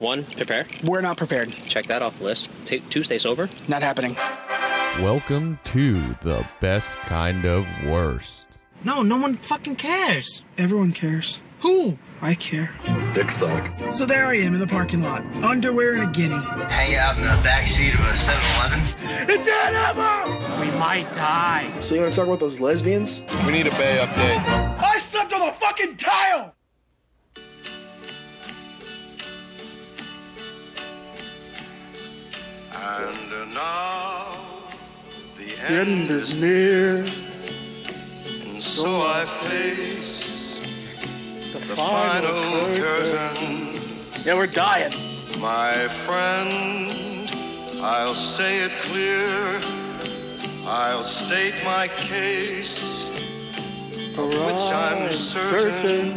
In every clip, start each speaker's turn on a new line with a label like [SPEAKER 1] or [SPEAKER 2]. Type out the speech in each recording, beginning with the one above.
[SPEAKER 1] One, prepare.
[SPEAKER 2] We're not prepared.
[SPEAKER 1] Check that off the list. T- two, stay sober.
[SPEAKER 2] Not happening.
[SPEAKER 3] Welcome to the best kind of worst.
[SPEAKER 4] No, no one fucking cares.
[SPEAKER 2] Everyone cares.
[SPEAKER 4] Who?
[SPEAKER 2] I care.
[SPEAKER 5] Dick suck.
[SPEAKER 2] So there I am in the parking lot, underwear and a guinea.
[SPEAKER 6] hang out in the back seat of a 7-Eleven.
[SPEAKER 4] We might die.
[SPEAKER 5] So you want to talk about those lesbians?
[SPEAKER 7] We need a Bay update.
[SPEAKER 5] I slept on the fucking tile.
[SPEAKER 8] And now the end,
[SPEAKER 2] end is
[SPEAKER 8] is near, and so I face the, final, curtain.
[SPEAKER 2] Yeah, we're dying.
[SPEAKER 8] My friend, I'll say it clear. I'll state my case, of which I'm certain.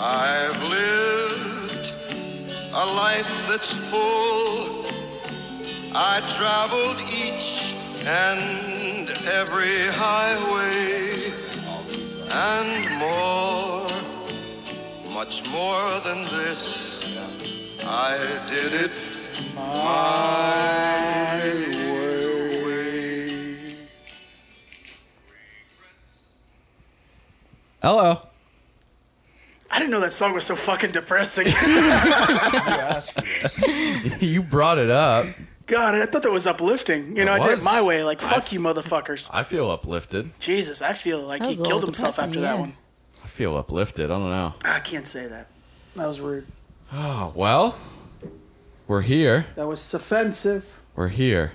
[SPEAKER 8] I've lived a life that's full. I traveled each and every highway and more, much more than this. I did it my way.
[SPEAKER 3] Hello.
[SPEAKER 2] I didn't know that song was so fucking depressing.
[SPEAKER 3] you brought it up.
[SPEAKER 2] God, I thought that was uplifting. You know,
[SPEAKER 3] It
[SPEAKER 2] I did it
[SPEAKER 3] was.
[SPEAKER 2] my way. Like, fuck you, motherfuckers.
[SPEAKER 3] I feel uplifted.
[SPEAKER 2] Jesus, I feel like
[SPEAKER 9] That
[SPEAKER 2] he
[SPEAKER 9] was a
[SPEAKER 2] killed
[SPEAKER 9] little
[SPEAKER 2] himself
[SPEAKER 9] depressing,
[SPEAKER 2] after that
[SPEAKER 9] yeah.
[SPEAKER 2] one.
[SPEAKER 3] I feel uplifted. I don't know.
[SPEAKER 2] I can't say that. That was rude.
[SPEAKER 3] Oh, well, we're here.
[SPEAKER 2] That was offensive.
[SPEAKER 3] We're here.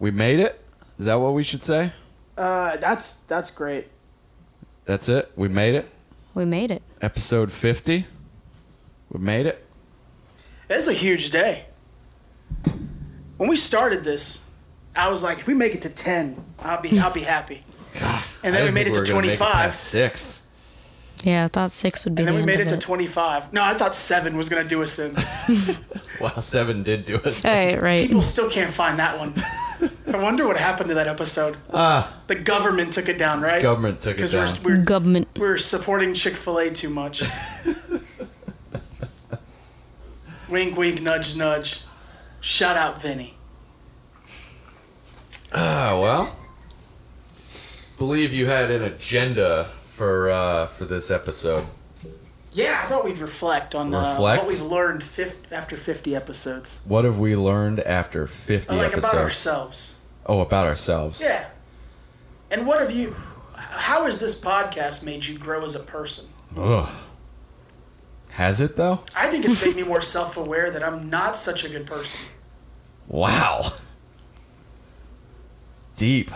[SPEAKER 3] We made it. Is that what we should say?
[SPEAKER 2] Uh, that's that's great.
[SPEAKER 3] That's it. We made it.
[SPEAKER 9] We made it.
[SPEAKER 3] Episode 50. We made it.
[SPEAKER 2] It's a huge day. When we started this, I was like, if we make it to ten, I'll be I'll be happy. And then
[SPEAKER 3] I
[SPEAKER 2] we
[SPEAKER 3] didn't
[SPEAKER 2] made it
[SPEAKER 3] think
[SPEAKER 2] to
[SPEAKER 3] were gonna make
[SPEAKER 2] twenty-five.
[SPEAKER 3] past six.
[SPEAKER 9] Yeah, I thought six would be.
[SPEAKER 2] And then
[SPEAKER 9] the
[SPEAKER 2] we made it
[SPEAKER 9] end
[SPEAKER 2] to
[SPEAKER 9] of
[SPEAKER 2] 25. No, I thought 7 was going to do us in.
[SPEAKER 3] Wow, seven did do us.
[SPEAKER 9] Right, right.
[SPEAKER 2] People still can't find that one. I wonder what happened to that episode.
[SPEAKER 3] Ah,
[SPEAKER 2] The government took it down, right?
[SPEAKER 3] government took it
[SPEAKER 2] Because
[SPEAKER 3] down.
[SPEAKER 2] we're, we're,
[SPEAKER 9] Government.
[SPEAKER 2] we're supporting Chick fil A too much. wink, wink, nudge, nudge. Shout out, Vinny.
[SPEAKER 3] Ah, well. Believe you had an agenda for uh, for this episode.
[SPEAKER 2] Yeah, I thought we'd reflect on uh,
[SPEAKER 3] Reflect?
[SPEAKER 2] what we've learned fif- after 50 episodes.
[SPEAKER 3] What have we learned after 50
[SPEAKER 2] like
[SPEAKER 3] episodes?
[SPEAKER 2] about ourselves.
[SPEAKER 3] oh, about ourselves.
[SPEAKER 2] Yeah. And what have you? How has this podcast made you grow as a person?
[SPEAKER 3] Ugh. Has it though?
[SPEAKER 2] I think it's made me more self-aware that I'm not such a good person.
[SPEAKER 3] Wow. Deep.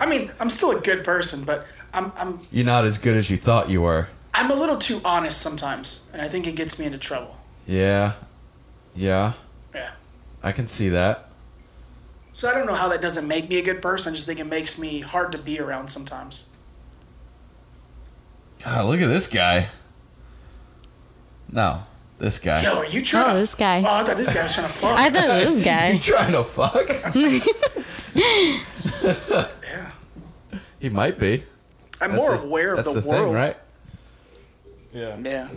[SPEAKER 2] I mean, I'm still a good person, but I'm I'm
[SPEAKER 3] You're not as good as you thought you were.
[SPEAKER 2] I'm a little too honest sometimes, and I think it gets me into trouble.
[SPEAKER 3] Yeah. Yeah.
[SPEAKER 2] Yeah.
[SPEAKER 3] I can see that.
[SPEAKER 2] So I don't know how that doesn't make me a good person. I just think it makes me hard to be around sometimes.
[SPEAKER 3] God, look at this guy. No, this guy.
[SPEAKER 2] Yo, are you trying?
[SPEAKER 9] Oh,
[SPEAKER 2] to,
[SPEAKER 9] this guy.
[SPEAKER 2] Oh, I thought this guy was trying to fuck.
[SPEAKER 9] I thought this
[SPEAKER 3] You
[SPEAKER 9] guy.
[SPEAKER 3] trying to fuck?
[SPEAKER 2] yeah.
[SPEAKER 3] he might be.
[SPEAKER 2] I'm
[SPEAKER 3] That's
[SPEAKER 2] more
[SPEAKER 3] the-
[SPEAKER 2] aware of
[SPEAKER 3] that's
[SPEAKER 2] the,
[SPEAKER 3] the,
[SPEAKER 2] world.
[SPEAKER 3] thing, right?
[SPEAKER 2] Yeah.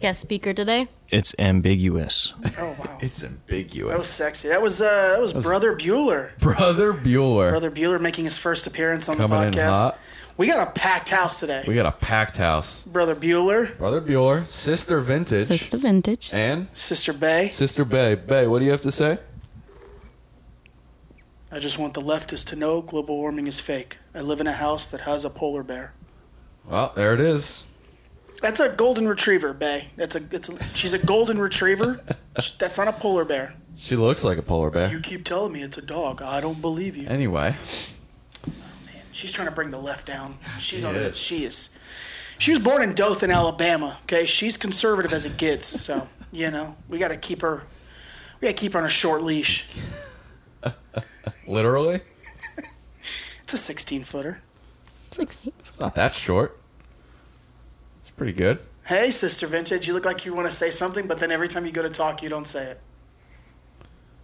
[SPEAKER 9] Guest speaker today.
[SPEAKER 10] It's ambiguous.
[SPEAKER 2] Oh wow.
[SPEAKER 3] It's ambiguous.
[SPEAKER 2] That was sexy. That was uh, that was Brother Bueller.
[SPEAKER 3] Brother Bueller.
[SPEAKER 2] Brother Bueller making his first appearance on
[SPEAKER 3] Coming
[SPEAKER 2] the
[SPEAKER 3] in
[SPEAKER 2] podcast.
[SPEAKER 3] hot.
[SPEAKER 2] We got a packed house today.
[SPEAKER 3] We got a packed house.
[SPEAKER 2] Brother Bueller,
[SPEAKER 3] Brother Bueller, Sister Vintage,
[SPEAKER 9] Sister Vintage.
[SPEAKER 3] and
[SPEAKER 2] Sister Bay.
[SPEAKER 3] Sister Bay. Bay, what do you have to say?
[SPEAKER 2] I just want the leftists to know global warming is fake. I live in a house that has a polar bear.
[SPEAKER 3] Well, there it is.
[SPEAKER 2] That's a golden retriever, Bay. That's a. It's a. She's a golden retriever. Sh- That's not a polar bear.
[SPEAKER 3] She looks like a polar bear.
[SPEAKER 2] You keep telling me it's a dog. I don't believe you.
[SPEAKER 3] Anyway,
[SPEAKER 2] She's trying to bring the left down. She's on it.
[SPEAKER 3] is.
[SPEAKER 2] She is. She was born in Dothan, Alabama. Okay, she's conservative as it gets. So you know we got to keep her. We got to keep her on a short leash.
[SPEAKER 3] literally,
[SPEAKER 2] It's a 16 footer.
[SPEAKER 9] Six.
[SPEAKER 3] it's not that short. It's pretty good.
[SPEAKER 2] Hey, Sister Vintage, you look like you want to say something, but then every time you go to talk, you don't say it.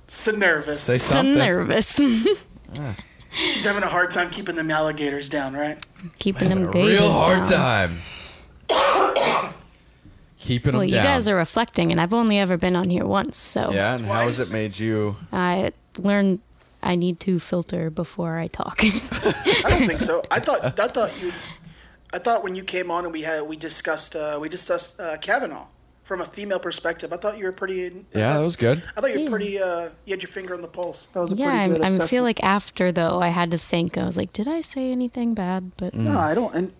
[SPEAKER 2] So nervous.
[SPEAKER 3] Say
[SPEAKER 9] So
[SPEAKER 3] something.
[SPEAKER 9] nervous.
[SPEAKER 2] She's having a hard time keeping them alligators down, right?
[SPEAKER 9] Keeping them
[SPEAKER 3] A
[SPEAKER 9] good.
[SPEAKER 3] real hard time. Keeping
[SPEAKER 9] Well,
[SPEAKER 3] them
[SPEAKER 9] you
[SPEAKER 3] down.
[SPEAKER 9] guys are reflecting, and I've only ever been on here once, so
[SPEAKER 3] yeah, and how has
[SPEAKER 2] Um, Twice.
[SPEAKER 3] it made you?
[SPEAKER 9] I learned I need to filter before I talk.
[SPEAKER 2] I don't think so. I thought I thought you, I thought when you came on and we had we discussed uh, we discussed uh, Kavanaugh from a female perspective. I thought you were pretty. I
[SPEAKER 3] Yeah,
[SPEAKER 2] thought-
[SPEAKER 3] that was good.
[SPEAKER 2] I thought you were
[SPEAKER 9] Yeah.
[SPEAKER 2] pretty. Uh, you had your finger on the pulse. That was a
[SPEAKER 9] yeah,
[SPEAKER 2] pretty good
[SPEAKER 9] I'm- I'm- I
[SPEAKER 2] assessment.
[SPEAKER 9] feel like after though, I had to think. I was like, did I say anything bad? But
[SPEAKER 3] Mm.
[SPEAKER 2] no, I don't. And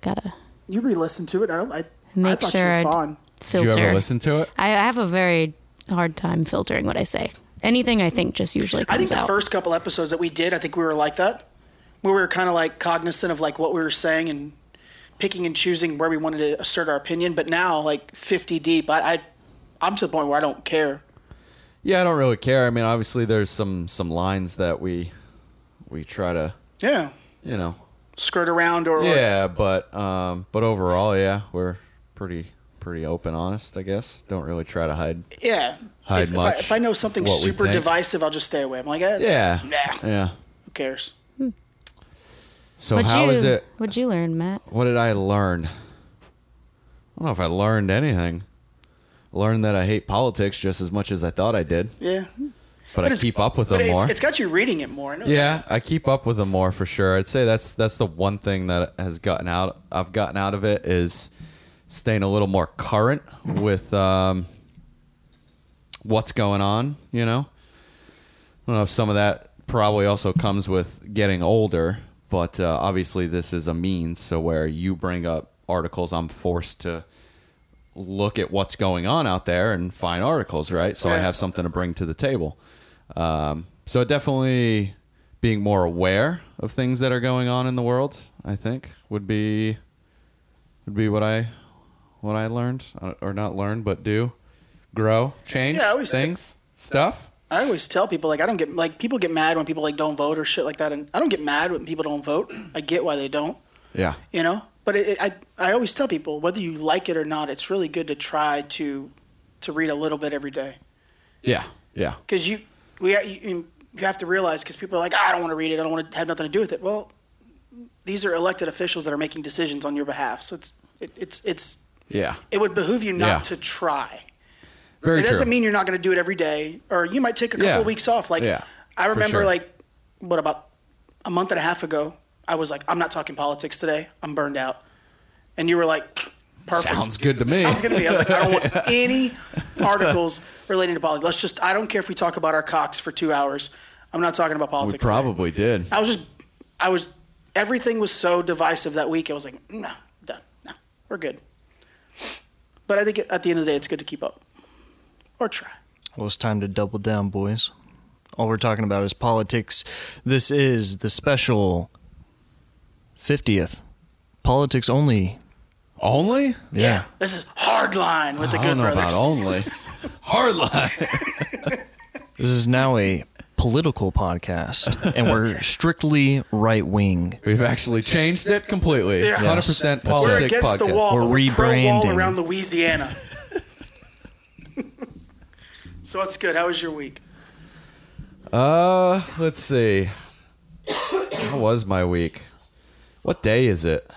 [SPEAKER 9] gotta
[SPEAKER 2] you re-listened to it. I don't. I, I
[SPEAKER 9] Make
[SPEAKER 2] thought
[SPEAKER 9] sure
[SPEAKER 2] you
[SPEAKER 9] I'd-
[SPEAKER 2] were fine.
[SPEAKER 9] filter.
[SPEAKER 3] Did you ever listen to it?
[SPEAKER 9] I, I have a very hard time filtering what I say. Anything I think just usually
[SPEAKER 2] I
[SPEAKER 9] comes
[SPEAKER 2] think the
[SPEAKER 9] out.
[SPEAKER 2] first couple episodes that we did, I think we were like that, where we were kind of like cognizant of like what we were saying and picking and choosing where we wanted to assert our opinion. But now, like 50 deep, I, I I'm to the point where I don't care.
[SPEAKER 3] Yeah, I don't really care. I mean, obviously, there's some some lines that we we try to
[SPEAKER 2] Yeah,
[SPEAKER 3] you know.
[SPEAKER 2] skirt around or
[SPEAKER 3] Yeah, but um, but overall, yeah, we're pretty pretty open, honest. I guess don't really try to hide
[SPEAKER 2] yeah.
[SPEAKER 3] hide
[SPEAKER 2] if, if
[SPEAKER 3] much.
[SPEAKER 2] I, if I know something
[SPEAKER 3] what we
[SPEAKER 2] super
[SPEAKER 3] think.
[SPEAKER 2] divisive, I'll just stay away. I'm like, eh, it's-
[SPEAKER 3] Yeah.
[SPEAKER 2] nah,
[SPEAKER 3] Yeah.
[SPEAKER 2] who cares?
[SPEAKER 3] So
[SPEAKER 9] What'd
[SPEAKER 3] how
[SPEAKER 9] you,
[SPEAKER 3] is it?
[SPEAKER 9] What'd you learn, Matt?
[SPEAKER 3] What did I learn? I don't know if I learned anything. Learned that I hate politics just as much as I thought I did,
[SPEAKER 2] Yeah,
[SPEAKER 3] but, I
[SPEAKER 2] it's-
[SPEAKER 3] keep up with
[SPEAKER 2] but
[SPEAKER 3] them
[SPEAKER 2] it's,
[SPEAKER 3] more.
[SPEAKER 2] it's got you reading it more. I know
[SPEAKER 3] yeah, I keep up with them more for sure. I'd say that's that's the one thing that has gotten out. I've gotten out of it is staying a little more current with um, what's going on. You know, I don't know if some of that probably also comes with getting older, but uh, obviously this is a means. So where you bring up articles, I'm forced to look at what's going on out there and find articles, right? So I have something to bring to the table. Um, so definitely being more aware of things that are going on in the world, I think would be would be what I what I learned uh, or not learn, but do grow, change
[SPEAKER 2] Yeah, I always
[SPEAKER 3] things, stuff.
[SPEAKER 2] I always tell people like I don't get like people get mad when people like don't vote or shit like that, and I don't get mad when people don't vote. I get why they don't,
[SPEAKER 3] Yeah.
[SPEAKER 2] you know. But it, it, I I always tell people whether you like it or not, it's really good to try to to read a little bit every day
[SPEAKER 3] Yeah. Yeah.
[SPEAKER 2] because you we you, you have to realize because people are like "Ah, I don't want to read it, I don't want to have nothing to do with it. Well, these are elected officials that are making decisions on your behalf, so it's it, it's it's
[SPEAKER 3] Yeah.
[SPEAKER 2] it would behoove you not
[SPEAKER 3] Yeah.
[SPEAKER 2] to try.
[SPEAKER 3] Very
[SPEAKER 2] it doesn't
[SPEAKER 3] true.
[SPEAKER 2] mean you're not going to do it every day, or you might take a couple
[SPEAKER 3] Yeah.
[SPEAKER 2] of weeks off. Like
[SPEAKER 3] Yeah,
[SPEAKER 2] I remember,
[SPEAKER 3] sure.
[SPEAKER 2] like what about a month and a half ago? I was like, I'm not talking politics today. I'm burned out, and you were like, perfect.
[SPEAKER 3] Sounds good to me.
[SPEAKER 2] Sounds good to me. I was like, I don't want any articles relating to politics. Let's just. I don't care if we talk about our cocks for two hours. I'm not talking about
[SPEAKER 3] we
[SPEAKER 2] politics. today.
[SPEAKER 3] probably did.
[SPEAKER 2] I was just. I was. Everything was so divisive that week. I was like, no, done. No, we're good. But I think at the end of the day, it's good to keep up, or try.
[SPEAKER 7] Well, it's time to double down, boys. All we're talking about is politics. This is the special 50th politics only.
[SPEAKER 3] Only?
[SPEAKER 7] Yeah.
[SPEAKER 2] This is Hardline with the
[SPEAKER 3] I
[SPEAKER 2] Good
[SPEAKER 3] don't know
[SPEAKER 2] Brothers.
[SPEAKER 3] about only. Hardline.
[SPEAKER 7] This is now a political podcast, and we're strictly right wing.
[SPEAKER 3] We've actually changed it completely.
[SPEAKER 2] Yeah.
[SPEAKER 3] 100%
[SPEAKER 7] That's it.
[SPEAKER 2] We're
[SPEAKER 3] politic
[SPEAKER 2] against
[SPEAKER 3] podcast.
[SPEAKER 2] the wall,
[SPEAKER 7] We're
[SPEAKER 2] but we're pro wall
[SPEAKER 7] rebranding.
[SPEAKER 2] around Louisiana. so it's good. How was your week?
[SPEAKER 3] Uh, let's see. How was my week? What day is it?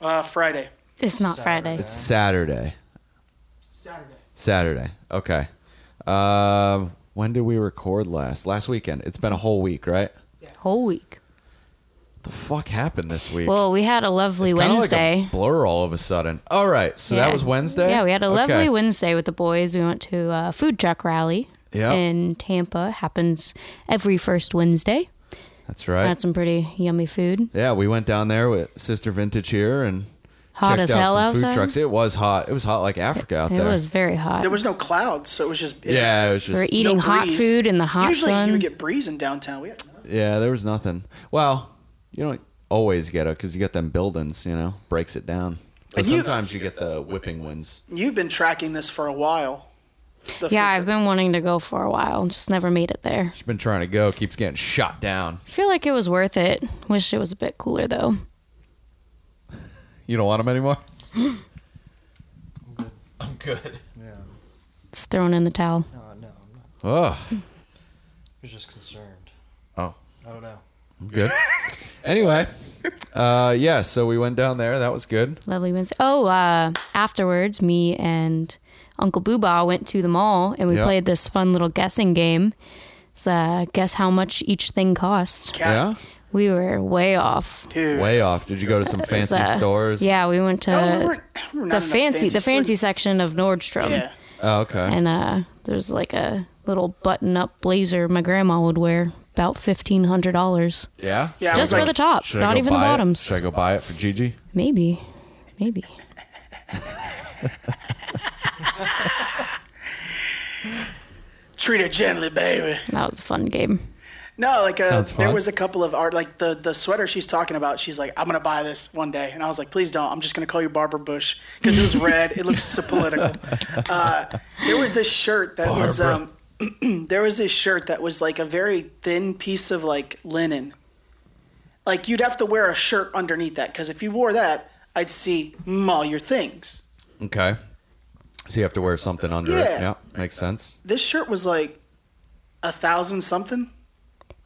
[SPEAKER 2] Uh, Friday.
[SPEAKER 9] It's not Friday.
[SPEAKER 3] It's Saturday.
[SPEAKER 2] Saturday.
[SPEAKER 3] Saturday. Okay. Um, when did we record last? Last weekend. It's been a whole week, right?
[SPEAKER 9] Whole week.
[SPEAKER 3] The fuck happened this week?
[SPEAKER 9] Well, we had a lovely
[SPEAKER 3] it's kinda
[SPEAKER 9] Wednesday.
[SPEAKER 3] Like a blur all of a sudden. All right. So
[SPEAKER 9] Yeah.
[SPEAKER 3] that was Wednesday.
[SPEAKER 9] Yeah, we had a lovely
[SPEAKER 3] Okay.
[SPEAKER 9] Wednesday with the boys. We went to a food truck rally
[SPEAKER 3] Yeah.
[SPEAKER 9] in Tampa. Happens every first Wednesday.
[SPEAKER 3] That's right.
[SPEAKER 9] Had some pretty yummy food.
[SPEAKER 3] yeah, we went down there with Sister Vintage here and
[SPEAKER 9] Hot
[SPEAKER 3] checked
[SPEAKER 9] as
[SPEAKER 3] out
[SPEAKER 9] hell
[SPEAKER 3] some
[SPEAKER 9] outside.
[SPEAKER 3] food trucks. It was hot. It was hot like Africa out
[SPEAKER 9] It
[SPEAKER 3] there.
[SPEAKER 9] was very hot.
[SPEAKER 2] There was no clouds, so it was just.
[SPEAKER 3] yeah, it was
[SPEAKER 9] we were
[SPEAKER 3] just
[SPEAKER 9] eating
[SPEAKER 2] no
[SPEAKER 9] hot
[SPEAKER 2] breeze.
[SPEAKER 9] food in the hot
[SPEAKER 2] Usually
[SPEAKER 9] sun.
[SPEAKER 2] you would get breeze in downtown. We had none.
[SPEAKER 3] Yeah, there was nothing. Well, you don't always get it because you got them buildings, you know, breaks it down. But
[SPEAKER 2] And you-
[SPEAKER 3] sometimes you get the whipping winds.
[SPEAKER 2] You've been tracking this for a while. The
[SPEAKER 9] yeah,
[SPEAKER 2] food
[SPEAKER 9] I've
[SPEAKER 2] truck.
[SPEAKER 9] been wanting to go for a while. Just never made it there.
[SPEAKER 3] She's been trying to go, keeps getting shot down.
[SPEAKER 9] I feel like it was worth it. Wish it was a bit cooler though.
[SPEAKER 3] You don't want them anymore? I'm good.
[SPEAKER 9] It's thrown in the towel.
[SPEAKER 7] No, no, I'm not.
[SPEAKER 3] Oh,
[SPEAKER 7] I was just concerned.
[SPEAKER 3] Oh,
[SPEAKER 7] I don't know.
[SPEAKER 3] I'm good. anyway, uh, yeah. So we went down there. That was good.
[SPEAKER 9] Lovely Wednesday. Oh, uh, afterwards, me and Uncle Boobah went to the mall and we
[SPEAKER 3] Yeah.
[SPEAKER 9] played this fun little guessing game. It's uh, guess how much each thing cost.
[SPEAKER 3] Yeah.
[SPEAKER 9] We were way off.
[SPEAKER 2] Dude.
[SPEAKER 3] Way off. Did you go to some
[SPEAKER 9] It was,
[SPEAKER 3] fancy
[SPEAKER 9] uh,
[SPEAKER 3] stores?
[SPEAKER 9] Yeah, we went to
[SPEAKER 2] Oh, we were- we were not
[SPEAKER 9] the
[SPEAKER 2] in
[SPEAKER 9] fancy, the
[SPEAKER 2] store.
[SPEAKER 9] fancy section of Nordstrom,
[SPEAKER 2] Yeah.
[SPEAKER 3] Oh, okay.
[SPEAKER 9] and uh, there's like a little button-up blazer my grandma would wear, about fifteen hundred dollars
[SPEAKER 3] yeah.
[SPEAKER 2] Yeah, I
[SPEAKER 9] just
[SPEAKER 2] was
[SPEAKER 9] for
[SPEAKER 2] like,
[SPEAKER 9] the top,
[SPEAKER 3] Should I
[SPEAKER 9] not
[SPEAKER 3] go
[SPEAKER 9] even the
[SPEAKER 3] buy it?
[SPEAKER 9] bottoms.
[SPEAKER 3] Should I go buy it for Gigi?
[SPEAKER 9] Maybe, maybe.
[SPEAKER 2] Treat her gently, baby.
[SPEAKER 9] That was a fun game.
[SPEAKER 2] No, like uh,
[SPEAKER 3] Sounds
[SPEAKER 2] there
[SPEAKER 3] fun.
[SPEAKER 2] was a couple of art, like the the sweater she's talking about. She's like, I'm gonna buy this one day, and I was like, please don't. I'm just gonna call you Barbara Bush because it was red. it looks so political. Uh, there was this shirt that was um, there was this shirt that was like a very thin piece of like linen. Like you'd have to wear a shirt underneath that because if you wore that, I'd see mm, all your things.
[SPEAKER 3] Okay. So you have to wear something under it.
[SPEAKER 2] Yeah.
[SPEAKER 3] Yeah, makes sense.
[SPEAKER 2] This shirt was like a thousand something.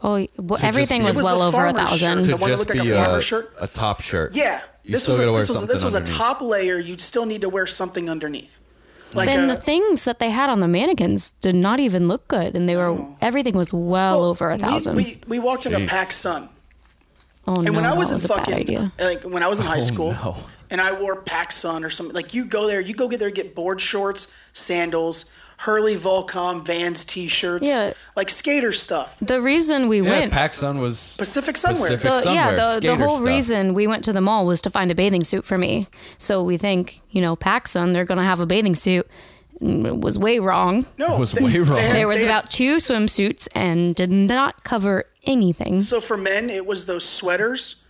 [SPEAKER 9] Oh, y- well,
[SPEAKER 3] just
[SPEAKER 9] everything
[SPEAKER 3] be-
[SPEAKER 9] was,
[SPEAKER 3] It
[SPEAKER 2] was
[SPEAKER 9] well
[SPEAKER 2] the
[SPEAKER 9] over a
[SPEAKER 2] farmer's shirt.
[SPEAKER 9] thousand.
[SPEAKER 2] The one that looked like a farmer
[SPEAKER 3] a,
[SPEAKER 2] shirt?
[SPEAKER 3] a top shirt.
[SPEAKER 2] Yeah,
[SPEAKER 3] You
[SPEAKER 2] this
[SPEAKER 3] still
[SPEAKER 2] was a,
[SPEAKER 3] gotta wear
[SPEAKER 2] this was this
[SPEAKER 3] something
[SPEAKER 2] was a
[SPEAKER 3] underneath.
[SPEAKER 2] top layer. You'd still need to wear something underneath. Like uh,
[SPEAKER 9] then
[SPEAKER 2] a,
[SPEAKER 9] the things that they had on the mannequins did not even look good, and they were everything was well,
[SPEAKER 2] Oh. Well,
[SPEAKER 9] over a
[SPEAKER 2] we-
[SPEAKER 9] thousand.
[SPEAKER 2] We, we, walked into
[SPEAKER 3] Jeez.
[SPEAKER 2] Pac Sun,
[SPEAKER 9] oh
[SPEAKER 2] and
[SPEAKER 9] no,
[SPEAKER 2] when I was
[SPEAKER 9] that
[SPEAKER 2] in
[SPEAKER 9] was a bad
[SPEAKER 2] fucking
[SPEAKER 9] idea.
[SPEAKER 2] like when I was in high school,
[SPEAKER 3] Oh, no.
[SPEAKER 2] and I wore Pac Sun or something. Like you go there, you go get there, get board shorts, sandals, Hurley Volcom Vans t-shirts,
[SPEAKER 9] Yeah.
[SPEAKER 2] like skater stuff.
[SPEAKER 9] The reason we
[SPEAKER 3] Yeah,
[SPEAKER 9] went,
[SPEAKER 3] PacSun was
[SPEAKER 2] Pacific Sunwear.
[SPEAKER 3] Pacific
[SPEAKER 9] the,
[SPEAKER 3] Sunwear,
[SPEAKER 9] yeah, the, the
[SPEAKER 3] skater
[SPEAKER 9] whole
[SPEAKER 3] stuff.
[SPEAKER 9] reason we went to the mall was to find a bathing suit for me. So we think, you know, Paxson, they're going to have a bathing suit. And It was way wrong.
[SPEAKER 2] No,
[SPEAKER 3] was way wrong.
[SPEAKER 2] had-
[SPEAKER 9] There was
[SPEAKER 2] had-
[SPEAKER 9] about two swimsuits and did not cover anything.
[SPEAKER 2] so for men, it was those sweaters.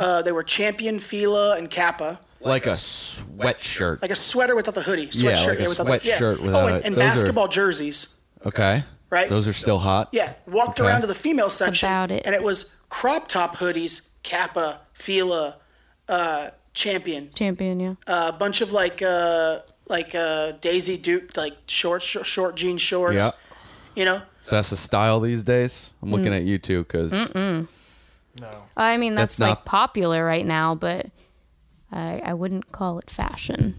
[SPEAKER 2] Uh, they were Champion, Fila, and Kappa.
[SPEAKER 3] like a sweatshirt.
[SPEAKER 2] like a sweater without the hoodie, sweatshirt,
[SPEAKER 3] Yeah, like a
[SPEAKER 2] yeah, without the, yeah.
[SPEAKER 3] sweatshirt without
[SPEAKER 2] oh, and,
[SPEAKER 3] it.
[SPEAKER 2] and
[SPEAKER 3] Those are-
[SPEAKER 2] basketball jerseys.
[SPEAKER 3] Okay.
[SPEAKER 2] Right?
[SPEAKER 3] Those are still hot.
[SPEAKER 2] Yeah, walked
[SPEAKER 3] Okay.
[SPEAKER 2] around to the female section,
[SPEAKER 9] about it.
[SPEAKER 2] and it was crop top hoodies, Kappa, Fila, uh, Champion,
[SPEAKER 9] Champion, yeah.
[SPEAKER 2] a bunch of like uh, like uh, Daisy Duke like short short, short jean shorts.
[SPEAKER 3] Yeah.
[SPEAKER 2] You know,
[SPEAKER 3] So that's the style these days. I'm looking at you too, because
[SPEAKER 9] I mean, that's,
[SPEAKER 3] That's
[SPEAKER 9] like
[SPEAKER 3] not-
[SPEAKER 9] popular right now, but I, I wouldn't call it fashion.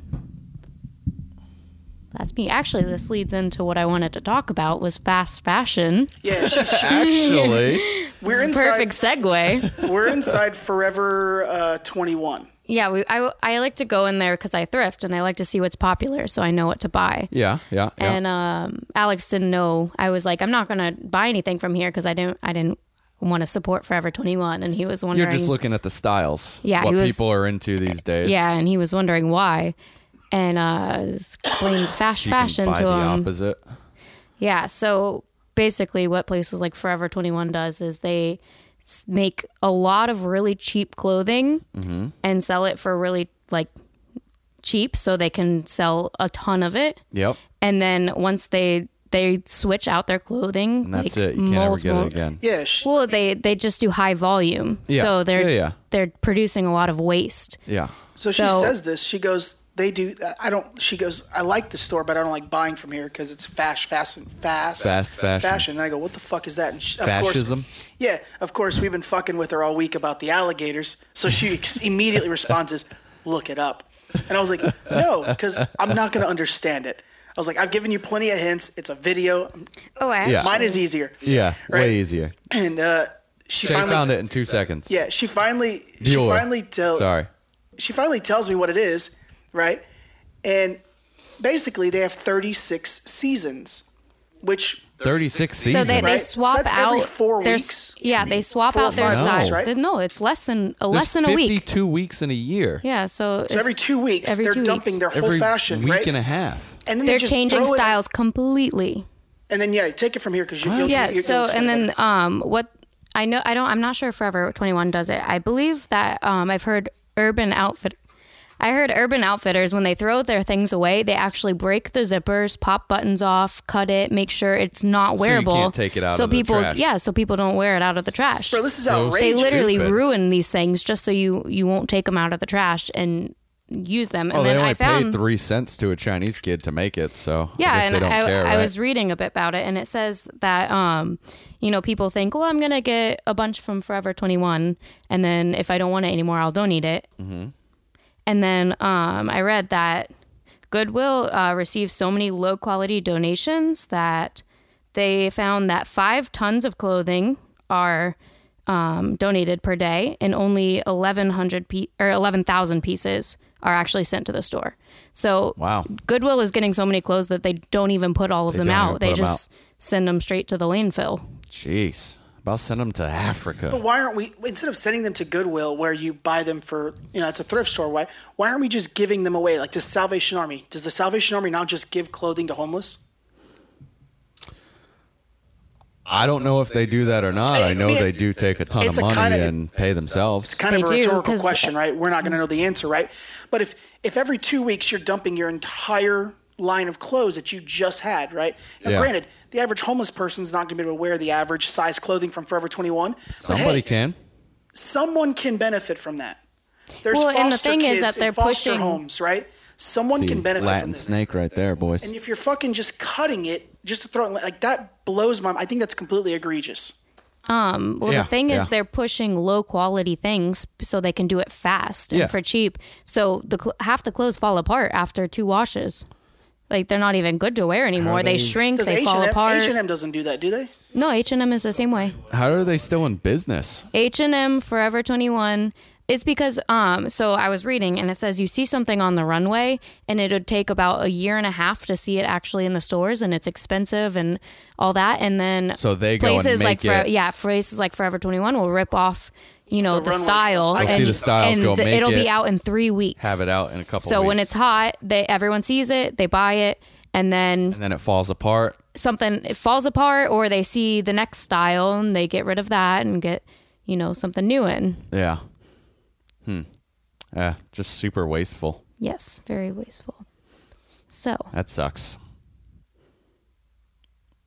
[SPEAKER 9] That's me. Actually, this leads into what I wanted to talk about was fast fashion.
[SPEAKER 2] yeah. She's,
[SPEAKER 3] actually,
[SPEAKER 2] we're inside.
[SPEAKER 9] Perfect segue.
[SPEAKER 2] We're inside Forever uh, Twenty One.
[SPEAKER 9] yeah, we, I, I like to go in there because I thrift and I like to see what's popular so I know what to buy.
[SPEAKER 3] yeah, yeah, yeah.
[SPEAKER 9] And um, Alex didn't know. I was like, I'm not gonna buy anything from here because I didn't. I didn't want to support Forever 21, and he was wondering.
[SPEAKER 3] You're just looking at the styles.
[SPEAKER 9] Yeah,
[SPEAKER 3] what
[SPEAKER 9] he was-
[SPEAKER 3] people are into these days.
[SPEAKER 9] Yeah, and he was wondering why, and uh, explained fast
[SPEAKER 3] So you can
[SPEAKER 9] fashion
[SPEAKER 3] buy
[SPEAKER 9] to
[SPEAKER 3] the
[SPEAKER 9] him.
[SPEAKER 3] opposite.
[SPEAKER 9] Yeah, so basically, what places like Forever Twenty One does is they s- make a lot of really cheap clothing
[SPEAKER 3] Mm-hmm.
[SPEAKER 9] and sell it for really like cheap, so they can sell a ton of it.
[SPEAKER 3] Yep.
[SPEAKER 9] And then once they they switch out their clothing,
[SPEAKER 3] And that's
[SPEAKER 9] like,
[SPEAKER 3] it. You can't ever get
[SPEAKER 9] multiple-
[SPEAKER 3] it again.
[SPEAKER 2] Yeah, she,
[SPEAKER 9] Well, they they just do high volume,
[SPEAKER 3] Yeah.
[SPEAKER 9] so they're
[SPEAKER 3] Yeah, yeah.
[SPEAKER 9] they're producing a lot of waste.
[SPEAKER 3] Yeah.
[SPEAKER 2] So she
[SPEAKER 9] So-
[SPEAKER 2] says this. She goes, "They do." I don't. She goes, "I like the store, but I don't like buying from here because it's fast, fast, and fast,
[SPEAKER 3] Fast fashion.
[SPEAKER 2] And I go, "What the fuck is that?" And she, of
[SPEAKER 3] Fascism?
[SPEAKER 2] course, yeah, of course, we've been fucking with her all week about the alligators. So she ex- immediately responds, "Is look it up?" And I was like, "No, because I'm not going to understand it." I was like, "I've given you plenty of hints. It's a video.
[SPEAKER 9] Oh, actually,
[SPEAKER 3] Yeah.
[SPEAKER 2] Mine is easier."
[SPEAKER 3] Yeah.
[SPEAKER 2] Right.
[SPEAKER 3] Way easier.
[SPEAKER 2] And uh, she
[SPEAKER 3] She
[SPEAKER 2] finally,
[SPEAKER 3] found it in two seconds.
[SPEAKER 2] yeah, she finally, she
[SPEAKER 3] Dior.
[SPEAKER 2] finally tells
[SPEAKER 3] Sorry.
[SPEAKER 2] she finally tells me what it is, right? And basically, they have 36 seasons, which
[SPEAKER 3] 36
[SPEAKER 9] So
[SPEAKER 3] seasons.
[SPEAKER 9] they, they
[SPEAKER 2] Right.
[SPEAKER 9] swap
[SPEAKER 2] So that's
[SPEAKER 9] out
[SPEAKER 2] every four
[SPEAKER 9] their-
[SPEAKER 2] weeks?
[SPEAKER 9] Yeah, they swap
[SPEAKER 2] Four or
[SPEAKER 9] out their
[SPEAKER 2] five
[SPEAKER 9] size.
[SPEAKER 3] weeks, right?
[SPEAKER 9] No, it's less than a
[SPEAKER 3] There's
[SPEAKER 9] less than a week.
[SPEAKER 3] 52 weeks in a year.
[SPEAKER 9] Yeah, so,
[SPEAKER 2] so every two weeks they're dumping their whole
[SPEAKER 3] Every
[SPEAKER 2] fashion,
[SPEAKER 3] week
[SPEAKER 2] right?
[SPEAKER 3] and a half.
[SPEAKER 2] and then
[SPEAKER 9] They're
[SPEAKER 2] they just
[SPEAKER 9] changing
[SPEAKER 2] throw it-
[SPEAKER 9] styles completely.
[SPEAKER 2] and then yeah, take it from here because you, you'll
[SPEAKER 9] Yeah.
[SPEAKER 2] you'll-
[SPEAKER 9] So
[SPEAKER 2] you'll
[SPEAKER 9] and
[SPEAKER 2] explain
[SPEAKER 9] then
[SPEAKER 2] it.
[SPEAKER 9] um, what I know I don't I'm not sure if Forever 21 does it. I believe that um, I've heard Urban Outfit. I heard Urban Outfitters when they throw their things away, they actually break the zippers, pop buttons off, cut it, make sure it's not
[SPEAKER 3] you can't
[SPEAKER 9] wearable.
[SPEAKER 3] take it out
[SPEAKER 9] So
[SPEAKER 3] of the
[SPEAKER 9] people,
[SPEAKER 3] trash.
[SPEAKER 9] yeah, so people don't wear it out of the trash.
[SPEAKER 2] bro, this is
[SPEAKER 3] So
[SPEAKER 2] outrageous.
[SPEAKER 9] they literally
[SPEAKER 3] stupid.
[SPEAKER 9] ruin these things just so you you won't take them out of the trash and use them. And
[SPEAKER 3] Oh,
[SPEAKER 9] then
[SPEAKER 3] they only
[SPEAKER 9] I found
[SPEAKER 3] paid three cents to a Chinese kid to make it, so I
[SPEAKER 9] yeah,
[SPEAKER 3] guess
[SPEAKER 9] and
[SPEAKER 3] they don't
[SPEAKER 9] I,
[SPEAKER 3] care.
[SPEAKER 9] I
[SPEAKER 3] right?
[SPEAKER 9] was reading a bit about it, and it says that um, you know, people think, well, I'm gonna get a bunch from Forever 21, and then if I don't want it anymore, I'll donate it. Mm-hmm. And then um, I read that Goodwill uh, receives so many low quality donations that they found that five tons of clothing are um, donated per day, and only 1,100 pe- or 11,000 pieces are actually sent to the store. So
[SPEAKER 3] wow.
[SPEAKER 9] Goodwill is getting so many clothes that they don't even put all of
[SPEAKER 3] They
[SPEAKER 9] them
[SPEAKER 3] don't even
[SPEAKER 9] out.
[SPEAKER 3] put
[SPEAKER 9] They
[SPEAKER 3] them
[SPEAKER 9] just send them straight to the landfill.
[SPEAKER 3] Jeez. About send them to Africa.
[SPEAKER 2] But why aren't we instead of sending them to Goodwill, where you buy them for you know it's a thrift store? Why why aren't we just giving them away? Like the Salvation Army, does the Salvation Army now just give clothing to homeless?
[SPEAKER 3] I don't know if they do that or not. I know
[SPEAKER 2] mean,
[SPEAKER 3] they do take a ton of
[SPEAKER 2] it's a
[SPEAKER 3] money
[SPEAKER 2] kinda-
[SPEAKER 3] and pay themselves.
[SPEAKER 2] Kind of a
[SPEAKER 9] They do,
[SPEAKER 2] rhetorical
[SPEAKER 9] 'cause-
[SPEAKER 2] question, right? We're not going to know the answer, right? But if if every two weeks you're dumping your entire line of clothes that you just had, right? Now,
[SPEAKER 3] Yeah.
[SPEAKER 2] granted, the average homeless person's not going to be able to wear the average size clothing from Forever 21. but
[SPEAKER 3] Somebody
[SPEAKER 2] hey,
[SPEAKER 3] can.
[SPEAKER 2] someone can benefit from that. There's
[SPEAKER 9] Well, and
[SPEAKER 2] foster
[SPEAKER 9] the thing
[SPEAKER 2] kids
[SPEAKER 9] is that
[SPEAKER 2] in
[SPEAKER 9] they're
[SPEAKER 2] foster
[SPEAKER 9] pushing-
[SPEAKER 2] homes, right? Someone
[SPEAKER 3] The
[SPEAKER 2] can benefit from
[SPEAKER 3] Latin
[SPEAKER 2] this.
[SPEAKER 3] snake right there, boys.
[SPEAKER 2] And if you're fucking just cutting it, just to throw it like that blows my. I think that's completely egregious.
[SPEAKER 9] Um, well,
[SPEAKER 3] Yeah,
[SPEAKER 9] the thing
[SPEAKER 3] yeah.
[SPEAKER 9] is, they're pushing low quality things so they can do it fast
[SPEAKER 3] Yeah.
[SPEAKER 9] and for cheap. So the cl- half the clothes fall apart after two washes. Like they're not even good to wear anymore. They, shrink,
[SPEAKER 2] Does
[SPEAKER 9] they
[SPEAKER 2] H
[SPEAKER 9] fall
[SPEAKER 2] and M
[SPEAKER 9] apart.
[SPEAKER 2] H and M doesn't do that, do they?
[SPEAKER 9] no, H and M is the same way.
[SPEAKER 3] How are they still in business?
[SPEAKER 9] H&M Forever 21 it's because um so I was reading and it says you see something on the runway and it would take about a year and a half to see it actually in the stores and it's expensive and all that and then
[SPEAKER 3] So they go and
[SPEAKER 9] places like
[SPEAKER 3] make it-
[SPEAKER 9] yeah places like Forever 21 will rip off you know the,
[SPEAKER 2] runway stuff.
[SPEAKER 9] style
[SPEAKER 2] They'll
[SPEAKER 9] and,
[SPEAKER 3] see the style,
[SPEAKER 9] and
[SPEAKER 3] go
[SPEAKER 9] the-
[SPEAKER 3] make
[SPEAKER 9] it'll
[SPEAKER 3] it,
[SPEAKER 9] be out in 3 weeks
[SPEAKER 3] Have it out in a couple.
[SPEAKER 9] so
[SPEAKER 3] weeks.
[SPEAKER 9] when it's hot they everyone sees it they buy it and then
[SPEAKER 3] and then it falls apart.
[SPEAKER 9] something it falls apart or they see the next style and they get rid of that and get you know something new in
[SPEAKER 3] Yeah. Hmm. Yeah. Just super wasteful.
[SPEAKER 9] Yes, very wasteful. So,
[SPEAKER 3] That sucks.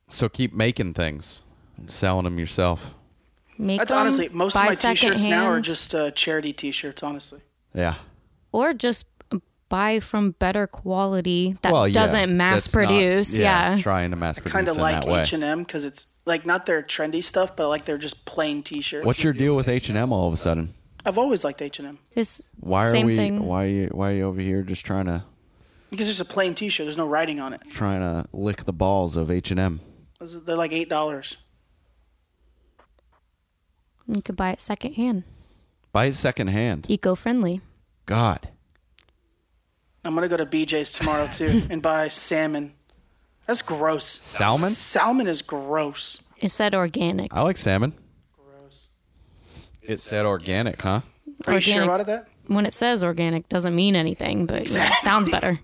[SPEAKER 3] So keep making things and selling them yourself.
[SPEAKER 9] make
[SPEAKER 2] That's
[SPEAKER 9] them,
[SPEAKER 2] honestly most of
[SPEAKER 9] buy
[SPEAKER 2] my T-shirts now are
[SPEAKER 9] secondhand,
[SPEAKER 2] just uh, charity T-shirts. Honestly,
[SPEAKER 3] Yeah.
[SPEAKER 9] or just buy from better quality that
[SPEAKER 3] well, yeah,
[SPEAKER 9] doesn't mass
[SPEAKER 3] that's not-
[SPEAKER 9] produce. yeah.
[SPEAKER 3] Trying to mass produce
[SPEAKER 2] kind of
[SPEAKER 3] in
[SPEAKER 2] like
[SPEAKER 3] that way.
[SPEAKER 2] H and M because it's like not their trendy stuff, but I like their just plain T-shirts.
[SPEAKER 3] What's your deal with H and M all of a sudden?
[SPEAKER 2] I've always liked H and M
[SPEAKER 9] This
[SPEAKER 3] Why are
[SPEAKER 9] same
[SPEAKER 3] we?
[SPEAKER 9] thing.
[SPEAKER 3] Why are you? Why are you over here just trying to
[SPEAKER 2] because there's a plain T-shirt. There's no writing on it.
[SPEAKER 3] trying to lick the balls of H and M?
[SPEAKER 2] They're like eight dollars.
[SPEAKER 9] You could buy it secondhand,
[SPEAKER 3] Buy it secondhand.
[SPEAKER 9] eco-friendly.
[SPEAKER 3] God.
[SPEAKER 2] I'm gonna go to BJ's tomorrow too and buy salmon. That's gross.
[SPEAKER 3] Salmon?
[SPEAKER 2] Salmon is gross.
[SPEAKER 9] It said organic.
[SPEAKER 3] I like salmon. Gross. It said organic, huh?
[SPEAKER 2] Are you sure
[SPEAKER 9] Organic.
[SPEAKER 2] about it? That
[SPEAKER 9] When it says organic, doesn't mean anything, but you know, it sounds better.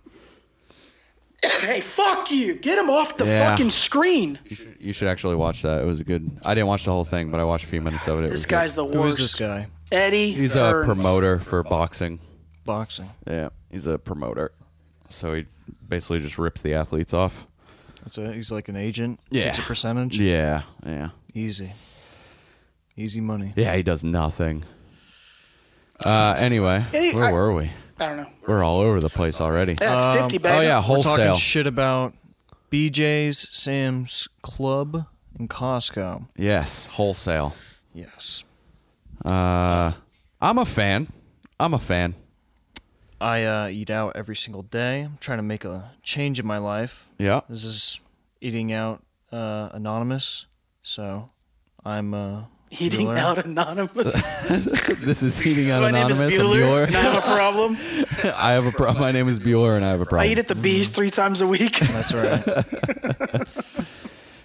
[SPEAKER 2] Hey, fuck you! Get him off the
[SPEAKER 3] Yeah.
[SPEAKER 2] fucking screen.
[SPEAKER 3] You should, you should actually watch that. It was a good. I didn't watch the whole thing, but I watched a few minutes of it. it
[SPEAKER 2] This
[SPEAKER 3] was
[SPEAKER 2] guy's the
[SPEAKER 7] Who is
[SPEAKER 2] worst.
[SPEAKER 7] this guy?
[SPEAKER 2] Eddie.
[SPEAKER 3] Good. He's a
[SPEAKER 2] Burns.
[SPEAKER 3] promoter for boxing.
[SPEAKER 7] Boxing.
[SPEAKER 3] Yeah, he's a promoter. So he basically just rips the athletes off.
[SPEAKER 7] That's a, he's like an agent.
[SPEAKER 3] Yeah.
[SPEAKER 7] Takes a percentage.
[SPEAKER 3] Yeah, yeah,
[SPEAKER 7] Easy. Easy money.
[SPEAKER 3] yeah. He does nothing. Uh, anyway,
[SPEAKER 2] Any-
[SPEAKER 3] where
[SPEAKER 2] I-
[SPEAKER 3] were we?
[SPEAKER 2] I don't know.
[SPEAKER 3] We're all over the place already.
[SPEAKER 2] That's fifty back.
[SPEAKER 3] Oh yeah,
[SPEAKER 7] We're
[SPEAKER 3] wholesale.
[SPEAKER 7] talking shit about BJ's, Sam's Club, and Costco.
[SPEAKER 3] Yes, wholesale. Uh,
[SPEAKER 7] Yes.
[SPEAKER 3] I'm a fan. I'm a fan.
[SPEAKER 7] I uh, eat out every single day. I'm trying to make a change in my life.
[SPEAKER 3] Yeah.
[SPEAKER 7] This is eating out uh, anonymous. So I'm uh,
[SPEAKER 2] Eating
[SPEAKER 7] Bueller.
[SPEAKER 2] out anonymous.
[SPEAKER 3] This is eating out
[SPEAKER 2] My name
[SPEAKER 3] anonymous.
[SPEAKER 2] is
[SPEAKER 3] I'm
[SPEAKER 2] Bueller, and I
[SPEAKER 3] Bueller.
[SPEAKER 2] have a problem.
[SPEAKER 3] I have a problem. My name is Bueller, and I have a
[SPEAKER 2] I
[SPEAKER 3] problem.
[SPEAKER 2] eat at the bees three times a week.
[SPEAKER 7] That's right.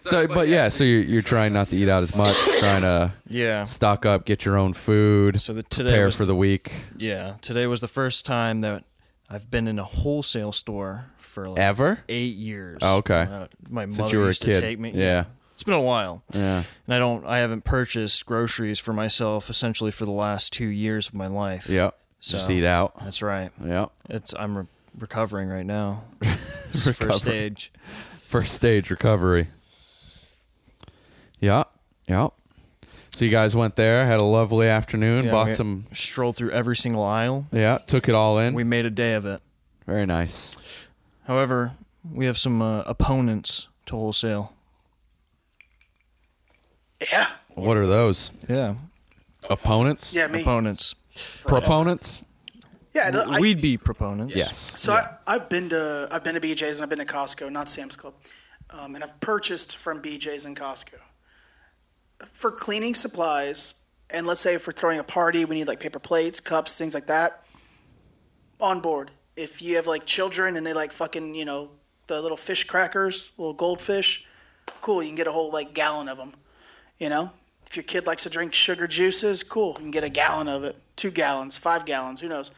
[SPEAKER 3] So, but yeah, so you're, you're trying not to eat out as much, trying to
[SPEAKER 7] yeah.
[SPEAKER 3] stock up, get your own food,
[SPEAKER 7] So the, today
[SPEAKER 3] prepare
[SPEAKER 7] was
[SPEAKER 3] for the week.
[SPEAKER 7] yeah today was the first time that I've been in a wholesale store for like
[SPEAKER 3] Ever?
[SPEAKER 7] eight years.
[SPEAKER 3] Oh, okay.
[SPEAKER 7] Uh, my
[SPEAKER 3] Since
[SPEAKER 7] mother
[SPEAKER 3] you were a
[SPEAKER 7] used
[SPEAKER 3] kid.
[SPEAKER 7] to take me.
[SPEAKER 3] Yeah.
[SPEAKER 7] It's been a while.
[SPEAKER 3] Yeah.
[SPEAKER 7] And I don't I haven't purchased groceries for myself essentially for the last 2 years of my life.
[SPEAKER 3] Yep. Just eat out.
[SPEAKER 7] That's right.
[SPEAKER 3] Yep.
[SPEAKER 7] It's I'm re- recovering right now. This is first stage.
[SPEAKER 3] First stage recovery. Yeah. Yeah. So you guys went there, had a lovely afternoon,
[SPEAKER 7] Yeah,
[SPEAKER 3] bought
[SPEAKER 7] we
[SPEAKER 3] some, Mm-hmm.
[SPEAKER 7] strolled through every single aisle.
[SPEAKER 3] yeah, took it all in.
[SPEAKER 7] We made a day of it.
[SPEAKER 3] Very nice.
[SPEAKER 7] However, we have some uh, opponents to wholesale.
[SPEAKER 2] Yeah.
[SPEAKER 3] What are those?
[SPEAKER 7] Yeah,
[SPEAKER 3] Opponents?
[SPEAKER 2] Yeah, me.
[SPEAKER 7] opponents.
[SPEAKER 3] Proponents?
[SPEAKER 2] Yeah, I-
[SPEAKER 7] We'd be proponents.
[SPEAKER 3] Yes.
[SPEAKER 2] So I, I've been to I've been to BJ's and I've been to Costco, not Sam's Club, um, and I've purchased from BJ's and Costco for cleaning supplies. And let's say if we're throwing a party, we need like paper plates, cups, things like that. On board. If you have like children and they like fucking you know the little fish crackers, little goldfish, cool. You can get a whole like gallon of them. You know, if your kid likes to drink sugar juices, cool. You can get a gallon of it, two gallons, five gallons, who knows.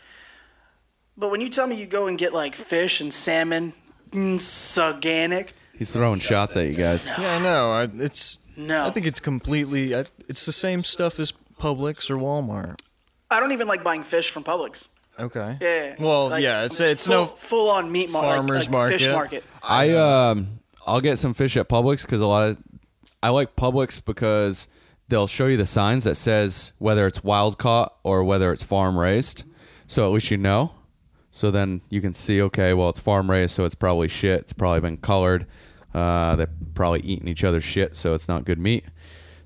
[SPEAKER 2] But when you tell me you go and get like fish and salmon, mm, organic,
[SPEAKER 3] He's throwing shots at you guys.
[SPEAKER 7] Yeah, I know. I, it's
[SPEAKER 2] No.
[SPEAKER 7] I think it's completely. I, it's the same stuff as Publix or Walmart.
[SPEAKER 2] I don't even like buying fish from Publix.
[SPEAKER 7] Okay.
[SPEAKER 2] Yeah.
[SPEAKER 7] Well,
[SPEAKER 2] like,
[SPEAKER 7] yeah. It's it's
[SPEAKER 2] full,
[SPEAKER 7] no.
[SPEAKER 2] full on meat market,
[SPEAKER 7] farmer's
[SPEAKER 2] like, like fish market.
[SPEAKER 7] market.
[SPEAKER 3] I um I'll get some fish at Publix because a lot of I like Publix because they'll show you the signs that says whether it's wild caught or whether it's farm raised, so at least you know. So then you can see okay, well it's farm raised, so it's probably shit. It's probably been colored. Uh, they're probably eating each other's shit, so it's not good meat.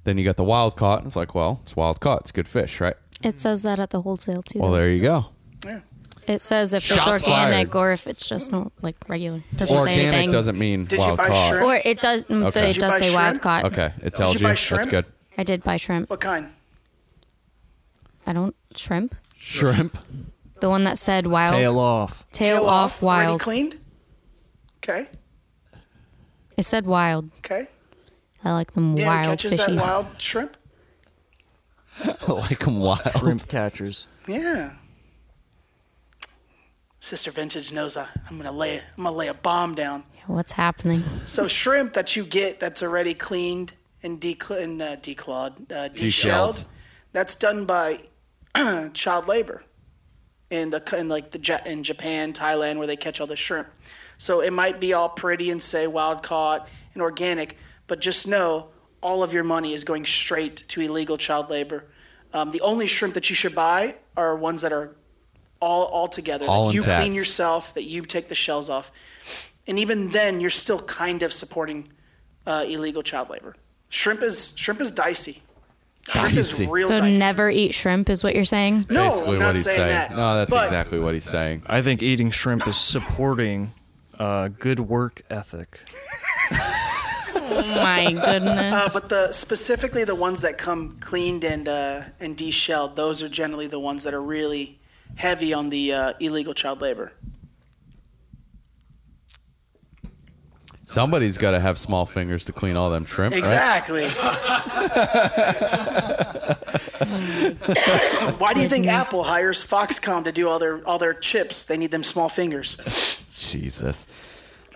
[SPEAKER 3] Then you got the wild caught, and it's like, well, it's wild caught. It's good fish, right?
[SPEAKER 9] It says that at the wholesale too.
[SPEAKER 3] Well, there you go.
[SPEAKER 9] it says if
[SPEAKER 3] Shots
[SPEAKER 9] it's organic
[SPEAKER 3] fired.
[SPEAKER 9] or if it's just not like regular. It doesn't say
[SPEAKER 3] Organic
[SPEAKER 9] anything.
[SPEAKER 3] doesn't mean
[SPEAKER 2] Did you
[SPEAKER 3] wild
[SPEAKER 2] buy
[SPEAKER 3] caught.
[SPEAKER 2] shrimp?
[SPEAKER 9] Or it does. mm,
[SPEAKER 3] Okay.
[SPEAKER 9] It
[SPEAKER 3] Did you
[SPEAKER 9] does
[SPEAKER 2] buy
[SPEAKER 9] say wild
[SPEAKER 2] shrimp?
[SPEAKER 9] caught.
[SPEAKER 3] Okay, it tells
[SPEAKER 2] you
[SPEAKER 3] you.
[SPEAKER 2] buy
[SPEAKER 3] That's
[SPEAKER 2] shrimp?
[SPEAKER 3] good.
[SPEAKER 9] I did buy shrimp.
[SPEAKER 2] What kind?
[SPEAKER 9] I don't shrimp.
[SPEAKER 3] Shrimp.
[SPEAKER 9] The one that said wild.
[SPEAKER 7] Tail off.
[SPEAKER 9] Tail off
[SPEAKER 2] Already
[SPEAKER 9] wild.
[SPEAKER 2] cleaned? Okay.
[SPEAKER 9] It said wild.
[SPEAKER 2] Okay.
[SPEAKER 9] I like them
[SPEAKER 2] You know who
[SPEAKER 9] wild
[SPEAKER 2] catches
[SPEAKER 9] fishies.
[SPEAKER 2] that wild shrimp?
[SPEAKER 3] like them wild.
[SPEAKER 7] Shrimp catchers.
[SPEAKER 2] Yeah. Sister Vintage knows I, I'm gonna lay I'm gonna lay a bomb down.
[SPEAKER 9] What's happening?
[SPEAKER 2] So shrimp that you get that's already cleaned and decl- and, uh, declawed, uh,
[SPEAKER 3] Deshelled.
[SPEAKER 2] deshelled, that's done by child labor in the in like the Ja- in Japan, Thailand, where they catch all the shrimp. So it might be all pretty and say wild caught and organic, but just know all of your money is going straight to illegal child labor. Um, the only shrimp that you should buy are ones that are all all together.
[SPEAKER 3] All
[SPEAKER 2] that you
[SPEAKER 3] intact.
[SPEAKER 2] clean yourself, that you take the shells off, and even then you're still kind of supporting uh, illegal child labor. Shrimp is shrimp is dicey. Shrimp
[SPEAKER 3] Dicey.
[SPEAKER 2] is real
[SPEAKER 9] so
[SPEAKER 2] dicey.
[SPEAKER 9] never eat shrimp is what you're saying?
[SPEAKER 2] No,
[SPEAKER 3] basically
[SPEAKER 2] I'm not
[SPEAKER 3] what he's
[SPEAKER 2] saying,
[SPEAKER 3] saying.
[SPEAKER 2] that.
[SPEAKER 3] No, that's
[SPEAKER 2] but
[SPEAKER 3] exactly what he's saying.
[SPEAKER 7] I think eating shrimp is supporting uh, good work ethic.
[SPEAKER 9] My goodness.
[SPEAKER 2] Uh, but the specifically the ones that come cleaned and uh, and deshelled, those are generally the ones that are really heavy on the uh, illegal child labor.
[SPEAKER 3] Somebody's got to have small fingers to clean all them shrimp, right?
[SPEAKER 2] Exactly. Why do you think Apple hires Foxcom to do all their all their chips? They need them small fingers.
[SPEAKER 3] Jesus.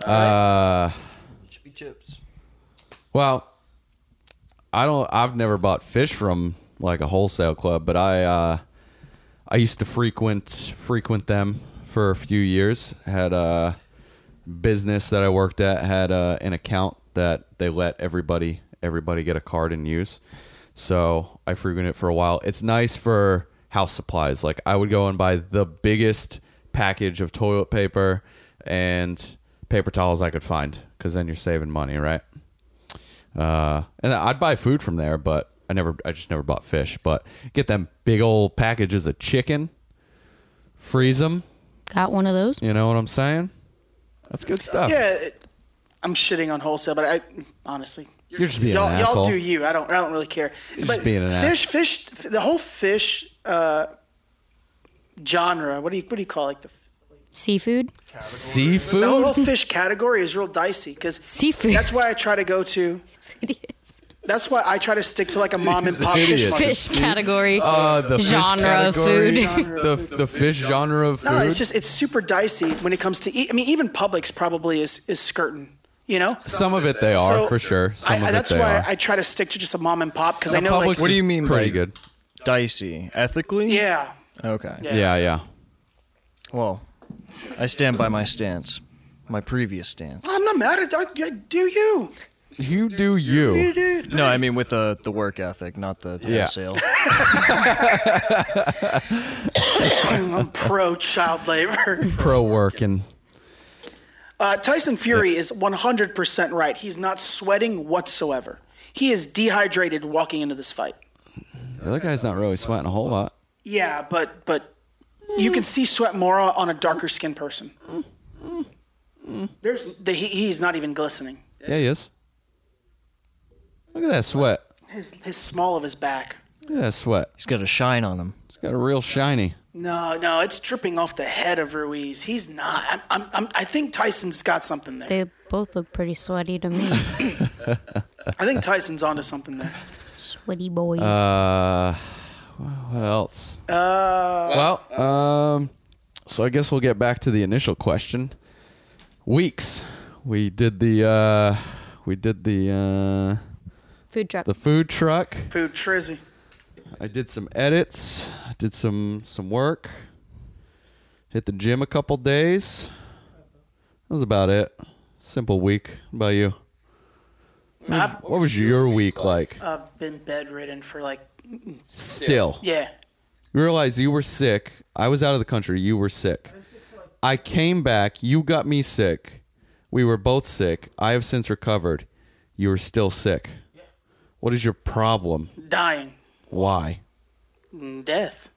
[SPEAKER 3] Uh,
[SPEAKER 7] Chippy chips.
[SPEAKER 3] well, I don't. I've never bought fish from like a wholesale club, but I uh, I used to frequent frequent them for a few years. Had a business that I worked at had uh, an account that they let everybody everybody get a card and use. So I frequented it for a while. It's nice for house supplies. Like I would go and buy the biggest package of toilet paper and paper towels I could find because then you're saving money, right? Uh, and I'd buy food from there, but I never, I just never bought fish. But get them big old packages of chicken, freeze them.
[SPEAKER 9] Got one of those?
[SPEAKER 3] You know what I'm saying? That's good stuff.
[SPEAKER 2] Yeah, it, I'm shitting on wholesale, but I honestly,
[SPEAKER 3] You're just being
[SPEAKER 2] y'all,
[SPEAKER 3] an
[SPEAKER 2] y'all
[SPEAKER 3] asshole.
[SPEAKER 2] do you. I don't. I don't really care.
[SPEAKER 3] just being an
[SPEAKER 2] fish, fish, the whole fish uh, genre. What do you what do you call it? Like the,
[SPEAKER 9] Seafood?
[SPEAKER 2] the
[SPEAKER 3] Seafood.
[SPEAKER 2] whole fish category is real dicey because
[SPEAKER 9] Seafood.
[SPEAKER 2] that's why I try to go to. That's why I try to stick to like a mom and pop
[SPEAKER 3] Idiots.
[SPEAKER 2] fish market.
[SPEAKER 9] Fish category.
[SPEAKER 3] Uh, the fish
[SPEAKER 9] Genre of
[SPEAKER 3] category,
[SPEAKER 9] food.
[SPEAKER 3] The, the fish genre of food.
[SPEAKER 2] No, it's just it's super dicey when it comes to eat. I mean, even Publix probably is is skirting. You know,
[SPEAKER 3] Some of it they are
[SPEAKER 2] So,
[SPEAKER 3] for sure.
[SPEAKER 2] I,
[SPEAKER 3] Some of it
[SPEAKER 2] that's
[SPEAKER 3] they
[SPEAKER 2] why
[SPEAKER 3] are.
[SPEAKER 2] I try to stick to just a mom and pop because I know
[SPEAKER 3] Publix
[SPEAKER 2] like
[SPEAKER 7] What do
[SPEAKER 3] is
[SPEAKER 7] you mean
[SPEAKER 3] Pretty
[SPEAKER 7] by-
[SPEAKER 3] good.
[SPEAKER 7] Dicey. Ethically?
[SPEAKER 2] yeah.
[SPEAKER 7] Okay.
[SPEAKER 2] Yeah.
[SPEAKER 3] Yeah, yeah.
[SPEAKER 7] Well, I stand by my stance. My previous stance.
[SPEAKER 2] I'm not mad at I, I do you.
[SPEAKER 3] You do you.
[SPEAKER 7] No, I mean with the the work ethic, not the
[SPEAKER 3] Yeah.
[SPEAKER 7] sale.
[SPEAKER 2] I'm pro child labor.
[SPEAKER 3] Pro working.
[SPEAKER 2] Uh, Tyson Fury is 100% right. He's not sweating whatsoever. He is dehydrated walking into this fight.
[SPEAKER 3] The other guy's not really sweating a whole lot.
[SPEAKER 2] Yeah, but but you can see sweat more on a darker skinned person. There's the, he, he's not even glistening.
[SPEAKER 3] Yeah, he is. Look at that sweat.
[SPEAKER 2] His, his small of his back.
[SPEAKER 3] Look at that sweat.
[SPEAKER 7] He's got a shine on him.
[SPEAKER 3] It's got a real shiny.
[SPEAKER 2] No, no, it's dripping off the head of Ruiz. He's not. I'm, I'm, I'm, I think Tyson's got something there.
[SPEAKER 9] They both look pretty sweaty to me.
[SPEAKER 2] I think Tyson's onto something there.
[SPEAKER 9] Sweaty boys.
[SPEAKER 3] Uh, what else? Uh, well, um, so I guess we'll get back to the initial question. Weeks, we did the uh, we did the uh,
[SPEAKER 9] Food truck.
[SPEAKER 3] the food truck.
[SPEAKER 2] Food trizzy.
[SPEAKER 3] I did some edits. I did some some work. Hit the gym a couple days. That was about it. Simple week. What about you?
[SPEAKER 2] I've
[SPEAKER 3] What was your week like?
[SPEAKER 2] uh, been bedridden for like
[SPEAKER 3] Still.
[SPEAKER 2] yeah.
[SPEAKER 3] You realize you were sick. I was out of the country. You were sick. I came back. You got me sick. We were both sick. I have since recovered. You are still sick. What is your problem?
[SPEAKER 2] dying,
[SPEAKER 3] Why?
[SPEAKER 2] and death.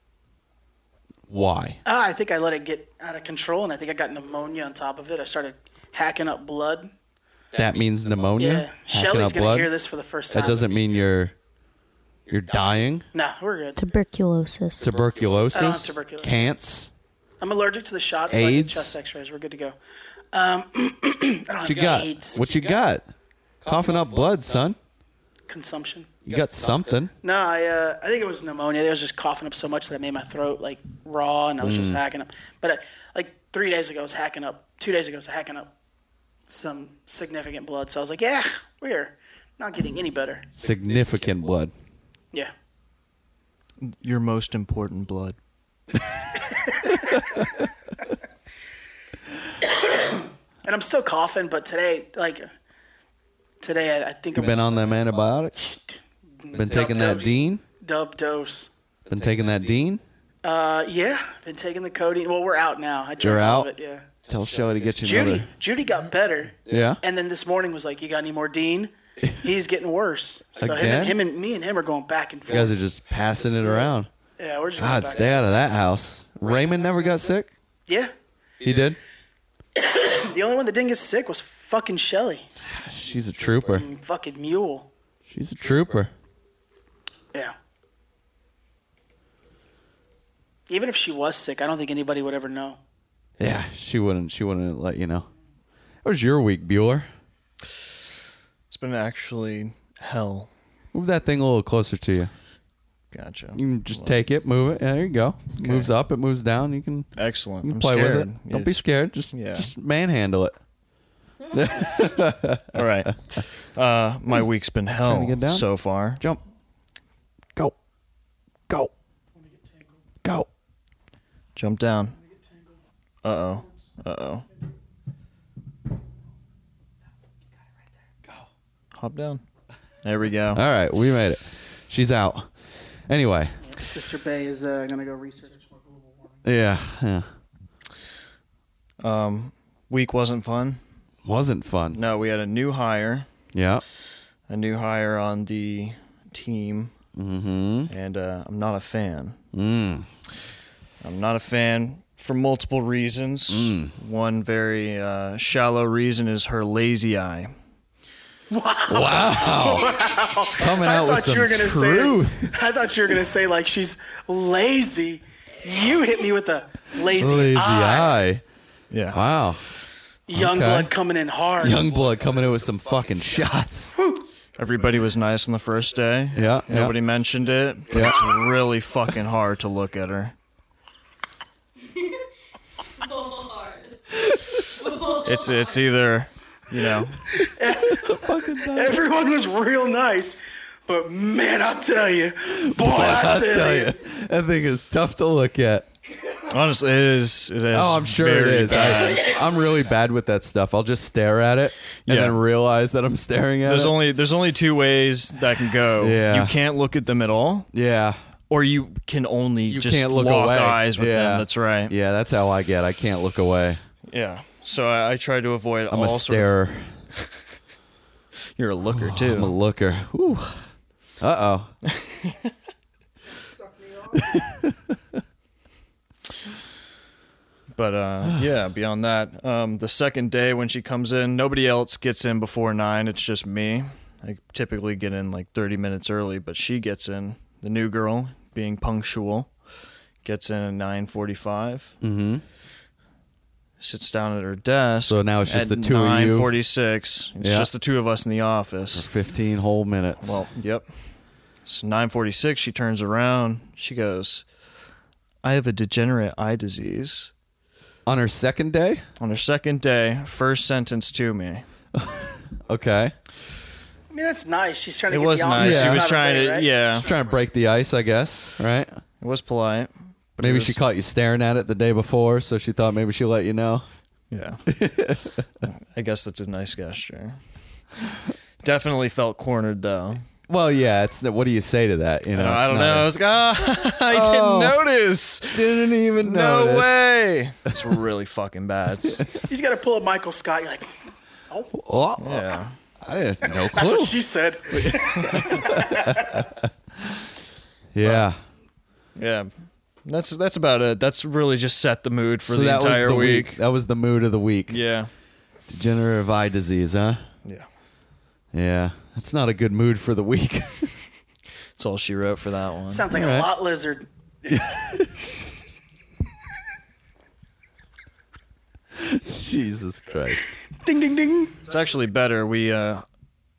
[SPEAKER 3] Why?
[SPEAKER 2] Ah, I think I let it get out of control, and I think I got pneumonia on top of it. I started hacking up blood.
[SPEAKER 3] That, means pneumonia.
[SPEAKER 2] Yeah,
[SPEAKER 3] Hacking
[SPEAKER 2] Shelly's
[SPEAKER 3] up
[SPEAKER 2] gonna
[SPEAKER 3] blood?
[SPEAKER 2] hear this for the first time.
[SPEAKER 3] That doesn't mean you're you're dying.
[SPEAKER 2] Nah, we're good.
[SPEAKER 9] Tuberculosis.
[SPEAKER 3] Tuberculosis.
[SPEAKER 2] I don't have tuberculosis.
[SPEAKER 3] Cancer.
[SPEAKER 2] I'm allergic to the shots, so I get
[SPEAKER 3] AIDS?
[SPEAKER 2] chest X-rays. We're good to go. Um, I don't have
[SPEAKER 3] What you got?
[SPEAKER 2] AIDS
[SPEAKER 3] What you got? Coughing up blood, son.
[SPEAKER 2] consumption.
[SPEAKER 3] You got something.
[SPEAKER 2] No, I, uh, I think it was pneumonia. They was just coughing up so much that it made my throat like raw, and I was just
[SPEAKER 3] Mm.
[SPEAKER 2] hacking up. But uh, like three days ago, I was hacking up. Two days ago, I was hacking up some significant blood. So I was like, yeah, we're not getting any better.
[SPEAKER 3] Significant blood.
[SPEAKER 2] Yeah.
[SPEAKER 7] Your most important blood.
[SPEAKER 2] and I'm still coughing. But today, like today, I, I think
[SPEAKER 3] You've
[SPEAKER 2] I'm
[SPEAKER 3] been on them antibiotics. Been taking that Dean.
[SPEAKER 2] dub dose.
[SPEAKER 3] Been taking that Dean.
[SPEAKER 2] Uh, yeah, been taking the codeine. Well, we're out now. I drank
[SPEAKER 3] You're
[SPEAKER 2] all
[SPEAKER 3] out?
[SPEAKER 2] of it. Yeah,
[SPEAKER 3] Tell Shelly to get you
[SPEAKER 2] Judy,
[SPEAKER 3] another.
[SPEAKER 2] Judy got better,
[SPEAKER 3] Yeah.
[SPEAKER 2] and then this morning was like, "You got any more Dean?" He's getting worse. So him
[SPEAKER 3] Again?
[SPEAKER 2] and, him and me and him are going back and
[SPEAKER 3] You guys
[SPEAKER 2] forth.
[SPEAKER 3] are just passing it around.
[SPEAKER 2] yeah, we're just going
[SPEAKER 3] God,
[SPEAKER 2] back.
[SPEAKER 3] stay out of that house. Raymond never got sick.
[SPEAKER 2] Yeah,
[SPEAKER 3] He did.
[SPEAKER 2] the only one that didn't get sick was fucking Shelly.
[SPEAKER 3] She's a trooper.
[SPEAKER 2] Fucking mule.
[SPEAKER 3] She's a trooper.
[SPEAKER 2] Yeah. Even if she was sick, I don't think anybody would ever know.
[SPEAKER 3] Yeah, she wouldn't. She wouldn't let you know. How was your week, Bueller?
[SPEAKER 7] It's been actually hell.
[SPEAKER 3] Move that thing a little closer to you.
[SPEAKER 7] Gotcha.
[SPEAKER 3] You can just take it, move it. Yeah, there you go. Moves up, it moves down. You can,
[SPEAKER 7] Excellent.
[SPEAKER 3] you can
[SPEAKER 7] I'm
[SPEAKER 3] play
[SPEAKER 7] scared.
[SPEAKER 3] with it. Don't be
[SPEAKER 7] It's-
[SPEAKER 3] scared. Just
[SPEAKER 7] yeah.
[SPEAKER 3] just manhandle it.
[SPEAKER 7] All right. Uh, my week's been
[SPEAKER 3] to
[SPEAKER 7] hell
[SPEAKER 3] get down?
[SPEAKER 7] so far.
[SPEAKER 3] Jump. Go. Go. Go.
[SPEAKER 7] Jump down. Uh oh. Uh oh. Hop down. There we go.
[SPEAKER 3] All right, we made it. She's out. Anyway,
[SPEAKER 2] Sister Bay is uh, gonna go research.
[SPEAKER 3] yeah, yeah.
[SPEAKER 7] Week wasn't fun.
[SPEAKER 3] Wasn't fun.
[SPEAKER 7] No, we had a new hire,
[SPEAKER 3] Yeah.
[SPEAKER 7] a new hire on the team, mm-hmm. and uh, I'm not a fan. I'm not a fan for multiple reasons. One very uh, shallow reason is her lazy eye.
[SPEAKER 3] Coming
[SPEAKER 2] I
[SPEAKER 3] out with
[SPEAKER 2] thought
[SPEAKER 3] some
[SPEAKER 2] you were gonna
[SPEAKER 3] truth.
[SPEAKER 2] say. I thought you were gonna say like she's lazy. You hit me with a lazy,
[SPEAKER 3] Lazy
[SPEAKER 2] eye.
[SPEAKER 3] eye.
[SPEAKER 7] Yeah.
[SPEAKER 3] Wow.
[SPEAKER 2] Young
[SPEAKER 3] Okay.
[SPEAKER 2] blood coming in hard.
[SPEAKER 3] Young blood coming in with some fucking shots.
[SPEAKER 7] Everybody was nice on the first day.
[SPEAKER 3] Yeah, yeah.
[SPEAKER 7] Nobody mentioned it. But
[SPEAKER 3] Yeah.
[SPEAKER 7] It's really fucking hard to look at her. It's it's either, you know,
[SPEAKER 2] Everyone was real nice, but man, I tell you, boy, I tell, you,
[SPEAKER 3] that thing is tough to look at.
[SPEAKER 7] Honestly, it is. It is.
[SPEAKER 3] Oh, I'm sure it
[SPEAKER 7] very
[SPEAKER 3] is.
[SPEAKER 7] bad.
[SPEAKER 3] I, I'm really bad with that stuff. I'll just stare at it and
[SPEAKER 7] Yeah.
[SPEAKER 3] then realize that I'm staring at
[SPEAKER 7] There's
[SPEAKER 3] it.
[SPEAKER 7] only there's only two ways that can go.
[SPEAKER 3] Yeah.
[SPEAKER 7] You can't look at them at all,
[SPEAKER 3] yeah.
[SPEAKER 7] or you can only
[SPEAKER 3] You
[SPEAKER 7] just
[SPEAKER 3] can't look
[SPEAKER 7] lock
[SPEAKER 3] away.
[SPEAKER 7] eyes with
[SPEAKER 3] Yeah.
[SPEAKER 7] them. That's right. Yeah.
[SPEAKER 3] Yeah, that's how I get. I can't look away.
[SPEAKER 7] So I, I try to avoid
[SPEAKER 3] I'm
[SPEAKER 7] all
[SPEAKER 3] a
[SPEAKER 7] sort of-
[SPEAKER 3] starer. Oh,
[SPEAKER 7] you're a looker too.
[SPEAKER 3] I'm a looker. Ooh. Uh oh.
[SPEAKER 7] But uh, yeah, beyond that, um, the second day when she comes in, nobody else gets in before nine. It's just me. I typically get in like 30 minutes early, but she gets in. The new girl, being punctual, gets in at 9:45. Mm-hmm. Sits down at her desk.
[SPEAKER 3] So now it's just the two of you.
[SPEAKER 7] 9:46. It's
[SPEAKER 3] Yeah.
[SPEAKER 7] just the two of us in the office.
[SPEAKER 3] 15 whole minutes.
[SPEAKER 7] Well, yep. It's 9:46. She turns around. She goes, "I have a degenerate eye disease."
[SPEAKER 3] On her second day?
[SPEAKER 7] on her second day, first sentence to me.
[SPEAKER 3] Okay.
[SPEAKER 2] I mean, that's nice. She's trying to
[SPEAKER 7] It
[SPEAKER 2] get
[SPEAKER 7] was
[SPEAKER 2] the
[SPEAKER 7] nice.
[SPEAKER 2] obvious
[SPEAKER 3] Yeah.
[SPEAKER 7] She
[SPEAKER 2] out
[SPEAKER 7] was
[SPEAKER 2] of the
[SPEAKER 7] trying
[SPEAKER 2] way,
[SPEAKER 7] to,
[SPEAKER 2] right?
[SPEAKER 7] yeah,
[SPEAKER 3] Trying to break the ice, I guess, right?
[SPEAKER 7] it was polite. But it
[SPEAKER 3] Maybe
[SPEAKER 7] was-
[SPEAKER 3] she caught you staring at it the day before, so she thought maybe she'll let you know.
[SPEAKER 7] Yeah. I guess that's a nice gesture. Definitely felt cornered though.
[SPEAKER 3] Well, yeah, it's what do you say to that? You know,
[SPEAKER 7] I
[SPEAKER 3] it's
[SPEAKER 7] don't
[SPEAKER 3] not
[SPEAKER 7] know. I
[SPEAKER 3] a-
[SPEAKER 7] was like, ah, I
[SPEAKER 3] Oh.
[SPEAKER 7] didn't notice.
[SPEAKER 3] didn't even
[SPEAKER 7] No
[SPEAKER 3] notice.
[SPEAKER 7] way. That's really fucking bad. It's-
[SPEAKER 2] He's got to pull a Michael Scott. You're like,
[SPEAKER 3] Oh,
[SPEAKER 7] yeah.
[SPEAKER 3] I had no
[SPEAKER 2] that's
[SPEAKER 3] clue.
[SPEAKER 2] what she said.
[SPEAKER 3] yeah.
[SPEAKER 7] Yeah. That's that's about it. That's really just set the mood for
[SPEAKER 3] so
[SPEAKER 7] the
[SPEAKER 3] that was
[SPEAKER 7] entire
[SPEAKER 3] the week.
[SPEAKER 7] week.
[SPEAKER 3] That was the mood of the week.
[SPEAKER 7] Yeah.
[SPEAKER 3] Degenerative eye disease, huh?
[SPEAKER 7] Yeah.
[SPEAKER 3] Yeah. That's not a good mood for the week.
[SPEAKER 7] That's all she wrote for that one.
[SPEAKER 2] Sounds like
[SPEAKER 3] All right.
[SPEAKER 2] a lot lizard.
[SPEAKER 3] Jesus Christ.
[SPEAKER 2] Ding, ding, ding.
[SPEAKER 7] It's actually better. We uh,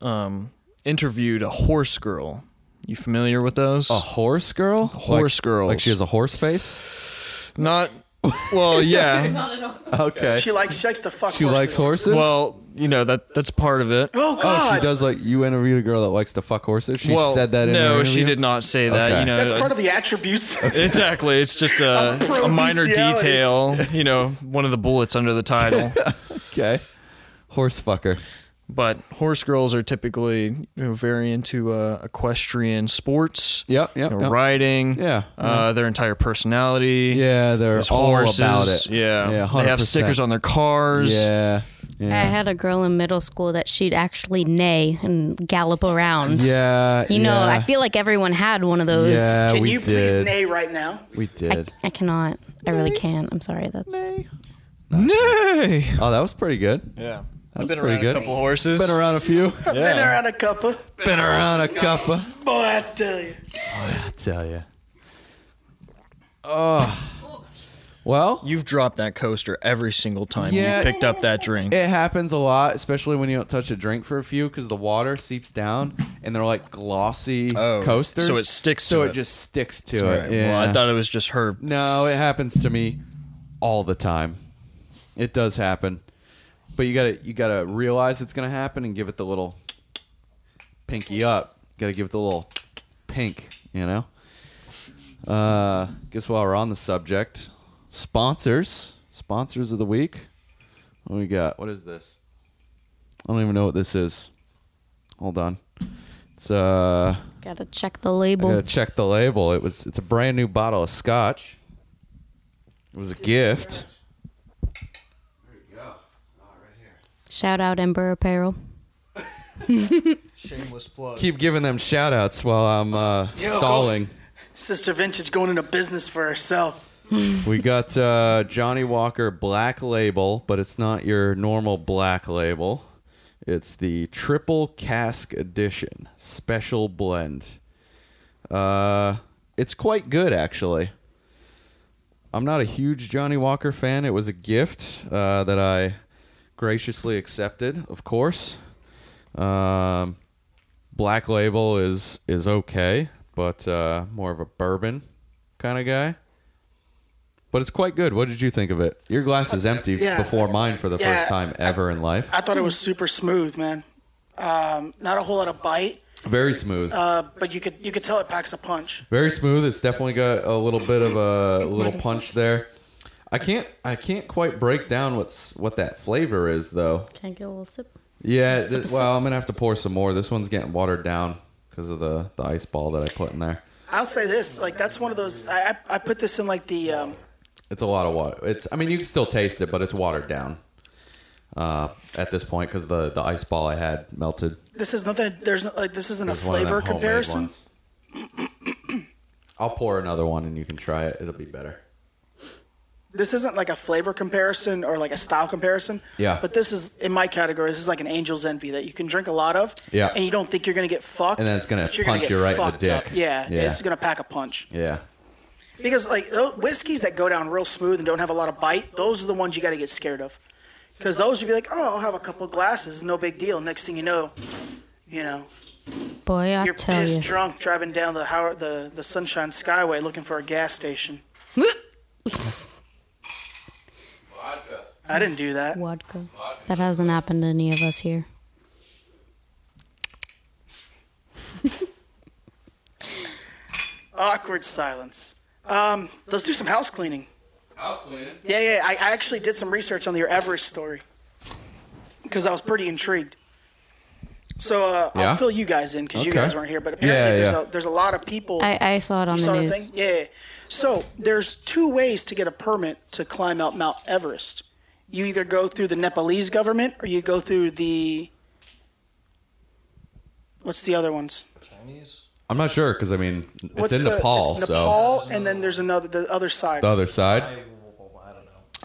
[SPEAKER 7] um, interviewed a horse girl. You familiar with those?
[SPEAKER 3] A horse girl?
[SPEAKER 7] Horse
[SPEAKER 3] like,
[SPEAKER 7] girls.
[SPEAKER 3] Like she has a horse face?
[SPEAKER 7] Not. Well, yeah.
[SPEAKER 3] Okay.
[SPEAKER 2] She likes, she likes to fuck
[SPEAKER 3] She
[SPEAKER 2] horses.
[SPEAKER 3] likes horses?
[SPEAKER 7] well, you know that that's part of it.
[SPEAKER 2] Oh,
[SPEAKER 3] Oh,
[SPEAKER 2] God.
[SPEAKER 3] she does like you interviewed a girl that likes to fuck horses. She
[SPEAKER 7] well,
[SPEAKER 3] said that in her
[SPEAKER 7] No,
[SPEAKER 3] interview?
[SPEAKER 7] she did not say that.
[SPEAKER 3] Okay.
[SPEAKER 7] You know,
[SPEAKER 2] That's part of the attributes.
[SPEAKER 7] exactly. It's just
[SPEAKER 2] I'm
[SPEAKER 7] a,
[SPEAKER 2] pro
[SPEAKER 7] a minor
[SPEAKER 2] bestiality.
[SPEAKER 7] detail. You know, one of the bullets under the title.
[SPEAKER 3] Okay. Horse fucker.
[SPEAKER 7] but horse girls are typically you know, very into uh, equestrian sports.
[SPEAKER 3] Yep,
[SPEAKER 7] You
[SPEAKER 3] yep,
[SPEAKER 7] know,
[SPEAKER 3] yep.
[SPEAKER 7] Riding.
[SPEAKER 3] Yeah,
[SPEAKER 7] Uh, their entire personality.
[SPEAKER 3] Yeah, they're
[SPEAKER 7] It's
[SPEAKER 3] all
[SPEAKER 7] horses.
[SPEAKER 3] about it.
[SPEAKER 7] Yeah.
[SPEAKER 3] Yeah,
[SPEAKER 7] They have
[SPEAKER 3] 100%.
[SPEAKER 7] stickers on their cars.
[SPEAKER 3] Yeah.
[SPEAKER 9] I
[SPEAKER 3] Yeah.
[SPEAKER 9] had a girl in middle school that she'd actually neigh and gallop around.
[SPEAKER 3] Yeah.
[SPEAKER 9] You know,
[SPEAKER 3] yeah.
[SPEAKER 9] I feel like everyone had one of those.
[SPEAKER 3] Yeah,
[SPEAKER 2] Can
[SPEAKER 3] we
[SPEAKER 2] you
[SPEAKER 3] did.
[SPEAKER 2] please neigh right now?
[SPEAKER 3] We
[SPEAKER 9] I,
[SPEAKER 3] did.
[SPEAKER 9] I cannot. I really can't. I'm sorry. That's
[SPEAKER 7] Nay.
[SPEAKER 3] Oh, that was pretty good.
[SPEAKER 7] Yeah.
[SPEAKER 3] That's
[SPEAKER 7] I've been
[SPEAKER 3] pretty
[SPEAKER 7] around
[SPEAKER 3] good.
[SPEAKER 7] a couple horses.
[SPEAKER 3] Been around a few.
[SPEAKER 2] Been
[SPEAKER 7] Yeah.
[SPEAKER 2] around a couple.
[SPEAKER 3] Been around a couple.
[SPEAKER 2] Boy, I tell you.
[SPEAKER 3] I tell you. Oh. Well,
[SPEAKER 7] You've dropped that coaster every single time
[SPEAKER 3] Yeah.
[SPEAKER 7] you've picked up that drink.
[SPEAKER 3] it happens a lot, especially when you don't touch a drink for a few, because the water seeps down and they're like glossy
[SPEAKER 7] Oh,
[SPEAKER 3] coasters.
[SPEAKER 7] so it sticks
[SPEAKER 3] So
[SPEAKER 7] to
[SPEAKER 3] it
[SPEAKER 7] it.
[SPEAKER 3] just sticks to
[SPEAKER 7] All
[SPEAKER 3] it.
[SPEAKER 7] right,
[SPEAKER 3] Yeah.
[SPEAKER 7] Well, I thought it was just her.
[SPEAKER 3] No, it happens to me all the time. It does happen. But you gotta you gotta realize it's gonna happen and give it the little pinky up. Gotta give it the little pink, you know? Uh guess while we're on the subject. Sponsors. Sponsors of the week. What we got? What is this? I don't even know what this is. Hold on. It's uh
[SPEAKER 9] gotta check the
[SPEAKER 3] I
[SPEAKER 9] label.
[SPEAKER 3] gotta check the label. It was it's a brand new bottle of scotch. It was a gift.
[SPEAKER 9] Shout out Ember Apparel.
[SPEAKER 7] Shameless plug.
[SPEAKER 3] Keep giving them shout outs while I'm uh, stalling.
[SPEAKER 2] Sister Vintage going into business for herself.
[SPEAKER 3] We got uh, Johnny Walker Black Label, but it's not your normal black label. It's the triple cask edition special blend. Uh, it's quite good, actually. I'm not a huge Johnny Walker fan. It was a gift uh, that I graciously accepted, of course. Um, Black Label is is okay, but uh, more of a bourbon kind of guy. But it's quite good. What did you think of it? Your glass is empty
[SPEAKER 2] Uh, Yeah.
[SPEAKER 3] before mine for the
[SPEAKER 2] Yeah.
[SPEAKER 3] first time ever in life.
[SPEAKER 2] I thought it was super smooth, man. Um, not a whole lot of bite,
[SPEAKER 3] Very smooth.
[SPEAKER 2] but you could you could tell it packs a punch.
[SPEAKER 3] Very smooth. It's definitely got a little bit of a little punch there. I can't I can't quite break down what's what that flavor is though.
[SPEAKER 9] Can I get a little sip?
[SPEAKER 3] Yeah, th- well, I'm gonna have to pour some more. This one's getting watered down because of the the ice ball that I put in there.
[SPEAKER 2] I'll say this, like that's one of those. I I, I put this in like the um,
[SPEAKER 3] It's a lot of water. It's I mean you can still taste it, but it's watered down uh, at this point because the the ice ball I had melted.
[SPEAKER 2] this is nothing. There's no, like this isn't
[SPEAKER 3] There's
[SPEAKER 2] a
[SPEAKER 3] one of
[SPEAKER 2] flavor
[SPEAKER 3] them homemade
[SPEAKER 2] comparison.
[SPEAKER 3] ones. I'll pour another one and you can try it. It'll be better.
[SPEAKER 2] This isn't like a flavor comparison or like a style comparison.
[SPEAKER 3] Yeah.
[SPEAKER 2] But this is in my category. This is like an angel's envy that you can drink a lot of.
[SPEAKER 3] Yeah.
[SPEAKER 2] And you don't think you're gonna get fucked.
[SPEAKER 3] And then it's gonna
[SPEAKER 2] but you're
[SPEAKER 3] punch
[SPEAKER 2] get
[SPEAKER 3] you right in the
[SPEAKER 2] fucked up.
[SPEAKER 3] dick.
[SPEAKER 2] Yeah,
[SPEAKER 3] Yeah.
[SPEAKER 2] This is gonna pack a punch
[SPEAKER 3] Yeah.
[SPEAKER 2] because like those whiskeys that go down real smooth and don't have a lot of bite. Those are the ones you gotta get scared of. Because those you'd be like, oh, I'll have a couple glasses, no big deal. Next thing you know, you know,
[SPEAKER 9] Boy, I
[SPEAKER 2] You're
[SPEAKER 9] tell
[SPEAKER 2] pissed
[SPEAKER 9] you.
[SPEAKER 2] drunk driving down the Howard, the, the Sunshine Skyway looking for a gas station. I didn't do that.
[SPEAKER 9] Vodka. That hasn't happened to any of us here.
[SPEAKER 2] Awkward silence. Um, let's do some house cleaning.
[SPEAKER 3] House cleaning.
[SPEAKER 2] Yeah, yeah. I, I actually did some research on your Everest story because I was pretty intrigued. So uh,
[SPEAKER 3] Yeah?
[SPEAKER 2] I'll fill you guys in because you
[SPEAKER 3] Okay.
[SPEAKER 2] guys weren't here. But apparently,
[SPEAKER 3] Yeah,
[SPEAKER 2] there's,
[SPEAKER 3] yeah.
[SPEAKER 2] A, there's a lot of people.
[SPEAKER 9] I, I saw it on
[SPEAKER 2] you
[SPEAKER 9] the
[SPEAKER 2] saw
[SPEAKER 9] news.
[SPEAKER 2] the thing? Yeah. So there's two ways to get a permit to climb up Mount Everest. You either go through the Nepalese government or you go through the what's the other ones?
[SPEAKER 3] I'm not sure because I mean it's
[SPEAKER 2] What's
[SPEAKER 3] in
[SPEAKER 2] the,
[SPEAKER 3] Nepal,
[SPEAKER 2] It's
[SPEAKER 3] so
[SPEAKER 2] Nepal, and then there's another the other side.
[SPEAKER 3] the other side.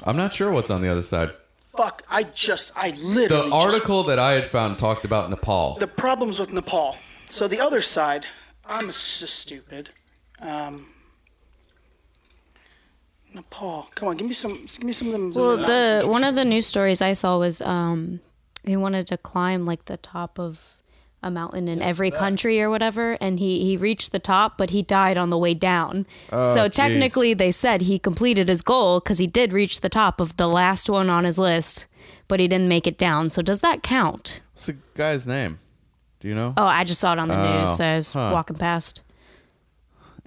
[SPEAKER 3] I'm not sure what's on the other side.
[SPEAKER 2] Fuck! I just I
[SPEAKER 3] The
[SPEAKER 2] literally just-
[SPEAKER 3] article that I had found talked about Nepal.
[SPEAKER 2] the problems with Nepal. So the other side, I'm so stupid. Um, Nepal, come on, give me some, give me some of them.
[SPEAKER 9] Well, the one of the news stories I saw was um, he wanted to climb like the top of a mountain in every country or whatever, and he he reached the top, but he died on the way down. so
[SPEAKER 3] geez.
[SPEAKER 9] technically, they said he completed his goal because he did reach the top of the last one on his list, but he didn't make it down. So does that count?
[SPEAKER 3] What's the guy's name? Do you know?
[SPEAKER 9] Oh, I just saw it on the
[SPEAKER 3] Oh,
[SPEAKER 9] news. So I was
[SPEAKER 3] huh.
[SPEAKER 9] walking past.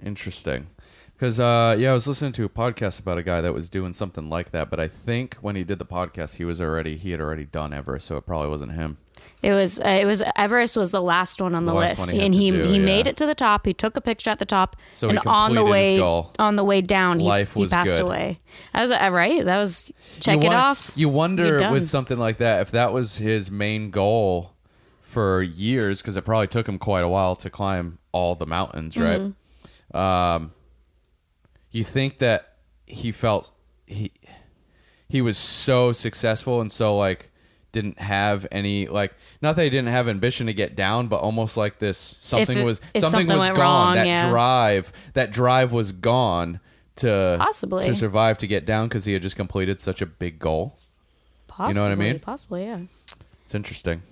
[SPEAKER 3] Interesting. Because uh, yeah, I was listening to a podcast about a guy that was doing something like that, but I think when he did the podcast, he was already he had already done Everest, so it probably wasn't him.
[SPEAKER 9] It was uh, it was Everest was the last one on the,
[SPEAKER 3] The last
[SPEAKER 9] list,
[SPEAKER 3] one he had
[SPEAKER 9] and
[SPEAKER 3] to
[SPEAKER 9] he
[SPEAKER 3] do,
[SPEAKER 9] he
[SPEAKER 3] yeah.
[SPEAKER 9] made it to the top. He took a picture at the top,
[SPEAKER 3] So he
[SPEAKER 9] and on the
[SPEAKER 3] completed his
[SPEAKER 9] way
[SPEAKER 3] goal.
[SPEAKER 9] on the way down, he,
[SPEAKER 3] Life
[SPEAKER 9] he
[SPEAKER 3] was
[SPEAKER 9] passed
[SPEAKER 3] good.
[SPEAKER 9] away. I was uh, right. That was check
[SPEAKER 3] You
[SPEAKER 9] it
[SPEAKER 3] won-
[SPEAKER 9] off.
[SPEAKER 3] You
[SPEAKER 9] You're
[SPEAKER 3] wonder
[SPEAKER 9] done.
[SPEAKER 3] with something like that if that was his main goal for years, because it probably took him quite a while to climb all the mountains, right?
[SPEAKER 9] Mm-hmm.
[SPEAKER 3] Um, you think that he felt he he was so successful and so like didn't have any like not that he didn't have ambition to get down, but almost like this something
[SPEAKER 9] it-
[SPEAKER 3] was
[SPEAKER 9] if
[SPEAKER 3] something,
[SPEAKER 9] something
[SPEAKER 3] was
[SPEAKER 9] went
[SPEAKER 3] gone.
[SPEAKER 9] wrong,
[SPEAKER 3] that
[SPEAKER 9] yeah.
[SPEAKER 3] drive that drive was gone to
[SPEAKER 9] Possibly.
[SPEAKER 3] to survive to get down because he had just completed such a big goal.
[SPEAKER 9] Possibly,
[SPEAKER 3] know what I mean?
[SPEAKER 9] Possibly, yeah.
[SPEAKER 3] It's interesting.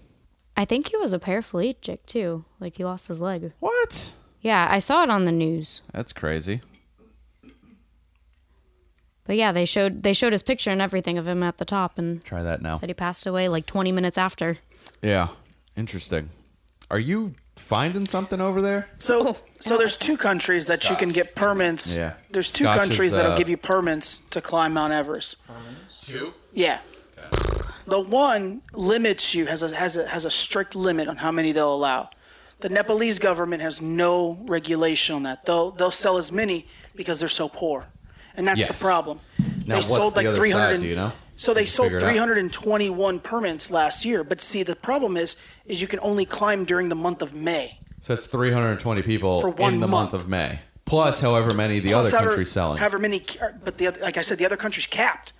[SPEAKER 9] I think he was a paraplegic too. Like he lost his leg.
[SPEAKER 3] What?
[SPEAKER 9] Yeah, I saw it on the news.
[SPEAKER 3] That's crazy.
[SPEAKER 9] But yeah, they showed they showed his picture and everything of him at the top, and
[SPEAKER 3] Try that now.
[SPEAKER 9] said he passed away like 20 minutes after.
[SPEAKER 3] Yeah, interesting. Are you finding something over there?
[SPEAKER 2] So, so there's two countries that you can get permits.
[SPEAKER 3] Yeah.
[SPEAKER 2] There's two
[SPEAKER 3] Scotch is,
[SPEAKER 2] countries that'll
[SPEAKER 3] uh,
[SPEAKER 2] give you permits to climb Mount Everest.
[SPEAKER 3] Two.
[SPEAKER 2] Yeah. The one limits you has a has a has a strict limit on how many they'll allow. The Nepalese government has no regulation on that. They'll they'll sell as many because they're so poor, and that's
[SPEAKER 3] Yes.
[SPEAKER 2] the problem.
[SPEAKER 3] Now,
[SPEAKER 2] they
[SPEAKER 3] what's
[SPEAKER 2] sold
[SPEAKER 3] the
[SPEAKER 2] like
[SPEAKER 3] other
[SPEAKER 2] 300.
[SPEAKER 3] side,
[SPEAKER 2] and-
[SPEAKER 3] do you know?
[SPEAKER 2] So they
[SPEAKER 3] Did you
[SPEAKER 2] sold
[SPEAKER 3] figure it out?
[SPEAKER 2] 321 permits last year. But see, the problem is, is you can only climb during the month of May.
[SPEAKER 3] So that's 320 people
[SPEAKER 2] For one
[SPEAKER 3] in the month.
[SPEAKER 2] month.
[SPEAKER 3] of May, plus however many the
[SPEAKER 2] Plus
[SPEAKER 3] other
[SPEAKER 2] however-
[SPEAKER 3] country's selling.
[SPEAKER 2] However many, but the other, like I said, the other country's capped.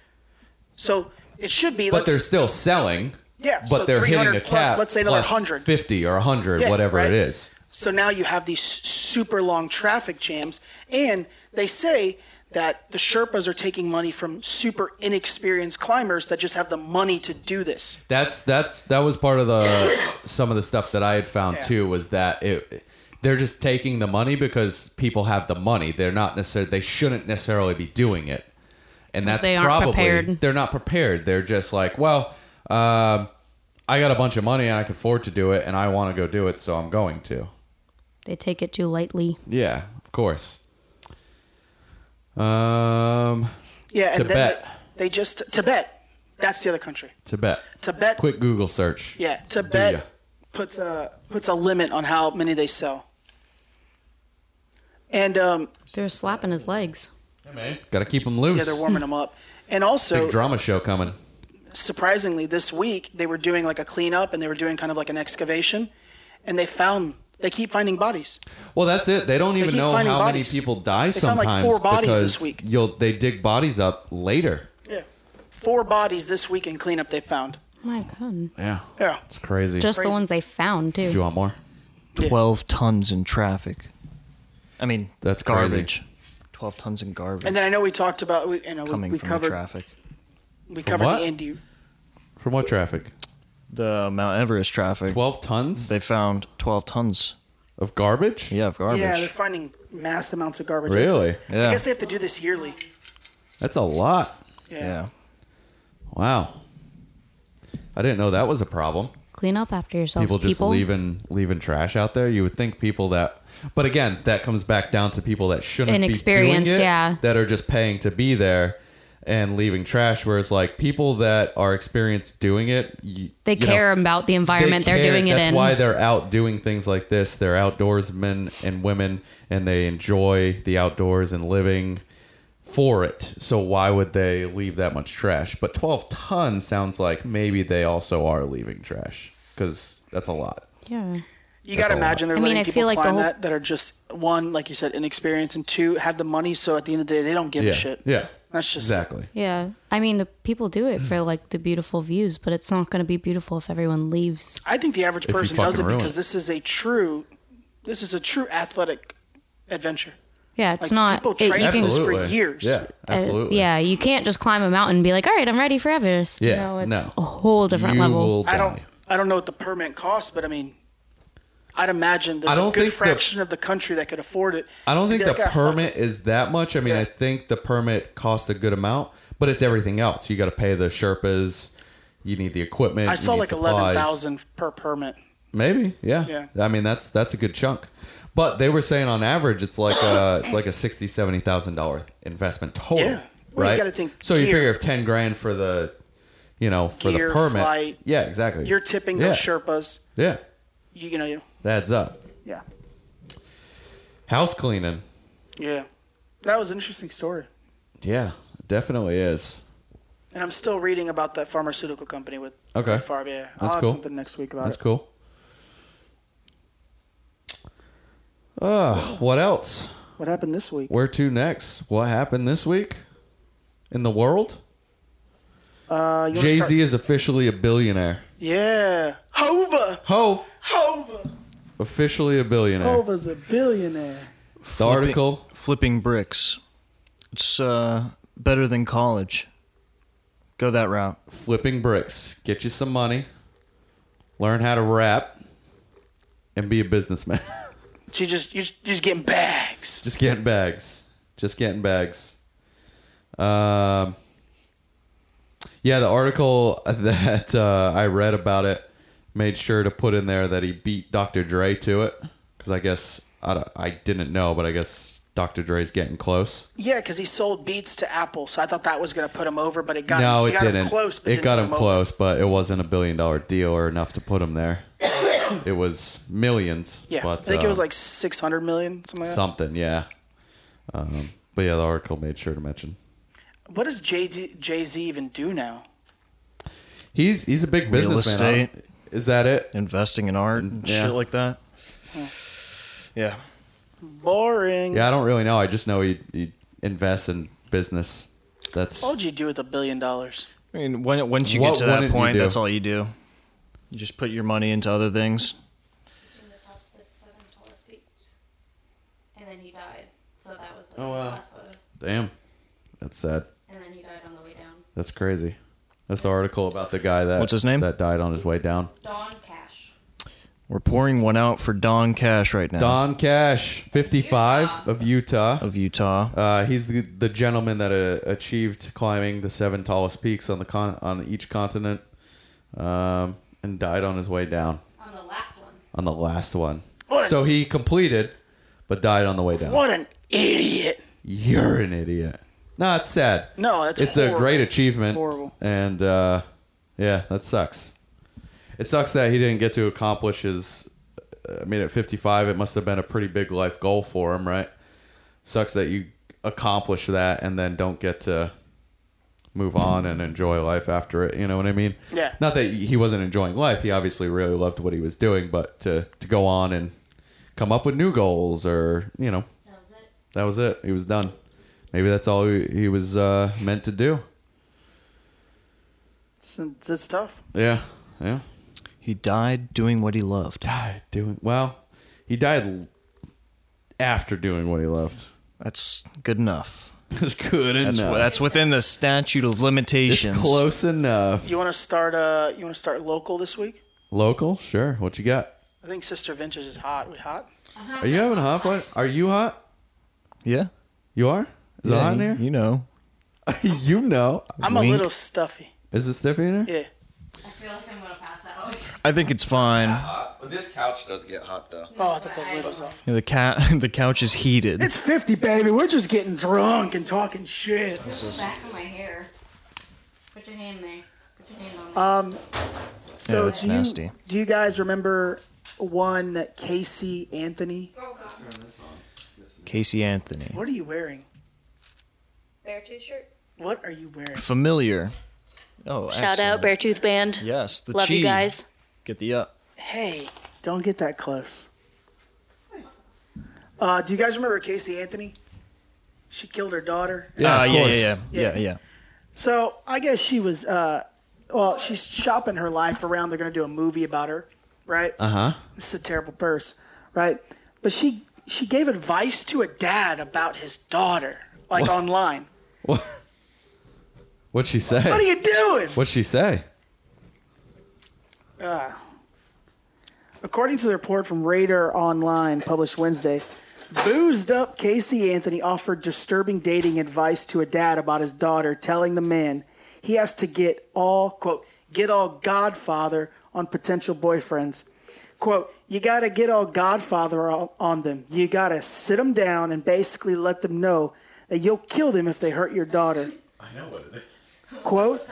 [SPEAKER 2] So it should be.
[SPEAKER 3] but
[SPEAKER 2] let's-
[SPEAKER 3] they're still selling.
[SPEAKER 2] Yeah,
[SPEAKER 3] But
[SPEAKER 2] so
[SPEAKER 3] they're hitting a
[SPEAKER 2] 300 plus,
[SPEAKER 3] cap.
[SPEAKER 2] let's say another
[SPEAKER 3] plus
[SPEAKER 2] 100.
[SPEAKER 3] 50 or 100,
[SPEAKER 2] Yeah,
[SPEAKER 3] whatever
[SPEAKER 2] right?
[SPEAKER 3] it is.
[SPEAKER 2] So now you have these super long traffic jams, and they say that the Sherpas are taking money from super inexperienced climbers that just have the money to do this.
[SPEAKER 3] That's that's that was part of the some of the stuff that I had found
[SPEAKER 2] Yeah.
[SPEAKER 3] too was that it they're just taking the money because people have the money. They're not necessarily they shouldn't necessarily be doing it, and that's
[SPEAKER 9] They aren't
[SPEAKER 3] probably
[SPEAKER 9] prepared.
[SPEAKER 3] they're not prepared. They're just like, well, um, I got a bunch of money and I can afford to do it, and I want to go do it, so I'm going to.
[SPEAKER 9] They take it too lightly.
[SPEAKER 3] Yeah, of course. Um,
[SPEAKER 2] Yeah, and then
[SPEAKER 3] Tibet.
[SPEAKER 2] They, they just Tibet. That's the other country.
[SPEAKER 3] Tibet.
[SPEAKER 2] Tibet.
[SPEAKER 3] Quick Google search.
[SPEAKER 2] Yeah,
[SPEAKER 3] ya?
[SPEAKER 2] Tibet puts a puts a limit on how many they sell. And um,
[SPEAKER 9] They're slapping his legs.
[SPEAKER 3] Got to keep them loose.
[SPEAKER 2] yeah, they're warming them up. And also,
[SPEAKER 3] Hmm. Big drama show coming.
[SPEAKER 2] surprisingly, this week they were doing like a cleanup and they were doing kind of like an excavation, and they found they keep finding bodies.
[SPEAKER 3] Well, that's it. They don't even
[SPEAKER 2] keep
[SPEAKER 3] know how
[SPEAKER 2] finding
[SPEAKER 3] many
[SPEAKER 2] bodies.
[SPEAKER 3] people die
[SPEAKER 2] They found, like,
[SPEAKER 3] sometimes
[SPEAKER 2] four bodies
[SPEAKER 3] because
[SPEAKER 2] this week.
[SPEAKER 3] you'll they dig bodies up later.
[SPEAKER 2] Yeah, four bodies this week in cleanup they found.
[SPEAKER 9] My God.
[SPEAKER 3] Yeah,
[SPEAKER 2] Yeah,
[SPEAKER 3] it's crazy.
[SPEAKER 9] Just
[SPEAKER 2] Crazy.
[SPEAKER 9] the ones they found,
[SPEAKER 3] Do you
[SPEAKER 9] too.
[SPEAKER 3] want more?
[SPEAKER 7] Twelve tons in traffic. I mean,
[SPEAKER 3] That's crazy.
[SPEAKER 7] garbage. Twelve tons in garbage
[SPEAKER 2] and then I know we talked about we, you know we,
[SPEAKER 7] coming
[SPEAKER 2] we
[SPEAKER 7] from the
[SPEAKER 2] covered
[SPEAKER 7] traffic.
[SPEAKER 2] we covered
[SPEAKER 3] what?
[SPEAKER 2] the Indy.
[SPEAKER 3] From what traffic?
[SPEAKER 7] The Mount Everest traffic.
[SPEAKER 3] Twelve tons
[SPEAKER 7] They found twelve tons.
[SPEAKER 3] of garbage.
[SPEAKER 7] Yeah, of garbage.
[SPEAKER 2] Yeah, they're finding mass amounts of garbage.
[SPEAKER 3] Really?
[SPEAKER 2] I
[SPEAKER 7] Yeah.
[SPEAKER 2] guess they have to do this yearly.
[SPEAKER 3] That's a lot.
[SPEAKER 7] yeah.
[SPEAKER 3] Wow. I didn't know that was a problem.
[SPEAKER 9] Clean up after yourselves.
[SPEAKER 3] people just leaving leaving trash out there. You would think people that, but again, that comes back down to people that shouldn't
[SPEAKER 9] Inexperienced,
[SPEAKER 3] be doing it,
[SPEAKER 9] yeah.
[SPEAKER 3] that are just paying to be there and leaving trash. Whereas like people that are experienced doing it, you,
[SPEAKER 9] They
[SPEAKER 3] you know,
[SPEAKER 9] care about the
[SPEAKER 3] they
[SPEAKER 9] environment they are
[SPEAKER 3] care.
[SPEAKER 9] doing it
[SPEAKER 3] That's
[SPEAKER 9] in.
[SPEAKER 3] why they're out doing things like this. They're outdoorsmen and women, and they enjoy the outdoors and living for it. So why would they leave that much trash? But 12 tons sounds like maybe they also are leaving trash because that's a lot.
[SPEAKER 9] yeah.
[SPEAKER 2] You
[SPEAKER 3] That's
[SPEAKER 2] got to
[SPEAKER 3] a lot.
[SPEAKER 2] imagine they're
[SPEAKER 9] I mean,
[SPEAKER 2] letting
[SPEAKER 9] I
[SPEAKER 2] people
[SPEAKER 9] feel like the
[SPEAKER 2] climb
[SPEAKER 9] whole-
[SPEAKER 2] that that are just one, like you said, inexperienced, and two have the money. So at the end of the day, they don't give
[SPEAKER 3] yeah.
[SPEAKER 2] a shit.
[SPEAKER 3] Yeah.
[SPEAKER 2] That's just
[SPEAKER 3] Exactly.
[SPEAKER 9] Yeah. I mean, the people do it for like the beautiful views, but it's not going to be beautiful if everyone leaves.
[SPEAKER 2] I think the average
[SPEAKER 3] If you
[SPEAKER 2] person does
[SPEAKER 3] fucking
[SPEAKER 2] it
[SPEAKER 3] ruin
[SPEAKER 2] because
[SPEAKER 3] it.
[SPEAKER 2] this is a true, this is a true athletic adventure.
[SPEAKER 9] Yeah, it's
[SPEAKER 2] Like,
[SPEAKER 9] not.
[SPEAKER 2] people
[SPEAKER 9] you
[SPEAKER 2] train
[SPEAKER 9] can-
[SPEAKER 2] for this for years.
[SPEAKER 3] Yeah.
[SPEAKER 9] uh,
[SPEAKER 3] Absolutely.
[SPEAKER 9] yeah, you can't just climb a mountain and be like, all right, I'm ready for Everest.
[SPEAKER 3] Yeah.
[SPEAKER 9] you know, it's
[SPEAKER 3] no.
[SPEAKER 9] a whole different
[SPEAKER 3] You
[SPEAKER 9] level.
[SPEAKER 3] will
[SPEAKER 2] I don't,
[SPEAKER 3] die.
[SPEAKER 2] I don't know what the permit costs, but I mean, I'd imagine
[SPEAKER 3] I
[SPEAKER 2] there's a
[SPEAKER 3] don't
[SPEAKER 2] good
[SPEAKER 3] think the-
[SPEAKER 2] fraction of the country that could afford it.
[SPEAKER 3] I don't think
[SPEAKER 2] They're
[SPEAKER 3] the
[SPEAKER 2] like, "Ah, fuck
[SPEAKER 3] permit
[SPEAKER 2] it."
[SPEAKER 3] is that much. I mean,
[SPEAKER 2] Yeah.
[SPEAKER 3] I think the permit costs a good amount, but it's everything else. You got to pay the Sherpas. You need the equipment.
[SPEAKER 2] I
[SPEAKER 3] you
[SPEAKER 2] saw
[SPEAKER 3] need
[SPEAKER 2] like
[SPEAKER 3] supplies.
[SPEAKER 2] eleven thousand per permit.
[SPEAKER 3] Maybe, yeah.
[SPEAKER 2] Yeah.
[SPEAKER 3] I mean, that's that's a good chunk. But they were saying on average, it's like a it's like a sixty seventy thousand dollar investment total.
[SPEAKER 2] Yeah. Well,
[SPEAKER 3] right.
[SPEAKER 2] you gotta think
[SPEAKER 3] so you
[SPEAKER 2] gear.
[SPEAKER 3] figure if ten grand for the, you know, for
[SPEAKER 2] Gear,
[SPEAKER 3] the permit.
[SPEAKER 2] flight.
[SPEAKER 3] yeah, exactly.
[SPEAKER 2] You're tipping
[SPEAKER 3] yeah.
[SPEAKER 2] those Sherpas.
[SPEAKER 3] Yeah,
[SPEAKER 2] You, you know, you,
[SPEAKER 3] that adds up.
[SPEAKER 2] yeah,
[SPEAKER 3] House cleaning.
[SPEAKER 2] yeah. That was an interesting story.
[SPEAKER 3] Yeah, definitely is.
[SPEAKER 2] And I'm still reading about that pharmaceutical company with
[SPEAKER 3] Okay.
[SPEAKER 2] with Farb. Yeah, I'll
[SPEAKER 3] That's
[SPEAKER 2] have
[SPEAKER 3] cool.
[SPEAKER 2] something next week about
[SPEAKER 3] That's
[SPEAKER 2] it.
[SPEAKER 3] cool. Uh, what else?
[SPEAKER 2] What happened this week?
[SPEAKER 3] Where to next? What happened this week in the world?
[SPEAKER 2] Uh, you wanna
[SPEAKER 3] Jay Z
[SPEAKER 2] start-
[SPEAKER 3] is officially a billionaire.
[SPEAKER 2] Yeah, Hova,
[SPEAKER 3] Hove
[SPEAKER 2] Hova,
[SPEAKER 3] officially a billionaire.
[SPEAKER 2] Hova's a billionaire.
[SPEAKER 3] The article.
[SPEAKER 7] Flipping bricks. It's uh, better than college. Go that route.
[SPEAKER 3] flipping bricks. Get you some money, learn how to rap, and be a businessman.
[SPEAKER 2] She just, you're just getting bags.
[SPEAKER 3] Just getting bags. Just getting bags. Um, yeah, the article that uh, I read about it made sure to put in there that he beat Dr. Dre to it because I guess I, don't- I didn't know, but I guess Dr. Dre's getting close.
[SPEAKER 2] Yeah, because he sold Beats to Apple, so I thought that was gonna put him over, but it got
[SPEAKER 3] no,
[SPEAKER 2] him,
[SPEAKER 3] it
[SPEAKER 2] got
[SPEAKER 3] didn't.
[SPEAKER 2] him close. But
[SPEAKER 3] it
[SPEAKER 2] didn't
[SPEAKER 3] got
[SPEAKER 2] put
[SPEAKER 3] him
[SPEAKER 2] over.
[SPEAKER 3] close, but it wasn't a billion dollar deal or enough to put him there. it was millions.
[SPEAKER 2] Yeah,
[SPEAKER 3] but,
[SPEAKER 2] I think it was
[SPEAKER 3] uh,
[SPEAKER 2] like 600 million, something like that.
[SPEAKER 3] something. Yeah. Um, but yeah, the article made sure to mention.
[SPEAKER 2] What does Jay Z Jay Z even do now?
[SPEAKER 3] He's he's a big
[SPEAKER 7] Real
[SPEAKER 3] businessman.
[SPEAKER 7] estate.
[SPEAKER 3] huh? Is that it?
[SPEAKER 7] Investing in art and
[SPEAKER 3] Yeah.
[SPEAKER 7] shit like that. Yeah.
[SPEAKER 2] Boring.
[SPEAKER 3] Yeah, I don't really know. I just know he he invests in business. That's
[SPEAKER 2] What would you do with a billion dollars?
[SPEAKER 7] I mean, when, once you
[SPEAKER 3] What
[SPEAKER 7] get to that
[SPEAKER 3] wouldn't you
[SPEAKER 7] point,
[SPEAKER 3] do?
[SPEAKER 7] that's all you do. You just put your money into other things.
[SPEAKER 9] And then he died. So that was
[SPEAKER 3] Oh, wow. last damn. That's sad.
[SPEAKER 9] And then he died on the way down.
[SPEAKER 3] That's crazy. That's the article about the guy that
[SPEAKER 7] What's his name?
[SPEAKER 3] that died on his way down.
[SPEAKER 9] Dawn Cash.
[SPEAKER 7] We're pouring one out for Don Cash right now
[SPEAKER 3] Don Cash, 55 of Utah.
[SPEAKER 7] of Utah.
[SPEAKER 3] Uh, he's the, the gentleman that uh, achieved climbing the seven tallest peaks on the con- on each continent, um, and died on his way down.
[SPEAKER 9] On the last one.
[SPEAKER 3] on the last one.
[SPEAKER 2] What a-
[SPEAKER 3] So he completed, but died on the way down.
[SPEAKER 2] What an idiot!
[SPEAKER 3] You're an idiot. No, it's sad.
[SPEAKER 2] No, that's
[SPEAKER 3] it's a
[SPEAKER 2] horrible.
[SPEAKER 3] great achievement.
[SPEAKER 2] It's horrible.
[SPEAKER 3] And uh, yeah, that sucks. It sucks that he didn't get to accomplish his. I mean, at 55, it must have been a pretty big life goal for him, right? Sucks that you accomplish that and then don't get to move on and enjoy life after it. You know what I mean?
[SPEAKER 2] Yeah.
[SPEAKER 3] Not that he wasn't enjoying life. He obviously really loved what he was doing, but to to go on and come up with new goals or you know that was it. He was done. Maybe that's all he, he was uh, meant to do.
[SPEAKER 2] It's, it's, it's tough.
[SPEAKER 3] Yeah, yeah.
[SPEAKER 7] He died doing what he loved.
[SPEAKER 3] Died Ah, doing well. He died l- after doing what he loved.
[SPEAKER 7] That's good enough.
[SPEAKER 3] It's good
[SPEAKER 7] That's
[SPEAKER 3] enough.
[SPEAKER 7] wh- that's within the statute of
[SPEAKER 3] it's
[SPEAKER 7] limitations.
[SPEAKER 3] close enough.
[SPEAKER 2] You want to start? Uh, you want to start local this week?
[SPEAKER 3] Local, sure. What you got?
[SPEAKER 2] I think Sister Vintage is hot. We hot?
[SPEAKER 3] Are you having a hot flash? Are you hot?
[SPEAKER 7] Yeah.
[SPEAKER 3] You are. Is it
[SPEAKER 7] Yeah,
[SPEAKER 3] hot in
[SPEAKER 7] you-
[SPEAKER 3] here?
[SPEAKER 7] You know.
[SPEAKER 3] you know.
[SPEAKER 2] I'm
[SPEAKER 7] Wink.
[SPEAKER 2] a little stuffy.
[SPEAKER 3] Is it stiffy in here?
[SPEAKER 2] Yeah.
[SPEAKER 9] feel like I'm gonna pass out.
[SPEAKER 7] I think it's fine.
[SPEAKER 3] Oh, This couch does get hot though.
[SPEAKER 2] Oh, I thought that lid was off.
[SPEAKER 7] Yeah, the cat the couch is heated.
[SPEAKER 2] It's 50, baby. We're just getting drunk and talking shit.
[SPEAKER 9] back of my hair. Put your hand there. Put your hand on.
[SPEAKER 2] Um, so
[SPEAKER 7] that's
[SPEAKER 2] do you,
[SPEAKER 7] nasty.
[SPEAKER 2] Do you guys remember one Casey Anthony?
[SPEAKER 7] Casey Anthony.
[SPEAKER 2] What are you wearing?
[SPEAKER 10] Beartooth shirt.
[SPEAKER 2] What are you wearing?
[SPEAKER 7] Familiar. Oh,
[SPEAKER 10] Shout out
[SPEAKER 7] excellent.
[SPEAKER 10] Beartooth Band.
[SPEAKER 7] Yes, the
[SPEAKER 10] Love
[SPEAKER 7] chi.
[SPEAKER 10] you guys.
[SPEAKER 7] Get the up.
[SPEAKER 2] Hey, don't get that close. Uh, do you guys remember Casey Anthony? She killed her daughter.
[SPEAKER 7] Yeah,
[SPEAKER 3] Yeah, of
[SPEAKER 7] Ah, yeah, yeah,
[SPEAKER 3] course.
[SPEAKER 7] yeah, yeah,
[SPEAKER 2] Yeah. So I guess she was, uh, well, she's shopping her life around. They're going to do a movie about her, right?
[SPEAKER 3] Uh
[SPEAKER 7] Uh-huh.
[SPEAKER 3] huh.
[SPEAKER 2] This is a terrible purse, right? But she she gave advice to a dad about his daughter, like online.
[SPEAKER 3] What? What'd she say?
[SPEAKER 2] What are you doing?
[SPEAKER 3] What'd she say?
[SPEAKER 2] According to the report from Radar Online published Wednesday, boozed up Casey Anthony offered disturbing dating advice to a dad about his daughter, telling the man he has to get all, quote, get all godfather on potential boyfriends. Quote, you gotta get all godfather on, on them. You gotta sit them down and basically let them know that you'll kill them if they hurt your daughter.
[SPEAKER 3] I know what it is.
[SPEAKER 2] Quote,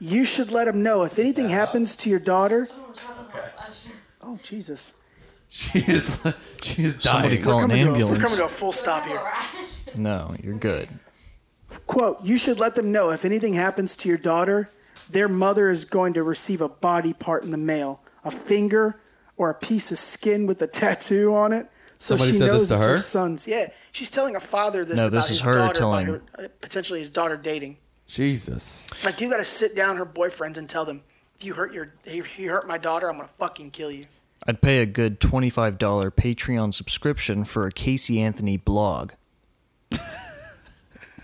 [SPEAKER 2] you should let them know if anything happens to your daughter. Oh, Jesus.
[SPEAKER 3] She is. She is
[SPEAKER 7] Somebody
[SPEAKER 3] dying.
[SPEAKER 7] call an
[SPEAKER 2] coming to a- we're
[SPEAKER 7] ambulance.
[SPEAKER 2] coming to a full stop here.
[SPEAKER 7] No, you're good.
[SPEAKER 2] Quote, you should let them know if anything happens to your daughter, their mother is going to receive a body part in the mail, a finger or a piece of skin with a tattoo on it. So
[SPEAKER 3] Somebody
[SPEAKER 2] she
[SPEAKER 3] said this
[SPEAKER 2] knows
[SPEAKER 3] to
[SPEAKER 2] it's
[SPEAKER 3] her?
[SPEAKER 2] her son's. Yeah. She's telling a father this
[SPEAKER 7] No,
[SPEAKER 2] about
[SPEAKER 7] this is
[SPEAKER 2] his
[SPEAKER 7] her
[SPEAKER 2] daughter
[SPEAKER 7] telling.
[SPEAKER 2] about her, uh, potentially his daughter dating.
[SPEAKER 3] Jesus.
[SPEAKER 2] Like you got to sit down her boyfriends and tell them, if you hurt your if you hurt my daughter, I'm going to fucking kill you.
[SPEAKER 7] I'd pay a good $25 Patreon subscription for a Casey Anthony blog.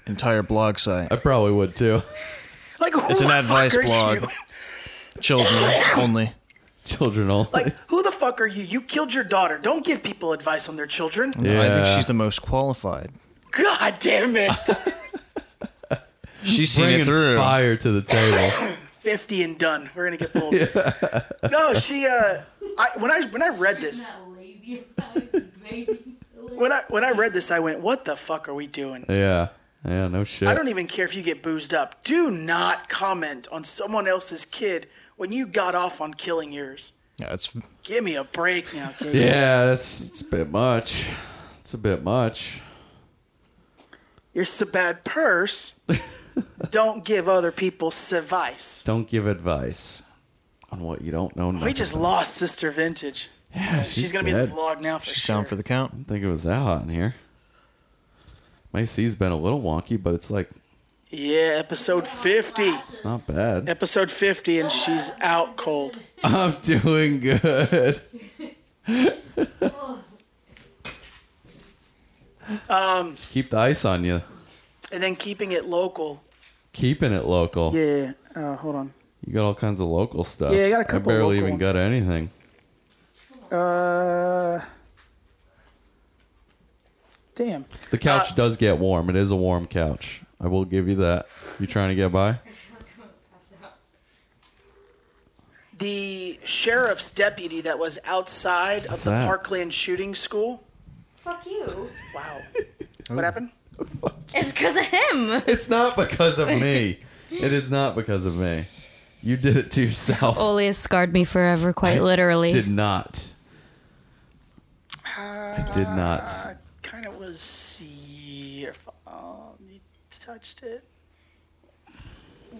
[SPEAKER 7] Entire blog site.
[SPEAKER 3] I probably would too.
[SPEAKER 2] Like who
[SPEAKER 7] It's an
[SPEAKER 2] the
[SPEAKER 7] advice
[SPEAKER 2] fuck are
[SPEAKER 7] blog.
[SPEAKER 2] you?
[SPEAKER 7] Children only.
[SPEAKER 3] Children only.
[SPEAKER 2] Like who the fuck are you? You killed your daughter. Don't give people advice on their children.
[SPEAKER 7] No, I
[SPEAKER 3] Yeah.
[SPEAKER 7] think she's the most qualified.
[SPEAKER 2] God damn it.
[SPEAKER 7] She's seen
[SPEAKER 3] Bringing
[SPEAKER 7] it through.
[SPEAKER 3] fire to the table.
[SPEAKER 2] 50 and done. We're gonna get pulled. No, she. Uh, I when I when I read this, when I when I read this, I went, "What the fuck are we doing?"
[SPEAKER 3] yeah. Yeah. No shit.
[SPEAKER 2] I don't even care if you get boozed up. Do not comment on someone else's kid when you got off on killing yours.
[SPEAKER 7] Yeah, it's,
[SPEAKER 2] Give me a break now, kid.
[SPEAKER 3] yeah. That's it's a bit much. It's a bit much.
[SPEAKER 2] You're so bad purse. Don't give other people advice.
[SPEAKER 3] Don't give advice on what you don't know.
[SPEAKER 2] We just lost Sister Vintage.
[SPEAKER 3] Yeah,
[SPEAKER 2] She's, gonna be in the
[SPEAKER 3] dead.
[SPEAKER 2] vlog now for
[SPEAKER 7] she's
[SPEAKER 2] sure.
[SPEAKER 7] down for the count.
[SPEAKER 3] I think it was that hot in here. My C's been a little wonky, but it's like
[SPEAKER 2] yeah, episode 50.
[SPEAKER 3] it's not bad.
[SPEAKER 2] Episode 50, and she's out cold.
[SPEAKER 3] I'm doing good.
[SPEAKER 2] Um,
[SPEAKER 3] Just keep the ice on you.
[SPEAKER 2] and then keeping it local.
[SPEAKER 3] Keeping it local.
[SPEAKER 2] Yeah. Uh, hold on.
[SPEAKER 3] You got all kinds of local stuff.
[SPEAKER 2] Yeah, I got a couple
[SPEAKER 3] I barely
[SPEAKER 2] local
[SPEAKER 3] even
[SPEAKER 2] ones.
[SPEAKER 3] got anything.
[SPEAKER 2] Uh, damn.
[SPEAKER 3] The
[SPEAKER 2] Uh,
[SPEAKER 3] couch does get warm. It is a warm couch. I will give you that. You trying to get by?
[SPEAKER 2] The sheriff's deputy that was outside of
[SPEAKER 3] What's
[SPEAKER 2] the
[SPEAKER 3] that?
[SPEAKER 2] Parkland shooting school.
[SPEAKER 9] Fuck you.
[SPEAKER 3] Oh.
[SPEAKER 2] Wow. what happened?
[SPEAKER 9] It's because of him.
[SPEAKER 3] It's not because of me. It is not because of me. You did it to yourself.
[SPEAKER 9] Oli has scarred me forever, quite literally.
[SPEAKER 3] Did not. I did not.
[SPEAKER 2] kind of was your fault. You touched it.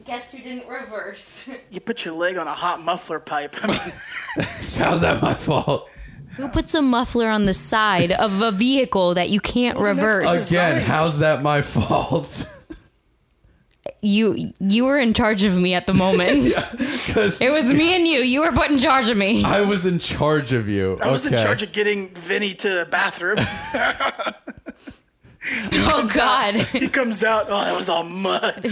[SPEAKER 9] Guess who didn't reverse?
[SPEAKER 2] You put your leg on a hot muffler pipe. I mean,
[SPEAKER 3] How's that my fault?
[SPEAKER 9] who puts a muffler on the side of a vehicle that you can't reverse?
[SPEAKER 3] Again, how's that my fault?
[SPEAKER 9] You you were in charge of me at the moment.
[SPEAKER 3] Because
[SPEAKER 9] It was me and you. You were put in charge of me.
[SPEAKER 3] I was in charge of you.
[SPEAKER 2] I was in
[SPEAKER 3] Okay.
[SPEAKER 2] charge of getting Vinny to the bathroom.
[SPEAKER 9] oh God.
[SPEAKER 2] he comes out. Oh, that was all mud.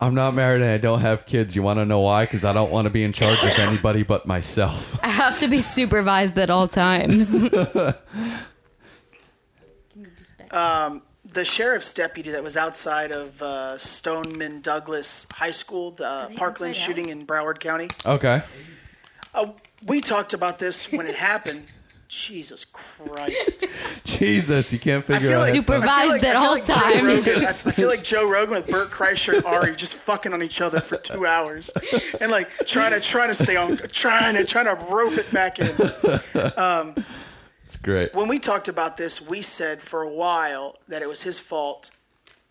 [SPEAKER 3] I'm not married and I don't have kids. You want to know why? Because I don't want to be in charge of anybody but myself.
[SPEAKER 9] I have to be supervised at all times.
[SPEAKER 2] Um, the sheriff's deputy that was outside of uh, Stoneman Douglas High School, the uh, Parkland shooting in Broward County.
[SPEAKER 3] Okay.
[SPEAKER 2] Uh, we talked about this when it happened. Jesus Christ!
[SPEAKER 3] Jesus, you can't
[SPEAKER 2] I
[SPEAKER 3] figure
[SPEAKER 2] feel
[SPEAKER 3] out.
[SPEAKER 2] like
[SPEAKER 9] Supervised
[SPEAKER 2] I feel like-
[SPEAKER 9] at
[SPEAKER 2] I feel
[SPEAKER 9] all
[SPEAKER 2] like Joe
[SPEAKER 9] times.
[SPEAKER 2] Rogan- I I feel like Joe Rogan with Burt Kreischer and Ari just fucking on each other for two hours, and like trying to trying to stay on, trying to trying to rope it back in. Um,
[SPEAKER 3] It's great.
[SPEAKER 2] when we talked about this, we said for a while that it was his fault.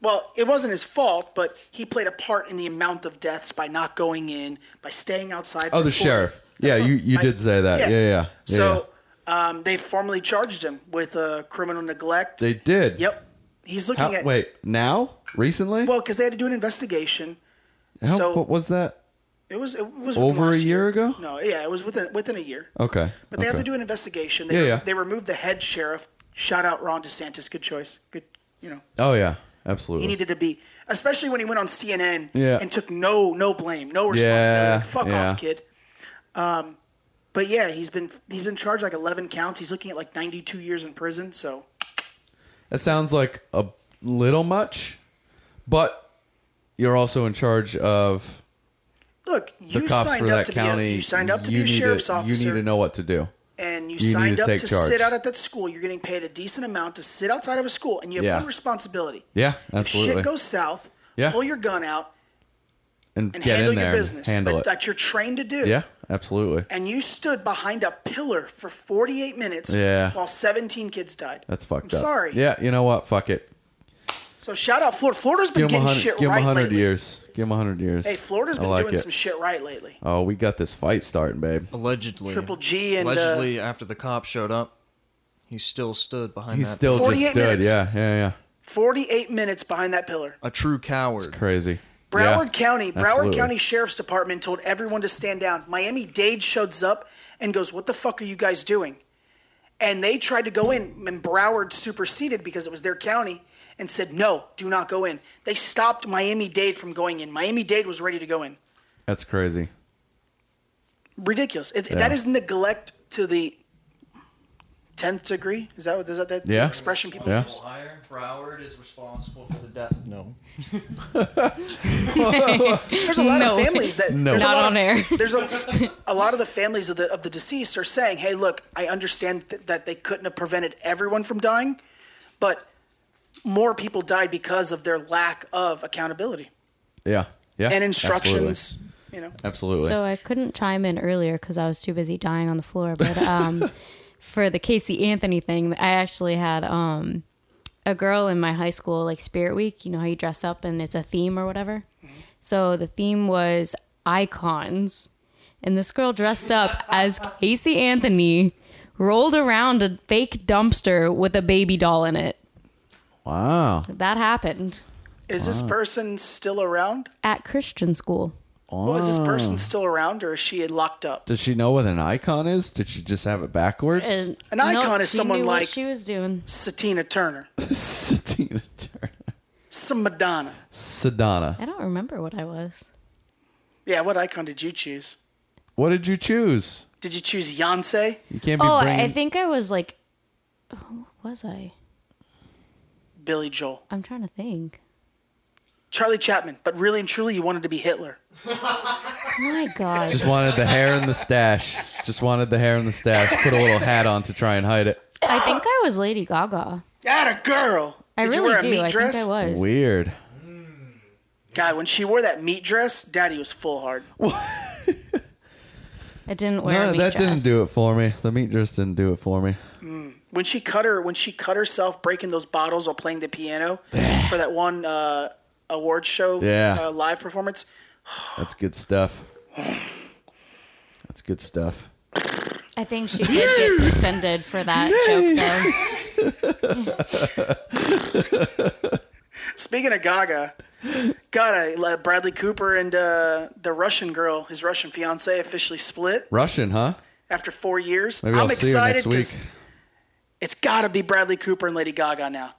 [SPEAKER 2] Well, it wasn't his fault, but he played a part in the amount of deaths by not going in, by staying outside.
[SPEAKER 3] Oh, the
[SPEAKER 2] before-
[SPEAKER 3] sheriff. Yeah, you, you
[SPEAKER 2] I-
[SPEAKER 3] did say that.
[SPEAKER 2] yeah.
[SPEAKER 3] Yeah, yeah. yeah, yeah.
[SPEAKER 2] So um, they formally charged him with uh, criminal neglect.
[SPEAKER 3] they did.
[SPEAKER 2] Yep. He's looking
[SPEAKER 3] How-
[SPEAKER 2] at
[SPEAKER 3] wait, now? Recently?
[SPEAKER 2] well because they had to do an investigation.
[SPEAKER 3] How,
[SPEAKER 2] so-
[SPEAKER 3] what was that?
[SPEAKER 2] It was it was
[SPEAKER 3] Over a
[SPEAKER 2] last
[SPEAKER 3] year ago?
[SPEAKER 2] No, yeah, it was within within a year.
[SPEAKER 3] Okay.
[SPEAKER 2] But they have
[SPEAKER 3] okay.
[SPEAKER 2] to do an investigation. They,
[SPEAKER 3] Yeah, yeah.
[SPEAKER 2] they removed the head sheriff. Shout out Ron DeSantis. Good choice. Good, you know.
[SPEAKER 3] Oh yeah, absolutely.
[SPEAKER 2] He needed to be, especially when he went on CNN
[SPEAKER 3] Yeah.
[SPEAKER 2] and took no no blame, no responsibility.
[SPEAKER 3] Yeah,
[SPEAKER 2] Like, Fuck
[SPEAKER 3] yeah.
[SPEAKER 2] off, kid. Um, but yeah, he's been he's been charged like eleven counts. He's looking at like ninety two years in prison. So
[SPEAKER 3] That sounds like a little much, but you're also in charge of
[SPEAKER 2] look,
[SPEAKER 3] the
[SPEAKER 2] you
[SPEAKER 3] cops for
[SPEAKER 2] signed up
[SPEAKER 3] that
[SPEAKER 2] to
[SPEAKER 3] county.
[SPEAKER 2] be a, you signed up to be
[SPEAKER 3] You
[SPEAKER 2] a
[SPEAKER 3] need
[SPEAKER 2] sheriff's
[SPEAKER 3] to,
[SPEAKER 2] officer.
[SPEAKER 3] You need to know what to do.
[SPEAKER 2] and you,
[SPEAKER 3] you need
[SPEAKER 2] signed
[SPEAKER 3] to
[SPEAKER 2] up
[SPEAKER 3] take
[SPEAKER 2] to
[SPEAKER 3] charge.
[SPEAKER 2] sit out at that school. You're getting paid a decent amount to sit outside of a school, and you have
[SPEAKER 3] Yeah.
[SPEAKER 2] one responsibility.
[SPEAKER 3] Yeah,
[SPEAKER 2] If
[SPEAKER 3] absolutely.
[SPEAKER 2] shit goes south,
[SPEAKER 3] Yeah.
[SPEAKER 2] pull your gun out
[SPEAKER 3] and,
[SPEAKER 2] and
[SPEAKER 3] get
[SPEAKER 2] handle
[SPEAKER 3] in there
[SPEAKER 2] your business.
[SPEAKER 3] and handle
[SPEAKER 2] that,
[SPEAKER 3] it.
[SPEAKER 2] that you're trained to do.
[SPEAKER 3] yeah, absolutely.
[SPEAKER 2] and you stood behind a pillar for 48 minutes
[SPEAKER 3] Yeah.
[SPEAKER 2] while 17 kids died.
[SPEAKER 3] That's fucked
[SPEAKER 2] I'm
[SPEAKER 3] up.
[SPEAKER 2] sorry.
[SPEAKER 3] Yeah, you know what? Fuck it.
[SPEAKER 2] So shout out Florida. Florida's been
[SPEAKER 3] Give him
[SPEAKER 2] getting
[SPEAKER 3] hundred.
[SPEAKER 2] shit
[SPEAKER 3] Give him
[SPEAKER 2] right
[SPEAKER 3] hundred
[SPEAKER 2] lately.
[SPEAKER 3] years. Give him hundred years.
[SPEAKER 2] Hey, Florida's
[SPEAKER 3] I
[SPEAKER 2] been
[SPEAKER 3] like
[SPEAKER 2] doing
[SPEAKER 3] it.
[SPEAKER 2] some shit right lately.
[SPEAKER 3] Oh, we got this fight starting, babe.
[SPEAKER 7] Allegedly.
[SPEAKER 2] Triple G and, uh,
[SPEAKER 7] allegedly after the cop showed up, he still stood behind.
[SPEAKER 3] He
[SPEAKER 7] that
[SPEAKER 3] still just
[SPEAKER 2] 48
[SPEAKER 3] stood.
[SPEAKER 2] minutes.
[SPEAKER 3] Yeah, yeah, yeah.
[SPEAKER 2] 48 minutes behind that pillar.
[SPEAKER 7] a true coward.
[SPEAKER 3] Crazy.
[SPEAKER 2] Broward
[SPEAKER 3] yeah,
[SPEAKER 2] County, Broward
[SPEAKER 3] absolutely.
[SPEAKER 2] County Sheriff's Department told everyone to stand down. Miami Dade shows up and goes, "What the fuck are you guys doing?" And they tried to go in, and Broward superseded because it was their county and said, "No, do not go in." They stopped Miami Dade from going in. Miami Dade was ready to go in.
[SPEAKER 3] That's crazy.
[SPEAKER 2] Ridiculous. It,
[SPEAKER 3] Yeah.
[SPEAKER 2] That is neglect to the tenth degree. Is that what is that, that the
[SPEAKER 3] Yeah.
[SPEAKER 2] expression people
[SPEAKER 3] Yeah.
[SPEAKER 2] use?
[SPEAKER 11] Higher. Broward is responsible for the death.
[SPEAKER 7] No.
[SPEAKER 2] There's a lot
[SPEAKER 9] No.
[SPEAKER 2] of families that
[SPEAKER 9] No.
[SPEAKER 2] there's a
[SPEAKER 9] Not
[SPEAKER 2] lot
[SPEAKER 9] on
[SPEAKER 2] of,
[SPEAKER 9] air.
[SPEAKER 2] There's a, a lot of the families of the of the deceased are saying, "Hey, look, I understand th- that they couldn't have prevented everyone from dying, but more people died because of their lack of accountability."
[SPEAKER 3] Yeah, yeah.
[SPEAKER 2] And instructions, you know.
[SPEAKER 3] Absolutely.
[SPEAKER 9] So I couldn't chime in earlier because I was too busy dying on the floor. But um, for the Casey Anthony thing, I actually had um, a girl in my high school, like Spirit Week. You know how you dress up and it's a theme or whatever.
[SPEAKER 2] Mm-hmm.
[SPEAKER 9] So the theme was icons, and this girl dressed up as Casey Anthony, rolled around a fake dumpster with a baby doll in it.
[SPEAKER 3] wow.
[SPEAKER 9] That happened
[SPEAKER 2] Is
[SPEAKER 3] Ah.
[SPEAKER 2] this person still around?
[SPEAKER 9] at Christian school.
[SPEAKER 2] Well, is this person
[SPEAKER 3] Ah.
[SPEAKER 2] still around, or is she locked up?
[SPEAKER 3] Does she know what an icon is? Did she just have it backwards?
[SPEAKER 9] And-
[SPEAKER 2] An icon
[SPEAKER 9] Nope,
[SPEAKER 2] is
[SPEAKER 9] she
[SPEAKER 2] someone
[SPEAKER 9] knew what
[SPEAKER 2] like
[SPEAKER 9] she was doing.
[SPEAKER 2] Satina Turner,
[SPEAKER 3] Satina Turner.
[SPEAKER 2] some Madonna.
[SPEAKER 3] Sedona.
[SPEAKER 9] I don't remember what I was.
[SPEAKER 2] Yeah, what icon did you choose?
[SPEAKER 3] What did you choose?
[SPEAKER 2] Did you choose Yonsei?
[SPEAKER 3] You can't be
[SPEAKER 9] Oh, I-
[SPEAKER 3] bringing.
[SPEAKER 9] I think I was like, who was I?
[SPEAKER 2] Billy Joel,
[SPEAKER 9] I'm trying to think.
[SPEAKER 2] Charlie Chapman, but really and truly, you wanted to be Hitler.
[SPEAKER 9] My God.
[SPEAKER 3] Just wanted the hair and the stash. Just wanted the hair and the stash. Put a little hat on to try and hide it.
[SPEAKER 9] I think I was Lady Gaga.
[SPEAKER 2] That a girl.
[SPEAKER 9] I
[SPEAKER 2] Did you
[SPEAKER 9] really
[SPEAKER 2] wear a
[SPEAKER 9] do.
[SPEAKER 2] meat
[SPEAKER 9] I
[SPEAKER 2] dress?
[SPEAKER 9] think I was.
[SPEAKER 3] Weird.
[SPEAKER 2] God, when she wore that meat dress, Daddy was full hard.
[SPEAKER 9] I didn't wear a
[SPEAKER 3] no,
[SPEAKER 9] meat
[SPEAKER 3] that
[SPEAKER 9] dress.
[SPEAKER 3] didn't do it for me. The meat dress didn't do it for me.
[SPEAKER 2] When she cut her, when she cut herself breaking those bottles while playing the piano for that one uh, award show
[SPEAKER 3] Yeah.
[SPEAKER 2] uh, live performance,
[SPEAKER 3] That's good stuff. That's good stuff.
[SPEAKER 9] I think she did get suspended for that joke,
[SPEAKER 2] Speaking of Gaga, God, I, uh, Bradley Cooper and uh, the Russian girl, his Russian fiance, officially split
[SPEAKER 3] Russian, huh?
[SPEAKER 2] after four years.
[SPEAKER 3] Maybe
[SPEAKER 2] I'm
[SPEAKER 3] i will see her
[SPEAKER 2] excited
[SPEAKER 3] next week.
[SPEAKER 2] because it's got to be Bradley Cooper and Lady Gaga now.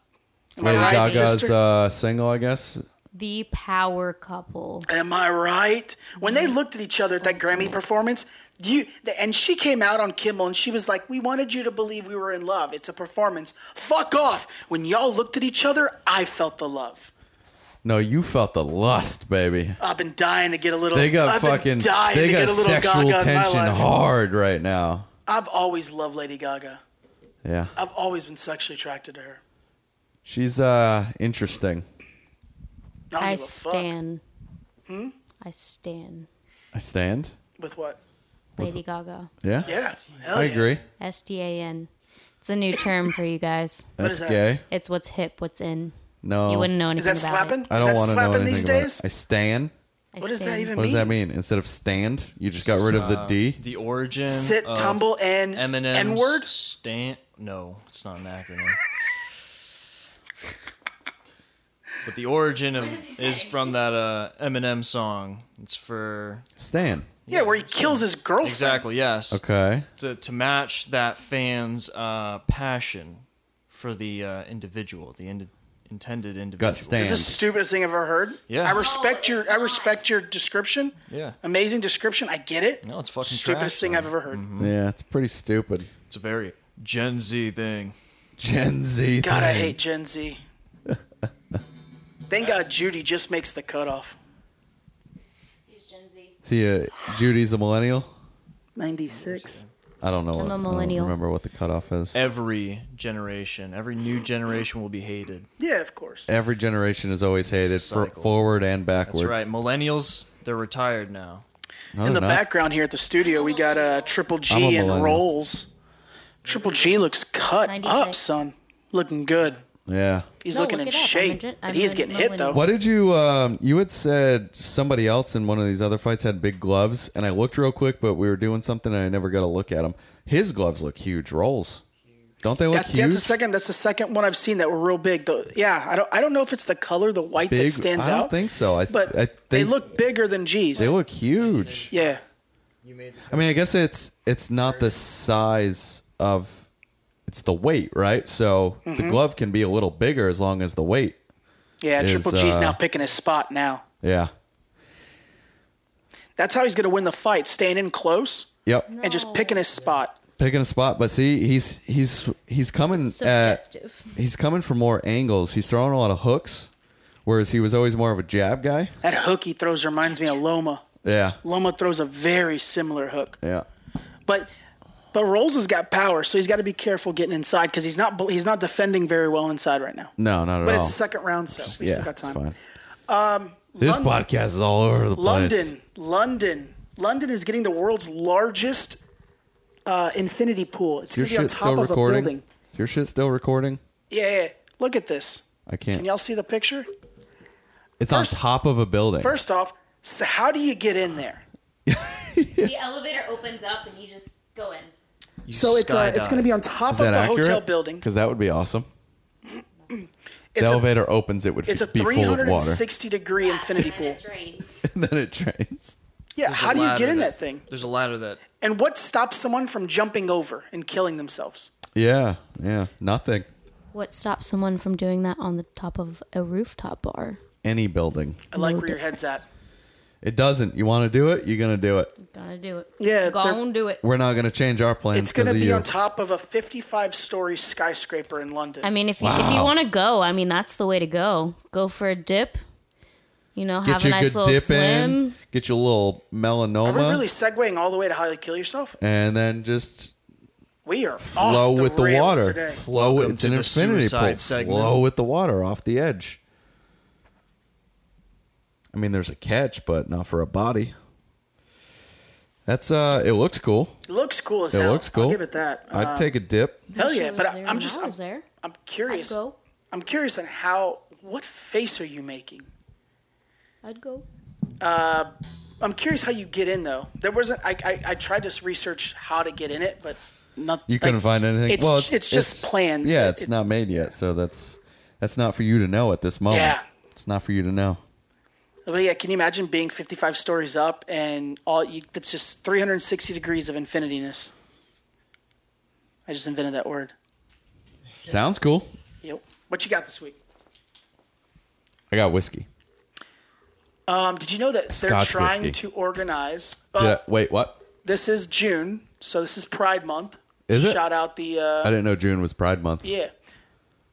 [SPEAKER 2] Am I
[SPEAKER 3] Lady
[SPEAKER 2] right,
[SPEAKER 3] Gaga's
[SPEAKER 2] sister?
[SPEAKER 3] uh, single, I guess.
[SPEAKER 9] though. The power couple.
[SPEAKER 2] Am I right? When they looked at each other at that Grammy performance, you the, and she came out on Kimmel and she was like, "We wanted you to believe we were in love. It's a performance. Fuck off." When y'all looked at each other, I felt the love.
[SPEAKER 3] No, you felt the lust, baby.
[SPEAKER 2] I've been dying to get a little.
[SPEAKER 3] They got
[SPEAKER 2] I've
[SPEAKER 3] fucking.
[SPEAKER 2] Been dying
[SPEAKER 3] They
[SPEAKER 2] to
[SPEAKER 3] got
[SPEAKER 2] get a little
[SPEAKER 3] sexual
[SPEAKER 2] Gaga in my
[SPEAKER 3] tension
[SPEAKER 2] life.
[SPEAKER 3] hard right now.
[SPEAKER 2] I've always loved Lady Gaga.
[SPEAKER 3] Yeah,
[SPEAKER 2] I've always been sexually attracted to her.
[SPEAKER 3] she's uh interesting.
[SPEAKER 2] I, don't
[SPEAKER 9] I
[SPEAKER 2] give a fuck.
[SPEAKER 9] stan.
[SPEAKER 2] Hmm?
[SPEAKER 9] I stan.
[SPEAKER 3] I stand.
[SPEAKER 2] With what?
[SPEAKER 3] With-
[SPEAKER 9] Lady Gaga.
[SPEAKER 3] Yeah.
[SPEAKER 2] Yeah, hell
[SPEAKER 3] I
[SPEAKER 2] yeah.
[SPEAKER 3] agree.
[SPEAKER 9] S D A N. It's a new term for you guys.
[SPEAKER 3] What That's is that? gay?
[SPEAKER 9] It's what's hip, what's in.
[SPEAKER 3] No.
[SPEAKER 9] You wouldn't know
[SPEAKER 2] Is
[SPEAKER 9] anything
[SPEAKER 2] that
[SPEAKER 9] about
[SPEAKER 2] slapping?
[SPEAKER 9] it.
[SPEAKER 3] I
[SPEAKER 2] Is
[SPEAKER 3] don't
[SPEAKER 2] that
[SPEAKER 3] want to know
[SPEAKER 2] slapping
[SPEAKER 3] anything
[SPEAKER 2] these
[SPEAKER 3] about
[SPEAKER 2] days?
[SPEAKER 3] it. I stand.
[SPEAKER 9] I
[SPEAKER 2] What does that
[SPEAKER 9] stan.
[SPEAKER 2] even
[SPEAKER 3] What does
[SPEAKER 2] mean?
[SPEAKER 3] that mean? Instead of stand, you just got rid of the
[SPEAKER 7] Uh,
[SPEAKER 3] D.
[SPEAKER 7] The origin.
[SPEAKER 2] Sit,
[SPEAKER 7] of
[SPEAKER 2] tumble, and
[SPEAKER 7] uh, Eminem's
[SPEAKER 2] N-word?
[SPEAKER 7] Stan. No, it's not an acronym. but the origin of is from that uh, Eminem song. It's for
[SPEAKER 3] Stan.
[SPEAKER 2] Yeah, where he kills his girlfriend.
[SPEAKER 7] exactly yes.
[SPEAKER 3] Okay.
[SPEAKER 7] To to match that fan's uh, passion for the uh, individual, the ind- intended individual.
[SPEAKER 3] Stan.
[SPEAKER 2] It's the stupidest thing I've ever heard.
[SPEAKER 7] Yeah.
[SPEAKER 2] I respect your I respect your description.
[SPEAKER 7] Yeah.
[SPEAKER 2] Amazing description. I get it.
[SPEAKER 7] No, it's fucking
[SPEAKER 2] stupidest thing
[SPEAKER 7] trash, though. Mm-hmm.
[SPEAKER 2] I've ever heard.
[SPEAKER 3] Yeah, it's pretty stupid.
[SPEAKER 7] It's a very Gen Z thing.
[SPEAKER 3] Gen Z.
[SPEAKER 2] God, I
[SPEAKER 3] thing.
[SPEAKER 2] hate Gen Z. Thank God Judy just makes the cutoff.
[SPEAKER 3] See, uh, Judy's a millennial.
[SPEAKER 2] Ninety six.
[SPEAKER 3] I don't know.
[SPEAKER 9] I'm
[SPEAKER 3] what,
[SPEAKER 9] a
[SPEAKER 3] I don't
[SPEAKER 9] millennial.
[SPEAKER 3] remember what the cutoff is.
[SPEAKER 7] Every generation, every new generation will be hated.
[SPEAKER 2] Yeah, of course.
[SPEAKER 3] Every generation is always hated, for, forward and backward.
[SPEAKER 7] That's right. Millennials, they're retired now.
[SPEAKER 3] No,
[SPEAKER 2] In the
[SPEAKER 3] they're not.
[SPEAKER 2] background here at the studio, we got uh, Triple
[SPEAKER 3] I'm a
[SPEAKER 2] G and
[SPEAKER 3] millennial.
[SPEAKER 2] Rolls. Triple G looks cut
[SPEAKER 9] 96.
[SPEAKER 2] up, son. Looking good.
[SPEAKER 3] Yeah.
[SPEAKER 2] He's
[SPEAKER 9] No,
[SPEAKER 2] looking
[SPEAKER 9] look
[SPEAKER 2] in
[SPEAKER 9] it up. I'm
[SPEAKER 2] shape,
[SPEAKER 9] legit-
[SPEAKER 2] but
[SPEAKER 9] I'm
[SPEAKER 2] he's
[SPEAKER 9] a
[SPEAKER 2] getting hit though.
[SPEAKER 9] millennial.
[SPEAKER 3] What did you? Um, you had said somebody else in one of these other fights had big gloves, and I looked real quick, but we were doing something, and I never got a look at them. His gloves look huge. Rolls, don't they look
[SPEAKER 2] That's,
[SPEAKER 3] huge?
[SPEAKER 2] that's the second. That's the second one I've seen that were real big. Though, yeah, I don't. I don't know if it's the color, the white that
[SPEAKER 3] Big.
[SPEAKER 2] stands
[SPEAKER 3] I don't
[SPEAKER 2] out.
[SPEAKER 3] think so. I,
[SPEAKER 2] but
[SPEAKER 3] I
[SPEAKER 2] they
[SPEAKER 3] think-
[SPEAKER 2] look bigger than G's.
[SPEAKER 3] They look huge.
[SPEAKER 2] yeah,
[SPEAKER 3] I mean, I guess it's it's not the size of, it's the weight, right? So
[SPEAKER 2] Mm-hmm.
[SPEAKER 3] the glove can be a little bigger as long as the weight.
[SPEAKER 2] yeah.
[SPEAKER 3] Is,
[SPEAKER 2] Triple G's
[SPEAKER 3] uh,
[SPEAKER 2] now picking his spot now.
[SPEAKER 3] Yeah.
[SPEAKER 2] That's how he's going to win the fight, staying in close
[SPEAKER 3] Yep.
[SPEAKER 2] and just picking his spot.
[SPEAKER 3] Picking a spot, but see, he's he's he's coming at
[SPEAKER 9] Subjective.
[SPEAKER 3] he's coming from more angles. He's throwing a lot of hooks, whereas he was always more of a jab guy.
[SPEAKER 2] That hook he throws reminds me of Loma.
[SPEAKER 3] Yeah.
[SPEAKER 2] Loma throws a very similar hook,
[SPEAKER 3] Yeah.
[SPEAKER 2] but but Rolls has got power, so he's got to be careful getting inside because he's not he's not defending very well inside right now.
[SPEAKER 3] No, not at
[SPEAKER 2] But
[SPEAKER 3] all.
[SPEAKER 2] it's the second round, so we
[SPEAKER 3] yeah,
[SPEAKER 2] still got
[SPEAKER 3] it's
[SPEAKER 2] time.
[SPEAKER 3] fine.
[SPEAKER 2] Um,
[SPEAKER 3] This
[SPEAKER 2] London-
[SPEAKER 3] podcast is all over the place.
[SPEAKER 2] London, London, London is getting the world's largest uh, infinity pool. It's
[SPEAKER 3] Is
[SPEAKER 2] going
[SPEAKER 3] your
[SPEAKER 2] to be on
[SPEAKER 3] shit still
[SPEAKER 2] top of a
[SPEAKER 3] recording?
[SPEAKER 2] building.
[SPEAKER 3] Is your shit still recording?
[SPEAKER 2] Yeah, yeah, look at this.
[SPEAKER 3] I can't.
[SPEAKER 2] Can y'all see the picture?
[SPEAKER 3] it's on top of a building.
[SPEAKER 2] First off, so how do you get in there?
[SPEAKER 9] the elevator opens up and you just go in.
[SPEAKER 2] so it's uh, it's going to be on top of the hotel building.
[SPEAKER 3] Because that would be awesome.
[SPEAKER 2] It's
[SPEAKER 3] the
[SPEAKER 2] a-
[SPEAKER 3] elevator opens, it would
[SPEAKER 2] It's a
[SPEAKER 3] be full of water,
[SPEAKER 2] 360 degree infinity pool.
[SPEAKER 3] and then it drains.
[SPEAKER 2] Yeah,
[SPEAKER 7] There's a
[SPEAKER 2] how do you
[SPEAKER 7] ladder
[SPEAKER 2] get in that thing?
[SPEAKER 7] There's a ladder that
[SPEAKER 2] And what stops someone from jumping over and killing themselves?
[SPEAKER 3] Yeah, yeah, nothing.
[SPEAKER 9] What stops someone from doing that on the top of a rooftop bar?
[SPEAKER 3] Any building.
[SPEAKER 2] I like
[SPEAKER 9] No
[SPEAKER 2] where your head's at.
[SPEAKER 3] It doesn't. You want to do it? You're gonna do it.
[SPEAKER 9] Gotta do it.
[SPEAKER 2] Yeah, they're-
[SPEAKER 9] Gonna do it.
[SPEAKER 3] We're not gonna change our plans.
[SPEAKER 2] It's going to
[SPEAKER 3] because of
[SPEAKER 2] be
[SPEAKER 3] you.
[SPEAKER 2] on top of a 55 story skyscraper in London.
[SPEAKER 9] I mean, if you, if you
[SPEAKER 3] Wow.
[SPEAKER 9] want to go, I mean, that's the way to go. Go for a dip. You know,
[SPEAKER 3] Get
[SPEAKER 9] have
[SPEAKER 3] your
[SPEAKER 9] a nice
[SPEAKER 3] good
[SPEAKER 9] little
[SPEAKER 3] dip
[SPEAKER 9] swim.
[SPEAKER 3] in. Get your little
[SPEAKER 2] Are we
[SPEAKER 3] melanoma,
[SPEAKER 2] really segueing all the way to how to kill yourself?
[SPEAKER 3] and then just
[SPEAKER 2] We are
[SPEAKER 3] Flow
[SPEAKER 2] off the
[SPEAKER 3] with the
[SPEAKER 2] rails
[SPEAKER 3] water.
[SPEAKER 2] today.
[SPEAKER 3] Flow.
[SPEAKER 7] Welcome
[SPEAKER 3] it's
[SPEAKER 7] to
[SPEAKER 3] an
[SPEAKER 7] the
[SPEAKER 3] infinity pool.
[SPEAKER 7] suicide segment.
[SPEAKER 3] Flow with the water off the edge. I mean, there's a catch, but not for a body. That's uh. It looks cool.
[SPEAKER 2] It looks cool as
[SPEAKER 3] it
[SPEAKER 2] hell.
[SPEAKER 3] looks cool.
[SPEAKER 2] I'll give it that.
[SPEAKER 3] I'd
[SPEAKER 2] Um,
[SPEAKER 3] take a dip.
[SPEAKER 2] Hell yeah! But I, I'm just
[SPEAKER 9] I was there.
[SPEAKER 2] I'm curious.
[SPEAKER 9] I'd go.
[SPEAKER 2] I'm curious on how. What face are you making?
[SPEAKER 9] I'd go.
[SPEAKER 2] Uh, I'm curious how you get in though. There wasn't. I, I, I tried to research how to get in it, but not.
[SPEAKER 3] You couldn't find anything.
[SPEAKER 2] it's-
[SPEAKER 3] well, it's,
[SPEAKER 2] it's just plans.
[SPEAKER 3] Yeah,
[SPEAKER 2] It-
[SPEAKER 3] it's not made yet, so that's that's not for you to know at this moment.
[SPEAKER 2] Yeah.
[SPEAKER 3] It's not for you to know.
[SPEAKER 2] But yeah, can you imagine being 55 stories up and all? You, it's just 360 degrees of infinityness. I just invented that word.
[SPEAKER 3] Sounds cool.
[SPEAKER 2] Yep. What you got this week?
[SPEAKER 3] I got whiskey.
[SPEAKER 2] Um, did you know that they're
[SPEAKER 3] Scotch
[SPEAKER 2] trying
[SPEAKER 3] whiskey.
[SPEAKER 2] to organize?
[SPEAKER 3] Did
[SPEAKER 2] Uh,
[SPEAKER 3] I- wait, what?
[SPEAKER 2] This is June, so this is Pride Month.
[SPEAKER 3] Is it?
[SPEAKER 2] Shout out the. Uh,
[SPEAKER 3] I didn't know June was Pride Month.
[SPEAKER 2] Yeah.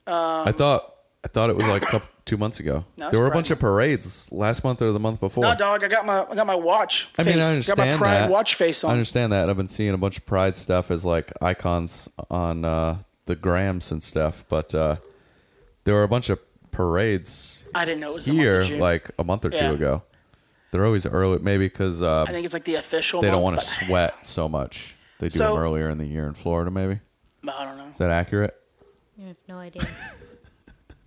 [SPEAKER 3] I
[SPEAKER 2] Um,
[SPEAKER 3] thought I thought it was like a couple, two months ago.
[SPEAKER 2] No, it's
[SPEAKER 3] there were a
[SPEAKER 2] Pride
[SPEAKER 3] bunch of parades last month or the month before.
[SPEAKER 2] no, dog. I got my I got my watch.
[SPEAKER 3] I
[SPEAKER 2] face.
[SPEAKER 3] mean, I
[SPEAKER 2] got my
[SPEAKER 3] understand
[SPEAKER 2] Pride
[SPEAKER 3] that.
[SPEAKER 2] watch face
[SPEAKER 3] I
[SPEAKER 2] on.
[SPEAKER 3] understand that. and I've been seeing a bunch of Pride stuff as like icons on uh, the grams and stuff, but uh, there were a bunch of parades.
[SPEAKER 2] I didn't know it was the month of
[SPEAKER 3] here
[SPEAKER 2] June.
[SPEAKER 3] like a month or two
[SPEAKER 2] Yeah.
[SPEAKER 3] ago. They're always early, maybe because uh,
[SPEAKER 2] I think it's like the official.
[SPEAKER 3] they
[SPEAKER 2] month,
[SPEAKER 3] don't want to
[SPEAKER 2] but-
[SPEAKER 3] sweat so much. They do
[SPEAKER 2] So-
[SPEAKER 3] them earlier in the year in Florida, maybe.
[SPEAKER 2] I don't know.
[SPEAKER 3] Is that accurate?
[SPEAKER 9] I have no idea.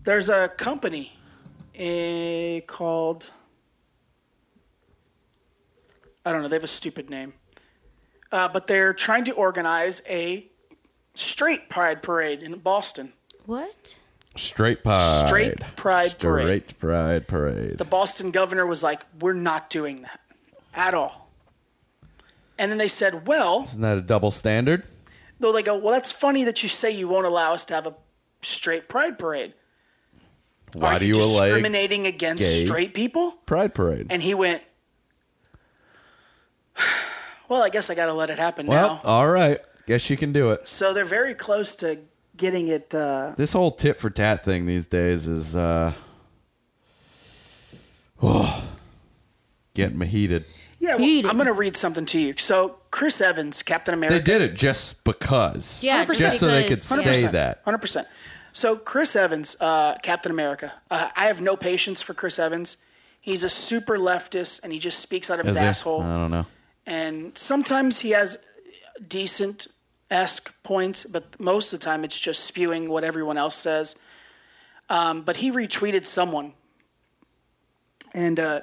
[SPEAKER 2] There's a company eh, called. I don't know. They have a stupid name. Uh, but they're trying to organize a straight pride parade in Boston.
[SPEAKER 9] What?
[SPEAKER 3] Straight pride.
[SPEAKER 2] Straight pride parade.
[SPEAKER 3] Straight pride parade.
[SPEAKER 2] The Boston governor was like, we're not doing that at all. And then they said, well,
[SPEAKER 3] Isn't that a double standard?
[SPEAKER 2] though they go, well, that's funny that you say you won't allow us to have a straight pride parade.
[SPEAKER 3] Why
[SPEAKER 2] Are
[SPEAKER 3] do
[SPEAKER 2] you
[SPEAKER 3] you allow
[SPEAKER 2] discriminating against
[SPEAKER 3] gay
[SPEAKER 2] straight people?
[SPEAKER 3] pride parade?
[SPEAKER 2] And he went, well, I guess I got to let it happen
[SPEAKER 3] well, uh,
[SPEAKER 2] now.
[SPEAKER 3] all right. Guess you can do it.
[SPEAKER 2] So they're very close to getting it. Uh,
[SPEAKER 3] This whole tit for tat thing these days is uh, oh, getting me heated.
[SPEAKER 2] yeah, well, I'm going to read something to you. So Chris Evans, Captain America.
[SPEAKER 3] They did it just because.
[SPEAKER 2] Yeah,
[SPEAKER 3] just,
[SPEAKER 2] just
[SPEAKER 3] so they could
[SPEAKER 2] because-
[SPEAKER 3] say that.
[SPEAKER 2] Hundred percent. So Chris Evans, uh, Captain America. Uh, I have no patience for Chris Evans. He's a super leftist, and he just speaks out of
[SPEAKER 3] Is Uh.
[SPEAKER 2] his
[SPEAKER 3] there?
[SPEAKER 2] asshole.
[SPEAKER 3] I don't know.
[SPEAKER 2] And sometimes he has decent esque points, but most of the time it's just spewing what everyone else says. Um, but he retweeted someone, and uh,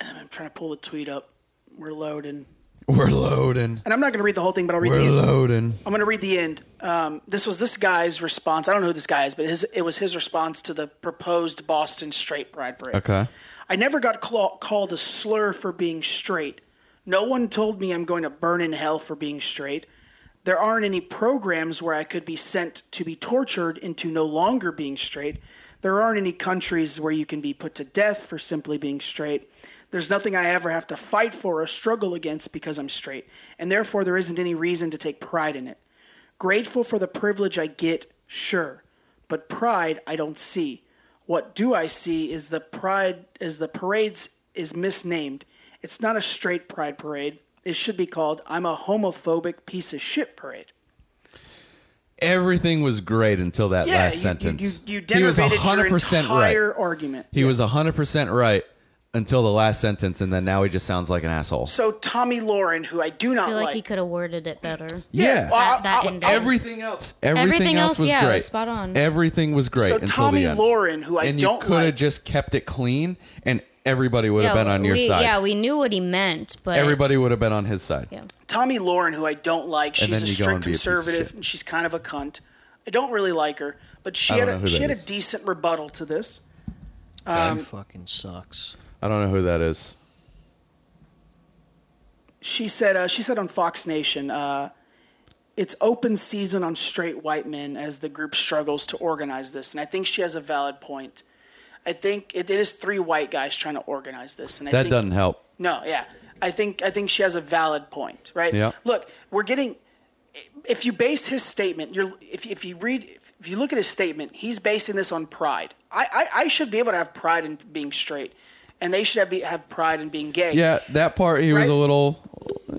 [SPEAKER 2] I'm trying to pull the tweet up. We're loading.
[SPEAKER 3] We're loading.
[SPEAKER 2] And I'm not going to read the whole thing, but I'll read
[SPEAKER 3] We're
[SPEAKER 2] the end.
[SPEAKER 3] loading.
[SPEAKER 2] I'm going to read the end. Um, this was this guy's response. I don't know who this guy is, but his, it was his response to the proposed Boston straight pride parade.
[SPEAKER 3] Okay.
[SPEAKER 2] I never got cla called a slur for being straight. No one told me I'm going to burn in hell for being straight. There aren't any programs where I could be sent to be tortured into no longer being straight. There aren't any countries where you can be put to death for simply being straight. There's nothing I ever have to fight for or struggle against because I'm straight, and therefore there isn't any reason to take pride in it. Grateful for the privilege I get, sure, but pride I don't see. What do I see is the pride is the parade's is misnamed. It's not a straight pride parade. It should be called I'm a homophobic piece of shit parade.
[SPEAKER 3] Everything was great until that
[SPEAKER 2] yeah,
[SPEAKER 3] last
[SPEAKER 2] you,
[SPEAKER 3] sentence.
[SPEAKER 2] you, you
[SPEAKER 3] he was
[SPEAKER 2] denigrated your
[SPEAKER 3] 100% right.
[SPEAKER 2] entire argument.
[SPEAKER 3] He was 100% right until the last sentence, and then now he just sounds like an asshole.
[SPEAKER 2] So Tommy Lauren, who I do
[SPEAKER 9] I
[SPEAKER 2] not
[SPEAKER 9] feel like,
[SPEAKER 2] like,
[SPEAKER 9] he could have worded it better.
[SPEAKER 3] Yeah.
[SPEAKER 9] That, that
[SPEAKER 2] I-
[SPEAKER 9] ending.
[SPEAKER 3] everything else. Everything,
[SPEAKER 9] Everything
[SPEAKER 3] else,
[SPEAKER 9] else,
[SPEAKER 3] was
[SPEAKER 9] yeah,
[SPEAKER 3] great.
[SPEAKER 9] was spot on.
[SPEAKER 3] Everything was great.
[SPEAKER 2] So
[SPEAKER 3] until
[SPEAKER 2] Tommy
[SPEAKER 3] the end.
[SPEAKER 2] Lauren, who I
[SPEAKER 3] and
[SPEAKER 2] don't
[SPEAKER 3] you could have
[SPEAKER 2] like-
[SPEAKER 3] just kept it clean, and everybody would have
[SPEAKER 9] Yeah,
[SPEAKER 3] been on your
[SPEAKER 9] we-
[SPEAKER 3] side.
[SPEAKER 9] Yeah, we knew what he meant, but
[SPEAKER 3] everybody would have been on his side.
[SPEAKER 2] Tommy Lauren, who I don't like.
[SPEAKER 3] then
[SPEAKER 2] She's a
[SPEAKER 3] you go
[SPEAKER 2] strict
[SPEAKER 3] and be a piece of
[SPEAKER 2] conservative,
[SPEAKER 3] shit.
[SPEAKER 2] and she's kind of a cunt. I don't really like her, but she
[SPEAKER 3] I
[SPEAKER 2] had
[SPEAKER 3] don't know
[SPEAKER 2] a,
[SPEAKER 3] who
[SPEAKER 2] she had
[SPEAKER 3] that is.
[SPEAKER 2] a decent rebuttal to this.
[SPEAKER 7] That
[SPEAKER 2] Um,
[SPEAKER 7] fucking sucks.
[SPEAKER 3] I don't know who that is.
[SPEAKER 2] she said uh, she said on Fox Nation, uh, it's open season on straight white men as the group struggles to organize this, and I think she has a valid point. I think it, it is three white guys trying to organize this, and I
[SPEAKER 3] that
[SPEAKER 2] think,
[SPEAKER 3] doesn't help.
[SPEAKER 2] No, yeah, I think I think she has a valid point, right?
[SPEAKER 3] Yeah.
[SPEAKER 2] Look, we're getting. If you base his statement, you're if if you read if you look at his statement, he's basing this on pride. I I, I should be able to have pride in being straight, and they should have, be, have pride in being gay.
[SPEAKER 3] Yeah, that part he was
[SPEAKER 2] Right?
[SPEAKER 3] a little,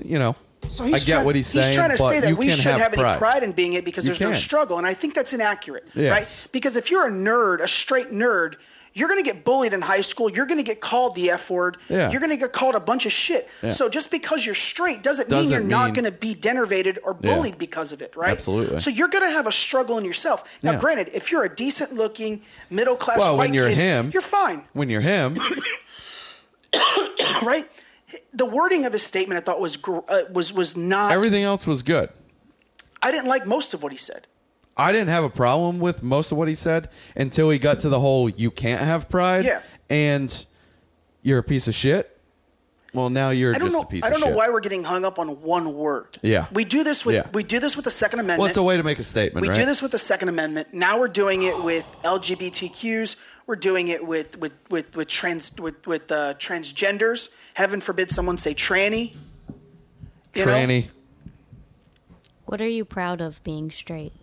[SPEAKER 3] you know,
[SPEAKER 2] So he's
[SPEAKER 3] I get
[SPEAKER 2] trying,
[SPEAKER 3] what he's saying.
[SPEAKER 2] He's trying to
[SPEAKER 3] but
[SPEAKER 2] say that
[SPEAKER 3] you
[SPEAKER 2] we
[SPEAKER 3] can
[SPEAKER 2] shouldn't have,
[SPEAKER 3] have pride.
[SPEAKER 2] any pride in being it because
[SPEAKER 3] You
[SPEAKER 2] there's no
[SPEAKER 3] can.
[SPEAKER 2] struggle, and I think that's inaccurate,
[SPEAKER 3] Yes.
[SPEAKER 2] right? Because if you're a nerd, a straight nerd, you're going to get bullied in high school. You're going to get called the F word.
[SPEAKER 3] Yeah.
[SPEAKER 2] You're going to get called a bunch of shit.
[SPEAKER 3] Yeah.
[SPEAKER 2] So just because you're straight doesn't,
[SPEAKER 3] Doesn't
[SPEAKER 2] mean you're not
[SPEAKER 3] mean-
[SPEAKER 2] going to be denigrated or
[SPEAKER 3] Yeah.
[SPEAKER 2] bullied because of it, right?
[SPEAKER 3] Absolutely.
[SPEAKER 2] So you're going to have a struggle in yourself. Now,
[SPEAKER 3] Yeah.
[SPEAKER 2] granted, if you're a decent looking middle class
[SPEAKER 3] Well,
[SPEAKER 2] white
[SPEAKER 3] when you're
[SPEAKER 2] kid,
[SPEAKER 3] him-
[SPEAKER 2] you're fine.
[SPEAKER 3] When you're him,
[SPEAKER 2] right? The wording of his statement I thought was gr- uh, was was not.
[SPEAKER 3] everything else was good.
[SPEAKER 2] I didn't like most of what he said.
[SPEAKER 3] I didn't have a problem with most of what he said until he got to the whole "you can't have pride"
[SPEAKER 2] Yeah.
[SPEAKER 3] and you're a piece of shit. Well, now you're
[SPEAKER 2] I don't
[SPEAKER 3] just
[SPEAKER 2] know.
[SPEAKER 3] a piece
[SPEAKER 2] I
[SPEAKER 3] of
[SPEAKER 2] don't know
[SPEAKER 3] shit.
[SPEAKER 2] why we're getting hung up on one word.
[SPEAKER 3] Yeah.
[SPEAKER 2] We do this with
[SPEAKER 3] Yeah.
[SPEAKER 2] we do this with the Second Amendment.
[SPEAKER 3] well, it's a way to make a statement,
[SPEAKER 2] we
[SPEAKER 3] right?
[SPEAKER 2] do this with the Second Amendment. Now we're doing it with LGBTQs. We're doing it with with with with trans with with uh, transgenders. Heaven forbid someone say tranny. You know?
[SPEAKER 3] tranny.
[SPEAKER 9] What are you proud of being straight?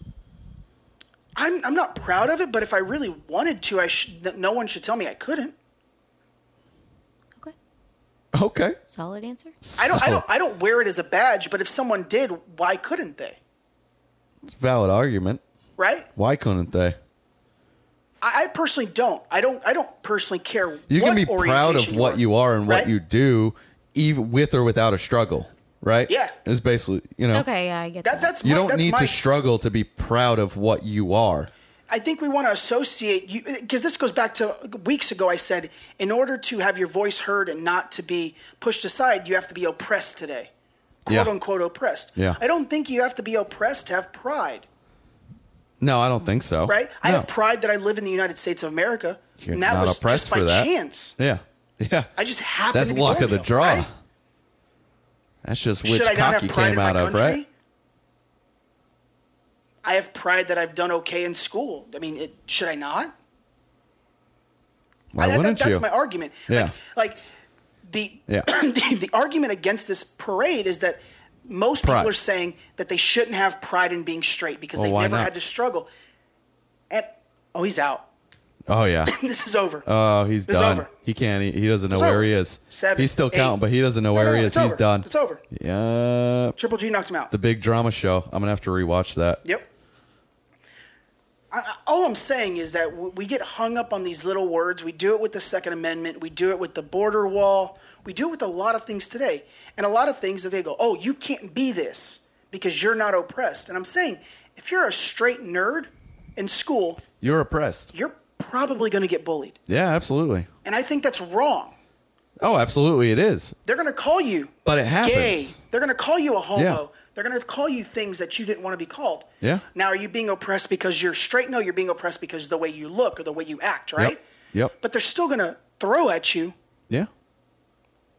[SPEAKER 2] I'm I'm not proud of it, but if I really wanted to, I should. No one should tell me I couldn't.
[SPEAKER 3] Okay.
[SPEAKER 9] Solid answer.
[SPEAKER 2] I don't. I
[SPEAKER 3] So-
[SPEAKER 2] don't. I don't wear it as a badge. But if someone did, why couldn't they?
[SPEAKER 3] It's a valid argument.
[SPEAKER 2] Right?
[SPEAKER 3] Why couldn't they?
[SPEAKER 2] I, I personally don't. I don't. I don't personally care.
[SPEAKER 3] You
[SPEAKER 2] what
[SPEAKER 3] can be proud of
[SPEAKER 2] orientation
[SPEAKER 3] what you are and
[SPEAKER 2] right?
[SPEAKER 3] what you do, even with or without a struggle, right?
[SPEAKER 2] Yeah.
[SPEAKER 3] It's basically, you know,
[SPEAKER 9] Okay, yeah, I get
[SPEAKER 2] That, that's
[SPEAKER 3] you
[SPEAKER 2] my,
[SPEAKER 3] don't
[SPEAKER 2] that's
[SPEAKER 3] need
[SPEAKER 2] my,
[SPEAKER 3] to struggle to be proud of what you are.
[SPEAKER 2] I think we want to associate you because this goes back to weeks ago. I said in order to have your voice heard and not to be pushed aside, you have to be oppressed today, quote
[SPEAKER 3] Yeah.
[SPEAKER 2] unquote oppressed.
[SPEAKER 3] Yeah.
[SPEAKER 2] I don't think you have to be oppressed to have pride,
[SPEAKER 3] No, I don't think so.
[SPEAKER 2] right? I
[SPEAKER 3] No.
[SPEAKER 2] have pride that I live in the United States of America,
[SPEAKER 3] You're
[SPEAKER 2] and that
[SPEAKER 3] not
[SPEAKER 2] was
[SPEAKER 3] oppressed
[SPEAKER 2] just by
[SPEAKER 3] for that.
[SPEAKER 2] chance.
[SPEAKER 3] Yeah. Yeah.
[SPEAKER 2] I just happened
[SPEAKER 3] That's
[SPEAKER 2] to be
[SPEAKER 3] luck
[SPEAKER 2] born
[SPEAKER 3] of the
[SPEAKER 2] here,
[SPEAKER 3] draw.
[SPEAKER 2] right?
[SPEAKER 3] That's just which
[SPEAKER 2] Should I not
[SPEAKER 3] cock
[SPEAKER 2] have
[SPEAKER 3] you
[SPEAKER 2] pride
[SPEAKER 3] came
[SPEAKER 2] in my
[SPEAKER 3] out of,
[SPEAKER 2] country?
[SPEAKER 3] right?
[SPEAKER 2] I have pride that I've done okay in school. I mean, it, should I not?
[SPEAKER 3] Why
[SPEAKER 2] I- that-
[SPEAKER 3] wouldn't
[SPEAKER 2] that's
[SPEAKER 3] you?
[SPEAKER 2] my argument.
[SPEAKER 3] Yeah.
[SPEAKER 2] Like the,
[SPEAKER 3] Yeah.
[SPEAKER 2] the the argument against this parade is that most
[SPEAKER 3] Pride.
[SPEAKER 2] people are saying that they shouldn't have pride in being straight because
[SPEAKER 3] Well,
[SPEAKER 2] they
[SPEAKER 3] why
[SPEAKER 2] never
[SPEAKER 3] not?
[SPEAKER 2] had to struggle. And oh, he's out.
[SPEAKER 3] Oh yeah.
[SPEAKER 2] this is over.
[SPEAKER 3] Oh, he's
[SPEAKER 2] It's
[SPEAKER 3] done.
[SPEAKER 2] over.
[SPEAKER 3] He can't. e-, He, he doesn't know
[SPEAKER 2] It's
[SPEAKER 3] where
[SPEAKER 2] over.
[SPEAKER 3] he is.
[SPEAKER 2] Seven,
[SPEAKER 3] he's still
[SPEAKER 2] eight.
[SPEAKER 3] counting, but he doesn't know
[SPEAKER 2] No,
[SPEAKER 3] where
[SPEAKER 2] no,
[SPEAKER 3] he
[SPEAKER 2] it's
[SPEAKER 3] is. He's
[SPEAKER 2] over.
[SPEAKER 3] done.
[SPEAKER 2] It's over.
[SPEAKER 3] Yeah.
[SPEAKER 2] Triple G knocked him out.
[SPEAKER 3] The big drama show. I'm gonna have to rewatch that.
[SPEAKER 2] Yep. I, I, all I'm saying is that w- we get hung up on these little words. We do it with the Second Amendment. We do it with the border wall. We do it with a lot of things today. And a lot of things that they go, oh, you can't be this because you're not oppressed. And I'm saying, if you're a straight nerd in school,
[SPEAKER 3] You're oppressed.
[SPEAKER 2] you're probably going to get bullied.
[SPEAKER 3] Yeah, absolutely.
[SPEAKER 2] And I think that's wrong.
[SPEAKER 3] Oh, absolutely, it is.
[SPEAKER 2] They're going to call you
[SPEAKER 3] But it happens.
[SPEAKER 2] gay. They're going to call you a homo.
[SPEAKER 3] Yeah.
[SPEAKER 2] They're going to call you things that you didn't want to be called.
[SPEAKER 3] Yeah.
[SPEAKER 2] Now, are you being oppressed because you're straight? No, you're being oppressed because of the way you look or the way you act,
[SPEAKER 3] Yep.
[SPEAKER 2] right?
[SPEAKER 3] Yep.
[SPEAKER 2] But they're still going to throw at you
[SPEAKER 3] Yeah.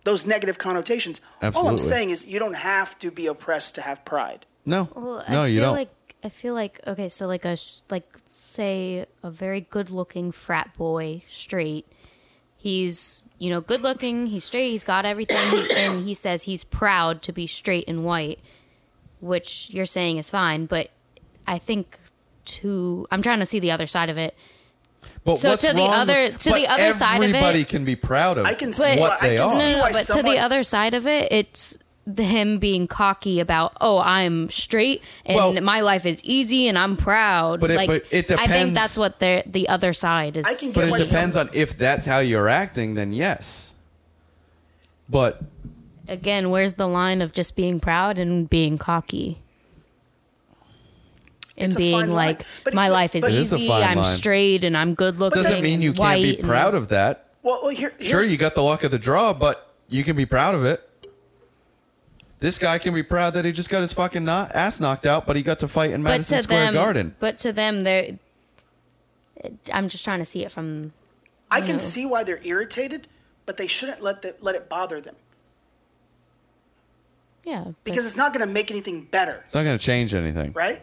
[SPEAKER 2] those negative connotations. All I'm
[SPEAKER 3] Absolutely.
[SPEAKER 2] saying is you don't have to be oppressed to have pride.
[SPEAKER 3] No.
[SPEAKER 9] Well,
[SPEAKER 3] no,
[SPEAKER 9] I
[SPEAKER 3] you
[SPEAKER 9] feel
[SPEAKER 3] don't.
[SPEAKER 9] Like I feel like okay, so like a s- like say a very good-looking frat boy, straight. He's you know good-looking. He's straight. He's got everything, he, and he says he's proud to be straight and white, which you're saying is fine. But I think to I'm trying to see the other side of it.
[SPEAKER 3] but
[SPEAKER 9] so
[SPEAKER 3] what's
[SPEAKER 9] to the
[SPEAKER 3] wrong
[SPEAKER 9] other-
[SPEAKER 3] with-
[SPEAKER 9] to
[SPEAKER 3] but
[SPEAKER 9] the other side of it-
[SPEAKER 3] Everybody can be proud of.
[SPEAKER 9] I can
[SPEAKER 3] what
[SPEAKER 9] see why- I
[SPEAKER 3] they
[SPEAKER 9] No,
[SPEAKER 3] are.
[SPEAKER 9] no, but to the other side of it, it's the, him being cocky about, oh, I'm straight and
[SPEAKER 3] Well-
[SPEAKER 9] my life is easy and I'm proud.
[SPEAKER 3] But it-
[SPEAKER 9] like,
[SPEAKER 3] but it
[SPEAKER 9] I think
[SPEAKER 3] depends-
[SPEAKER 9] that's what the the other side is. I
[SPEAKER 2] can
[SPEAKER 3] But it depends on if that's how you're acting. Then yes. But
[SPEAKER 9] Again, where's the line of just being proud and being cocky? And being like, my life is
[SPEAKER 3] but- It is a
[SPEAKER 9] easy.
[SPEAKER 3] fine
[SPEAKER 9] I'm
[SPEAKER 3] line.
[SPEAKER 9] straight and I'm good looking.
[SPEAKER 3] doesn't mean you
[SPEAKER 9] and
[SPEAKER 3] can't be
[SPEAKER 9] white and-
[SPEAKER 3] proud of that.
[SPEAKER 2] Well, well here,
[SPEAKER 3] Sure,
[SPEAKER 2] here's-
[SPEAKER 3] you got the luck of the draw, but you can be proud of it. This guy can be proud that he just got his fucking kno- ass knocked out, but he got to fight in Madison Square
[SPEAKER 9] them,
[SPEAKER 3] Garden.
[SPEAKER 9] But to them, they're. I'm just trying to see it from.
[SPEAKER 2] I
[SPEAKER 9] you know.
[SPEAKER 2] can see why they're irritated, but they shouldn't let the, let it bother them
[SPEAKER 9] Yeah. but-
[SPEAKER 2] because it's not going to make anything better,
[SPEAKER 3] It's not going to change anything.
[SPEAKER 2] right?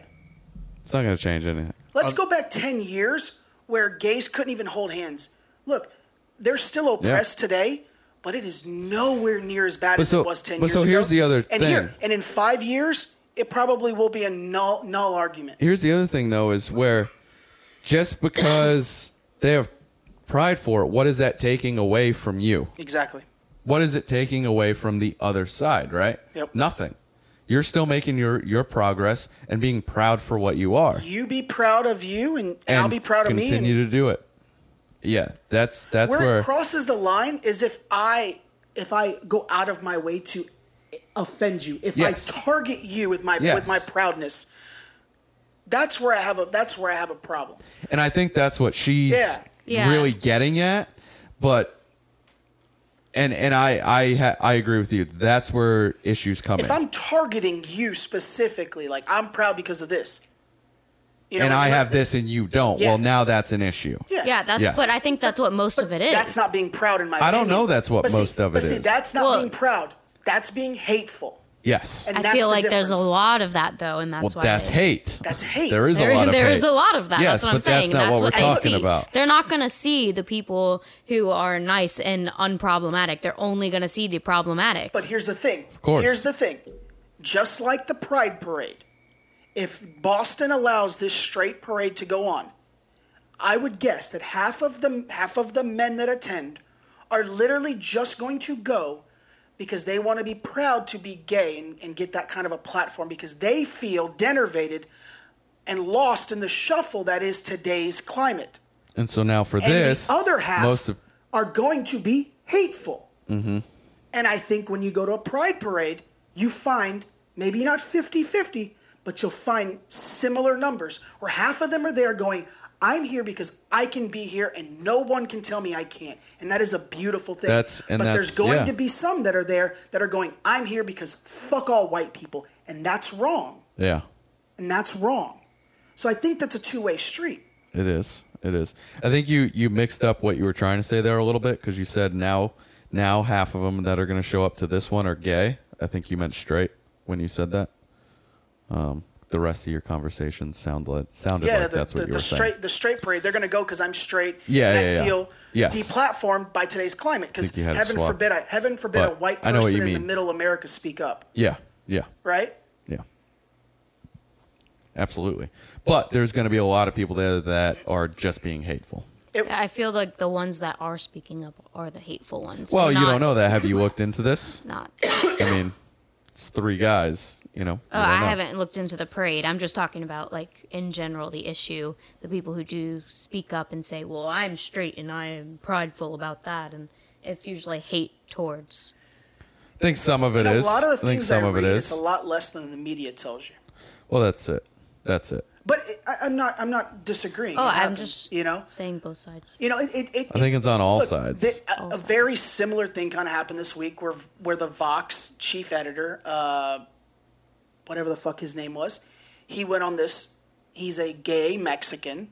[SPEAKER 3] It's not going to change anything.
[SPEAKER 2] Let's go back 10 years where gays couldn't even hold hands. Look, they're still oppressed today, but it is nowhere near as bad
[SPEAKER 3] But
[SPEAKER 2] as
[SPEAKER 3] so-
[SPEAKER 2] it was 10
[SPEAKER 3] but
[SPEAKER 2] years
[SPEAKER 3] so
[SPEAKER 2] ago.
[SPEAKER 3] here's the other
[SPEAKER 2] and Here,
[SPEAKER 3] thing.
[SPEAKER 2] and in five years, it probably will be a null, null argument.
[SPEAKER 3] Here's the other thing, though, is where just because they have pride for it, what is that taking away from you?
[SPEAKER 2] Exactly.
[SPEAKER 3] What is it taking away from the other side, right?
[SPEAKER 2] Yep.
[SPEAKER 3] Nothing. You're still making your your progress and being proud for what you are.
[SPEAKER 2] You be proud of you, and, and, I'll be proud of me. and-
[SPEAKER 3] Continue to do it. Yeah, that's that's
[SPEAKER 2] where,
[SPEAKER 3] where
[SPEAKER 2] it crosses the line is if I if I go out of my way to offend you, if
[SPEAKER 3] Yes.
[SPEAKER 2] I target you with my
[SPEAKER 3] Yes.
[SPEAKER 2] with my proudness. That's where I have a that's where I have a problem.
[SPEAKER 3] And I think that's what she's
[SPEAKER 2] Yeah. Yeah.
[SPEAKER 3] really getting at. But and and I I ha- I agree with you. That's where issues come
[SPEAKER 2] If
[SPEAKER 3] in.
[SPEAKER 2] I'm targeting you specifically, like I'm proud because of this. You know
[SPEAKER 3] and
[SPEAKER 2] what
[SPEAKER 3] I
[SPEAKER 2] mean?
[SPEAKER 3] have this and you don't.
[SPEAKER 2] Yeah.
[SPEAKER 3] Well, now that's an issue.
[SPEAKER 2] Yeah,
[SPEAKER 9] that's.
[SPEAKER 3] Yes.
[SPEAKER 9] But I think that's what most of it is.
[SPEAKER 2] That's not being proud in my.
[SPEAKER 3] I don't
[SPEAKER 2] opinion.
[SPEAKER 3] know that's what
[SPEAKER 2] But see-
[SPEAKER 3] most of it
[SPEAKER 2] but see,
[SPEAKER 3] is.
[SPEAKER 2] that's not being proud. That's being hateful.
[SPEAKER 3] Yes.
[SPEAKER 2] And
[SPEAKER 9] I
[SPEAKER 2] that's
[SPEAKER 9] feel
[SPEAKER 2] the
[SPEAKER 9] like there's
[SPEAKER 2] difference.
[SPEAKER 9] a lot of that though, and that's
[SPEAKER 3] well,
[SPEAKER 9] why
[SPEAKER 3] that's
[SPEAKER 9] it-
[SPEAKER 3] hate.
[SPEAKER 2] That's hate.
[SPEAKER 3] There is
[SPEAKER 9] There-
[SPEAKER 3] a lot of
[SPEAKER 9] there
[SPEAKER 3] hate.
[SPEAKER 9] is a lot of that.
[SPEAKER 3] Yes,
[SPEAKER 9] that's what I'm
[SPEAKER 3] but that's
[SPEAKER 9] saying.
[SPEAKER 3] not
[SPEAKER 9] that's
[SPEAKER 3] what we're
[SPEAKER 9] they
[SPEAKER 3] talking
[SPEAKER 9] see.
[SPEAKER 3] about.
[SPEAKER 9] They're not going to see the people who are nice and unproblematic. They're only going to see the problematic.
[SPEAKER 2] But here's the thing. Of
[SPEAKER 9] course.
[SPEAKER 2] Here's the thing. Just like the Pride Parade, if Boston allows this straight parade to go on, I would guess that half of the half of the men that attend are literally just going to go because they want to be proud to be gay and, and get that kind of a platform because they feel denervated and lost in the shuffle that is today's climate.
[SPEAKER 3] And so now for
[SPEAKER 2] And the
[SPEAKER 3] this,
[SPEAKER 2] other half-
[SPEAKER 3] most of,
[SPEAKER 2] Are going to be hateful.
[SPEAKER 3] hmm
[SPEAKER 2] And I think when you go to a pride parade, you find maybe not 50 50, but you'll find similar numbers where half of them are there going, I'm here because I can be here and no one can tell me I can't. And that is a beautiful thing.
[SPEAKER 3] That's- and
[SPEAKER 2] but there's
[SPEAKER 3] that's-
[SPEAKER 2] going
[SPEAKER 3] yeah.
[SPEAKER 2] to be some that are there that are going, I'm here because fuck all white people. And that's wrong.
[SPEAKER 3] yeah,
[SPEAKER 2] And that's wrong. So I think that's a two way street.
[SPEAKER 3] it is. It is. I think you you mixed up what you were trying to say there a little bit because you said now now half of them that are going to show up to this one are gay. I think you meant straight when you said that. Um, the rest of your conversation sound like, sounded
[SPEAKER 2] Yeah,
[SPEAKER 3] like
[SPEAKER 2] the,
[SPEAKER 3] that's what
[SPEAKER 2] the,
[SPEAKER 3] you
[SPEAKER 2] the
[SPEAKER 3] were
[SPEAKER 2] straight
[SPEAKER 3] saying.
[SPEAKER 2] the straight parade. They're going to go because I'm straight.
[SPEAKER 3] Yeah,
[SPEAKER 2] and
[SPEAKER 3] yeah, yeah.
[SPEAKER 2] I feel
[SPEAKER 3] Yes.
[SPEAKER 2] deplatformed by today's climate. Because
[SPEAKER 3] Think you had it
[SPEAKER 2] heaven
[SPEAKER 3] swapped.
[SPEAKER 2] forbid, I, heaven forbid, a
[SPEAKER 3] But
[SPEAKER 2] white
[SPEAKER 3] I know what you
[SPEAKER 2] person in the
[SPEAKER 3] mean.
[SPEAKER 2] middle America speak up.
[SPEAKER 3] Yeah, yeah,
[SPEAKER 2] Right?
[SPEAKER 3] yeah. Absolutely. But there's going to be a lot of people there that are just being hateful.
[SPEAKER 9] I feel like the ones that are speaking up are the hateful ones.
[SPEAKER 3] Well, you
[SPEAKER 9] Not-
[SPEAKER 3] don't know that. Have you looked into this?
[SPEAKER 9] Not.
[SPEAKER 3] I mean, it's three guys. You know.
[SPEAKER 9] Oh,
[SPEAKER 3] You don't
[SPEAKER 9] I
[SPEAKER 3] know.
[SPEAKER 9] haven't looked into the parade. I'm just talking about like in general the issue, the people who do speak up and say, "Well, I'm straight and I am prideful about that," and it's usually hate towards.
[SPEAKER 3] I think some of it
[SPEAKER 2] and
[SPEAKER 3] is.
[SPEAKER 2] a lot of the
[SPEAKER 3] I think
[SPEAKER 2] things
[SPEAKER 3] some
[SPEAKER 2] I
[SPEAKER 3] of
[SPEAKER 2] read,
[SPEAKER 3] it
[SPEAKER 2] it's
[SPEAKER 3] is.
[SPEAKER 2] a lot less than the media tells you.
[SPEAKER 3] Well, that's it. That's it.
[SPEAKER 2] But it, I, I'm not I'm not disagreeing.
[SPEAKER 9] Oh,
[SPEAKER 2] It
[SPEAKER 9] I'm
[SPEAKER 2] happens,
[SPEAKER 9] just
[SPEAKER 2] you know
[SPEAKER 9] saying both sides.
[SPEAKER 2] You know, it, it, it,
[SPEAKER 3] I think it's on all
[SPEAKER 2] Look,
[SPEAKER 3] sides.
[SPEAKER 2] the- a, a very similar thing kind of happened this week, where where the Vox chief editor, uh, whatever the fuck his name was, he went on this. He's a gay Mexican,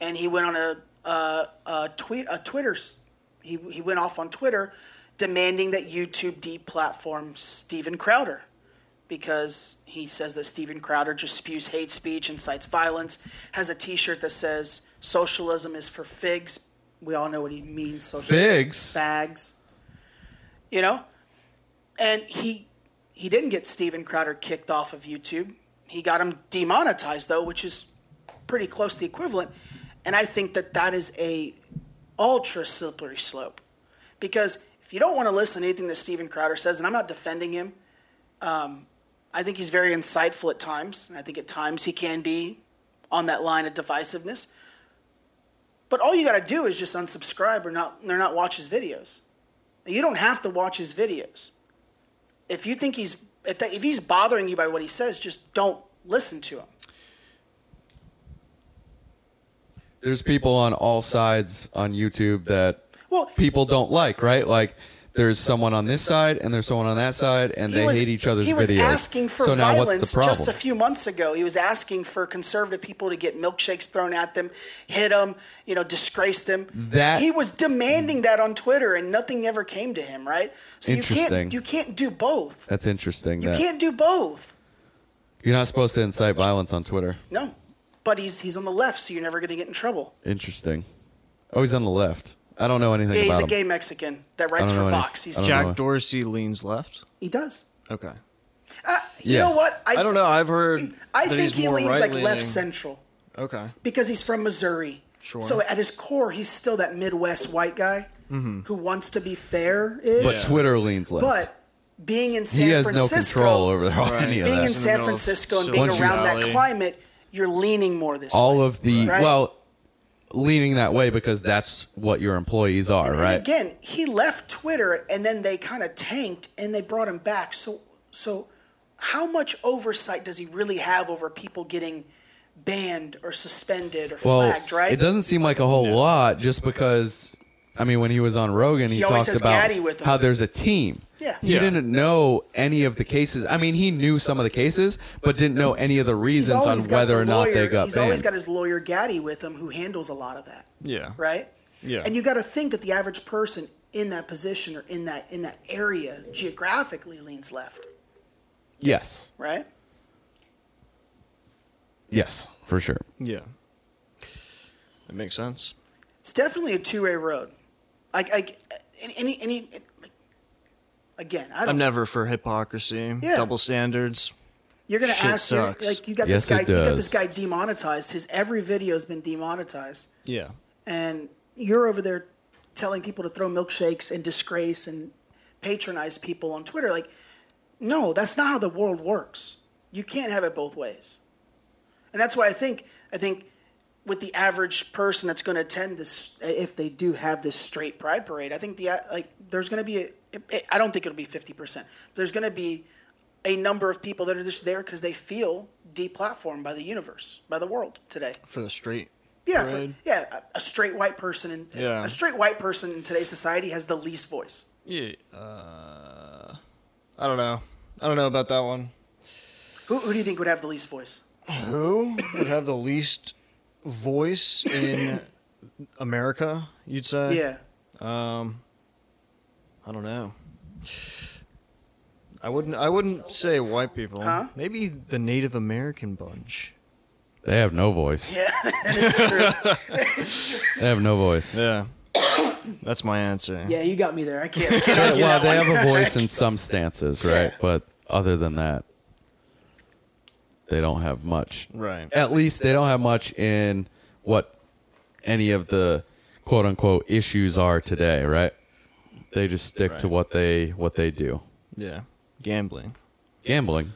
[SPEAKER 2] and he went on a a, a tweet a Twitter. s- He he went off on Twitter, demanding that YouTube deplatform Steven Crowder. Because he says that Steven Crowder just spews hate speech, incites violence, has a t shirt that says, Socialism is for figs, we all know what he means. Social
[SPEAKER 3] Figs?
[SPEAKER 2] fags. You know, and he he didn't get Steven Crowder kicked off of YouTube. He got him demonetized though, which is pretty close to the equivalent. And I think that that is a ultra slippery slope because if you don't want to listen to anything that Steven Crowder says, and I'm not defending him, um, I think he's very insightful at times, and I think at times he can be on that line of divisiveness. But all you got to do is just unsubscribe or not or not watch his videos. You don't have to watch his videos. If you think he's if, that, if he's bothering you by what he says, just don't listen to him.
[SPEAKER 3] There's people on all sides on YouTube that
[SPEAKER 2] Well-
[SPEAKER 3] people don't like, right? Like there's someone on this side and there's someone on that side, and
[SPEAKER 2] He
[SPEAKER 3] they
[SPEAKER 2] was-
[SPEAKER 3] hate each other's
[SPEAKER 2] He was
[SPEAKER 3] videos.
[SPEAKER 2] asking for
[SPEAKER 3] so now what's
[SPEAKER 2] violence
[SPEAKER 3] the problem?
[SPEAKER 2] just a few months ago. He was asking for conservative people to get milkshakes thrown at them, hit them, you know, disgrace them.
[SPEAKER 3] That-
[SPEAKER 2] he was demanding that on Twitter, and nothing ever came to him. Right? So you
[SPEAKER 3] Interesting.
[SPEAKER 2] can't you can't do both.
[SPEAKER 3] That's interesting.
[SPEAKER 2] You
[SPEAKER 3] that
[SPEAKER 2] can't do both.
[SPEAKER 3] you're not supposed to incite violence on Twitter.
[SPEAKER 2] No. But he's he's on the left, so you're never going to get in trouble.
[SPEAKER 3] Interesting. Oh, he's on the left. I don't know anything
[SPEAKER 2] Yeah,
[SPEAKER 3] about
[SPEAKER 2] he's a
[SPEAKER 3] him.
[SPEAKER 2] gay Mexican that
[SPEAKER 3] I
[SPEAKER 2] writes
[SPEAKER 3] don't
[SPEAKER 2] for
[SPEAKER 3] know any-
[SPEAKER 2] Fox. He's
[SPEAKER 3] I don't
[SPEAKER 7] Jack
[SPEAKER 3] know.
[SPEAKER 7] Dorsey leans left.
[SPEAKER 2] he does. Uh,
[SPEAKER 7] Okay.
[SPEAKER 2] You know what?
[SPEAKER 7] I, don't know. I've heard.
[SPEAKER 2] I
[SPEAKER 7] that
[SPEAKER 2] think
[SPEAKER 7] he's
[SPEAKER 2] he
[SPEAKER 7] more
[SPEAKER 2] leans like
[SPEAKER 7] right-leaning.
[SPEAKER 2] left central
[SPEAKER 7] Okay.
[SPEAKER 2] because he's from Missouri.
[SPEAKER 7] Sure.
[SPEAKER 2] So at his core, he's still that Midwest white guy
[SPEAKER 3] Mhm.
[SPEAKER 2] who wants to be fair. Ish.
[SPEAKER 3] But Twitter leans left.
[SPEAKER 2] But being in San
[SPEAKER 3] he has
[SPEAKER 2] Francisco,
[SPEAKER 3] no control over any of
[SPEAKER 2] being
[SPEAKER 3] that.
[SPEAKER 2] in San Francisco and being
[SPEAKER 3] Once you-
[SPEAKER 2] around that climate, you're leaning more this way.
[SPEAKER 3] all of the
[SPEAKER 2] Right?
[SPEAKER 3] well leaning that way because that's what your employees are
[SPEAKER 2] And
[SPEAKER 3] right
[SPEAKER 2] again, he left Twitter and then they kind of tanked and they brought him back. So so how much oversight does he really have over people getting banned or suspended or
[SPEAKER 3] well
[SPEAKER 2] flagged, right?
[SPEAKER 3] it doesn't seem like a whole lot just because i mean when he was on rogan he,
[SPEAKER 2] He always
[SPEAKER 3] talked
[SPEAKER 2] has
[SPEAKER 3] about
[SPEAKER 2] Gaddy with him.
[SPEAKER 3] how there's a team
[SPEAKER 2] Yeah.
[SPEAKER 3] he
[SPEAKER 2] Yeah.
[SPEAKER 3] didn't know any of the cases i mean he knew some of the cases but didn't know any of the
[SPEAKER 2] He's
[SPEAKER 3] reasons on
[SPEAKER 2] always got
[SPEAKER 3] whether
[SPEAKER 2] the
[SPEAKER 3] or not they
[SPEAKER 2] lawyer-
[SPEAKER 3] got
[SPEAKER 2] He's always
[SPEAKER 3] banned
[SPEAKER 2] got his lawyer Gaddy with him who handles a lot of that,
[SPEAKER 7] Yeah.
[SPEAKER 2] right?
[SPEAKER 7] Yeah.
[SPEAKER 2] And you got to think that the average person in that position or in that in that area geographically leans left,
[SPEAKER 3] yes
[SPEAKER 2] right?
[SPEAKER 3] yes for sure
[SPEAKER 7] Yeah. That makes sense.
[SPEAKER 2] It's definitely a two-way road. Like, like any, any, any again, I don't.
[SPEAKER 7] I'm never for hypocrisy,
[SPEAKER 2] Yeah.
[SPEAKER 7] double standards.
[SPEAKER 2] You're gonna
[SPEAKER 7] Shit
[SPEAKER 2] ask,
[SPEAKER 7] sucks.
[SPEAKER 2] You're, like, you got
[SPEAKER 7] Yes,
[SPEAKER 2] this guy.
[SPEAKER 7] it
[SPEAKER 2] You got
[SPEAKER 7] does.
[SPEAKER 2] this guy demonetized. His every video has been demonetized,
[SPEAKER 7] Yeah.
[SPEAKER 2] and you're over there telling people to throw milkshakes and disgrace and patronize people on Twitter. Like, no, that's not how the world works. You can't have it both ways, and that's why I think I think with the average person that's going to attend this, if they do have this straight pride parade, I think the uh, like there's going to be a, I don't think it'll be fifty percent. There's going to be a number of people that are just there because they feel deplatformed by the universe, by the world today.
[SPEAKER 7] For the straight.
[SPEAKER 2] Yeah, for-
[SPEAKER 7] parade.
[SPEAKER 2] yeah. a- A straight white person in
[SPEAKER 7] Yeah.
[SPEAKER 2] a straight white person in today's society has the least voice.
[SPEAKER 7] Yeah. Uh, I don't know. I don't know about that one.
[SPEAKER 2] Who, who do you think would have the least voice?
[SPEAKER 7] Who would have the least voice in America? You'd say.
[SPEAKER 2] Yeah.
[SPEAKER 7] Um, I don't know. I wouldn't. I wouldn't say white people. Maybe the Native American bunch.
[SPEAKER 3] they have no voice
[SPEAKER 2] Yeah, that is true. That is true.
[SPEAKER 3] they have no voice
[SPEAKER 7] yeah that's my answer
[SPEAKER 2] Yeah, you got me there. I can't. I can't
[SPEAKER 3] They-
[SPEAKER 2] argue
[SPEAKER 3] well,
[SPEAKER 2] that
[SPEAKER 3] they
[SPEAKER 2] one.
[SPEAKER 3] have a voice in some stances, right? But other than that, they don't have much.
[SPEAKER 7] Right.
[SPEAKER 3] At least they don't have much in what any of the quote unquote issues are today, right? They just stick to
[SPEAKER 7] Right.
[SPEAKER 3] what they what they do.
[SPEAKER 7] Yeah. Gambling.
[SPEAKER 3] Gambling.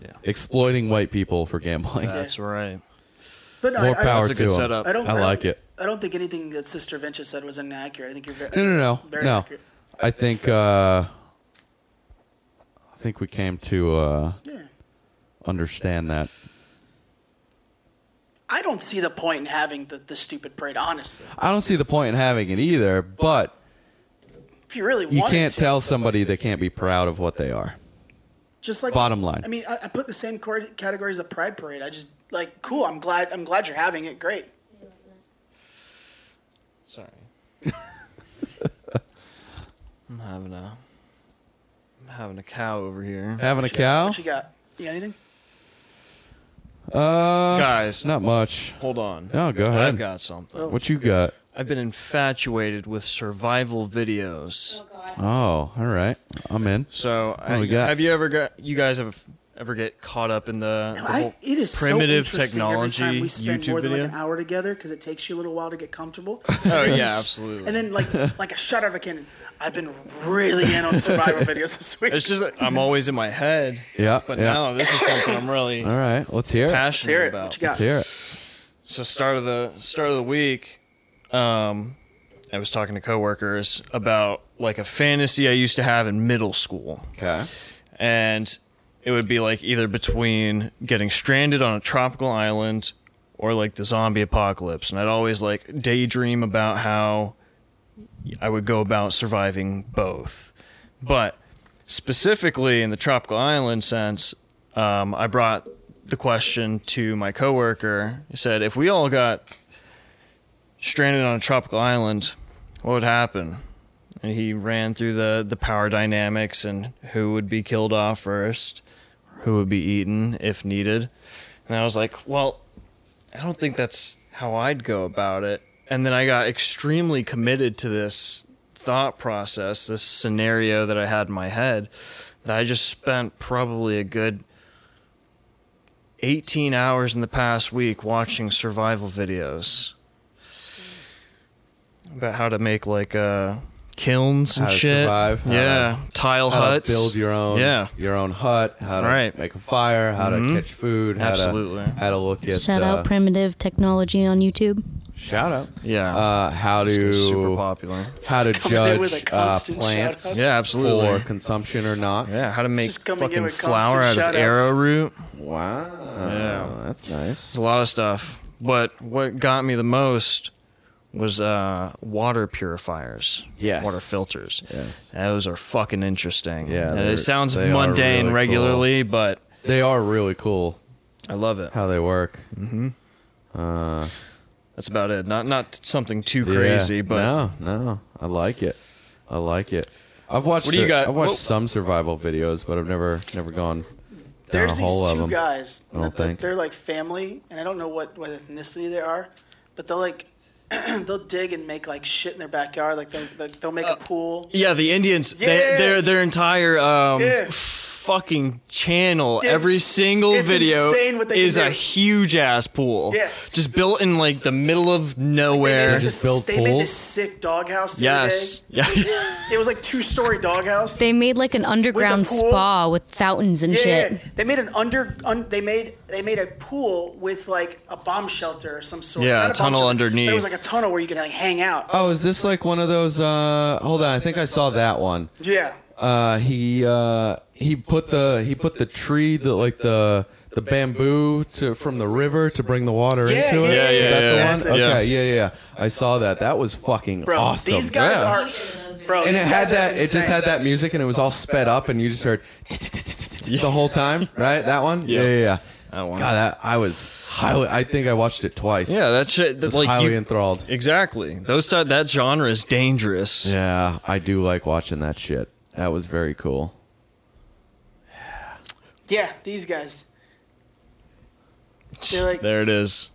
[SPEAKER 7] Yeah.
[SPEAKER 3] Exploiting white people for gambling.
[SPEAKER 7] That's right.
[SPEAKER 2] But no, I-
[SPEAKER 3] More
[SPEAKER 2] I, don't-
[SPEAKER 3] power to 'em. I, like it.
[SPEAKER 2] I don't think anything that Sister Venture said was inaccurate. I think you're very, I
[SPEAKER 3] No,
[SPEAKER 2] think
[SPEAKER 3] no,
[SPEAKER 2] you're
[SPEAKER 3] no,
[SPEAKER 2] very
[SPEAKER 3] no.
[SPEAKER 2] accurate.
[SPEAKER 3] I think uh, I think we came to uh, understand that.
[SPEAKER 2] I don't see the point in having the, the stupid parade. Honestly,
[SPEAKER 3] I don't see the point in having it either, but
[SPEAKER 2] if you really
[SPEAKER 3] you
[SPEAKER 2] want
[SPEAKER 3] can't
[SPEAKER 2] to,
[SPEAKER 3] tell somebody they can't be proud of what they are.
[SPEAKER 2] just like
[SPEAKER 3] bottom line.
[SPEAKER 2] I mean, I, I put the same cor- category as the Pride Parade. I just like cool. I'm glad. I'm glad you're having it. Great.
[SPEAKER 7] Sorry. I'm having a I'm having a cow over here.
[SPEAKER 3] Having a cow?
[SPEAKER 2] What you got? You got anything?
[SPEAKER 3] Uh,
[SPEAKER 7] Guys,
[SPEAKER 3] not much.
[SPEAKER 7] Hold on.
[SPEAKER 3] No, go ahead.
[SPEAKER 7] I've got something.
[SPEAKER 2] Oh.
[SPEAKER 3] What you got?
[SPEAKER 7] I've been infatuated with survival videos.
[SPEAKER 3] Oh, all right. I'm in.
[SPEAKER 7] So,
[SPEAKER 3] do
[SPEAKER 7] I-
[SPEAKER 3] we got?
[SPEAKER 7] have you ever got you guys have ever get caught up in the, the
[SPEAKER 2] I-
[SPEAKER 7] whole
[SPEAKER 2] it is so
[SPEAKER 7] primitive
[SPEAKER 2] interesting
[SPEAKER 7] technology
[SPEAKER 2] every time we spend
[SPEAKER 7] YouTube
[SPEAKER 2] more than
[SPEAKER 7] video?
[SPEAKER 2] like an hour together because it takes you a little while to get comfortable.
[SPEAKER 7] Oh,
[SPEAKER 2] then
[SPEAKER 7] yeah,
[SPEAKER 2] you s-
[SPEAKER 7] absolutely.
[SPEAKER 2] And then like like a shot out of a cannon. I've been really in on survival videos this week.
[SPEAKER 7] It's just that I'm always in my head.
[SPEAKER 3] Yeah,
[SPEAKER 7] But
[SPEAKER 3] yeah.
[SPEAKER 7] now this is something I'm really
[SPEAKER 3] All right, let's hear it.
[SPEAKER 7] passionate about.
[SPEAKER 3] Let's hear it.
[SPEAKER 7] So start of the start of the week, um, I was talking to coworkers about like a fantasy I used to have in middle school.
[SPEAKER 3] Okay.
[SPEAKER 7] And it would be like either between getting stranded on a tropical island or like the zombie apocalypse. And I'd always like daydream about how I would go about surviving both. But specifically in the tropical island sense, um, I brought the question to my coworker. I said, if we all got stranded on a tropical island, what would happen? And he ran through the, the power dynamics and who would be killed off first, who would be eaten if needed. And I was like, well, I don't think that's how I'd go about it. And then I got extremely committed to this thought process, this scenario that I had in my head, that I just spent probably a good 18 hours in the past week watching survival videos about how to make like uh, kilns and
[SPEAKER 3] how to
[SPEAKER 7] shit.
[SPEAKER 3] survive. how to-
[SPEAKER 7] yeah, tile
[SPEAKER 3] how to
[SPEAKER 7] huts.
[SPEAKER 3] build your own.
[SPEAKER 7] Yeah,
[SPEAKER 3] your own hut. How to
[SPEAKER 7] Right.
[SPEAKER 3] make a fire. How
[SPEAKER 7] Mhm.
[SPEAKER 3] to catch food. How
[SPEAKER 7] Absolutely.
[SPEAKER 3] To, how to look at.
[SPEAKER 9] Shout out
[SPEAKER 3] uh,
[SPEAKER 9] primitive technology on YouTube.
[SPEAKER 3] Shout out.
[SPEAKER 7] Yeah.
[SPEAKER 3] Uh, how to
[SPEAKER 7] super popular.
[SPEAKER 3] How to
[SPEAKER 7] Coming in with a
[SPEAKER 3] judge uh,
[SPEAKER 7] constant
[SPEAKER 3] plants?
[SPEAKER 7] shout-out. Yeah, absolutely.
[SPEAKER 3] For consumption or not?
[SPEAKER 7] Yeah. How to make
[SPEAKER 3] Just
[SPEAKER 2] coming in
[SPEAKER 7] fucking
[SPEAKER 2] with
[SPEAKER 7] flour out
[SPEAKER 2] constant
[SPEAKER 7] of
[SPEAKER 2] shout-outs.
[SPEAKER 7] arrowroot.
[SPEAKER 3] Wow.
[SPEAKER 7] Yeah,
[SPEAKER 3] that's nice.
[SPEAKER 7] It's a lot of stuff. But what got me the most was uh, water purifiers.
[SPEAKER 3] Yes.
[SPEAKER 7] Water filters.
[SPEAKER 3] Yes.
[SPEAKER 7] Those are fucking interesting.
[SPEAKER 3] Yeah,
[SPEAKER 7] And
[SPEAKER 3] they're-
[SPEAKER 7] it sounds
[SPEAKER 3] they are
[SPEAKER 7] mundane
[SPEAKER 3] really cool.
[SPEAKER 7] regularly, but
[SPEAKER 3] They are really cool.
[SPEAKER 7] I love it.
[SPEAKER 3] How they work.
[SPEAKER 7] Mm-hmm.
[SPEAKER 3] Uh,
[SPEAKER 7] That's about it. Not not something too
[SPEAKER 3] yeah.
[SPEAKER 7] crazy, but
[SPEAKER 3] no, no, I like it. I like it. I've watched.
[SPEAKER 7] What do you
[SPEAKER 3] it-
[SPEAKER 7] got?
[SPEAKER 3] I've watched
[SPEAKER 7] Whoa.
[SPEAKER 3] some survival videos, but I've never, never gone. Down
[SPEAKER 2] There's
[SPEAKER 3] a whole
[SPEAKER 2] these
[SPEAKER 3] of
[SPEAKER 2] two
[SPEAKER 3] them.
[SPEAKER 2] guys.
[SPEAKER 3] I don't
[SPEAKER 2] that- that
[SPEAKER 3] think.
[SPEAKER 2] They're like family, and I don't know what, what ethnicity they are, but they'll like they'll dig and make like shit in their backyard. Like they'll, like, they'll
[SPEAKER 7] Uh,
[SPEAKER 2] make a pool.
[SPEAKER 7] yeah, the Indians,
[SPEAKER 2] Yeah.
[SPEAKER 7] they, their their entire um,
[SPEAKER 2] Yeah.
[SPEAKER 7] fucking channel,
[SPEAKER 2] It's-
[SPEAKER 7] every single
[SPEAKER 2] it's
[SPEAKER 7] video
[SPEAKER 2] insane what they can
[SPEAKER 7] is a
[SPEAKER 2] do.
[SPEAKER 7] huge ass pool.
[SPEAKER 2] Yeah.
[SPEAKER 7] just built in like the middle of nowhere.
[SPEAKER 2] They, they made this sick doghouse the
[SPEAKER 7] Yes.
[SPEAKER 2] other day. Yeah. it was like two story doghouse.
[SPEAKER 9] They made like an underground
[SPEAKER 2] pool?
[SPEAKER 9] spa with fountains and
[SPEAKER 2] yeah,
[SPEAKER 9] shit.
[SPEAKER 2] yeah. They made an under un, they made they made a pool with like a bomb shelter or some sort.
[SPEAKER 3] Yeah,
[SPEAKER 2] Not
[SPEAKER 3] a tunnel
[SPEAKER 2] bomb shelter,
[SPEAKER 3] underneath.
[SPEAKER 2] There was like a tunnel where you could like hang out.
[SPEAKER 3] Oh, is this like one of those? Uh, hold on, I think I saw that one.
[SPEAKER 2] Yeah.
[SPEAKER 3] Uh, he uh, he put the he put the tree the like the the bamboo to from the river to bring the water
[SPEAKER 2] Yeah,
[SPEAKER 3] into it.
[SPEAKER 2] yeah,
[SPEAKER 3] Is
[SPEAKER 2] yeah,
[SPEAKER 3] that the
[SPEAKER 2] yeah.
[SPEAKER 3] one?
[SPEAKER 2] That's it.
[SPEAKER 3] Okay, yeah. yeah, yeah. I saw that. That was fucking
[SPEAKER 2] Bro,
[SPEAKER 3] awesome.
[SPEAKER 2] these guys
[SPEAKER 3] Yeah.
[SPEAKER 2] are bro.
[SPEAKER 3] and
[SPEAKER 2] these
[SPEAKER 3] it had
[SPEAKER 2] guys are
[SPEAKER 3] that. It just
[SPEAKER 2] insane.
[SPEAKER 3] had that music, and it was all sped up, and you just heard the whole time, right? That one. Yeah, yeah, yeah.
[SPEAKER 7] That one.
[SPEAKER 3] God, that I was highly. I think I watched it twice.
[SPEAKER 7] Yeah, that shit. That's
[SPEAKER 3] was
[SPEAKER 7] like
[SPEAKER 3] highly
[SPEAKER 7] you,
[SPEAKER 3] enthralled.
[SPEAKER 7] Exactly. Those type- that genre is dangerous.
[SPEAKER 3] Yeah, I do like watching that shit. That was very cool.
[SPEAKER 2] Yeah, these guys. They're like,
[SPEAKER 7] There it is.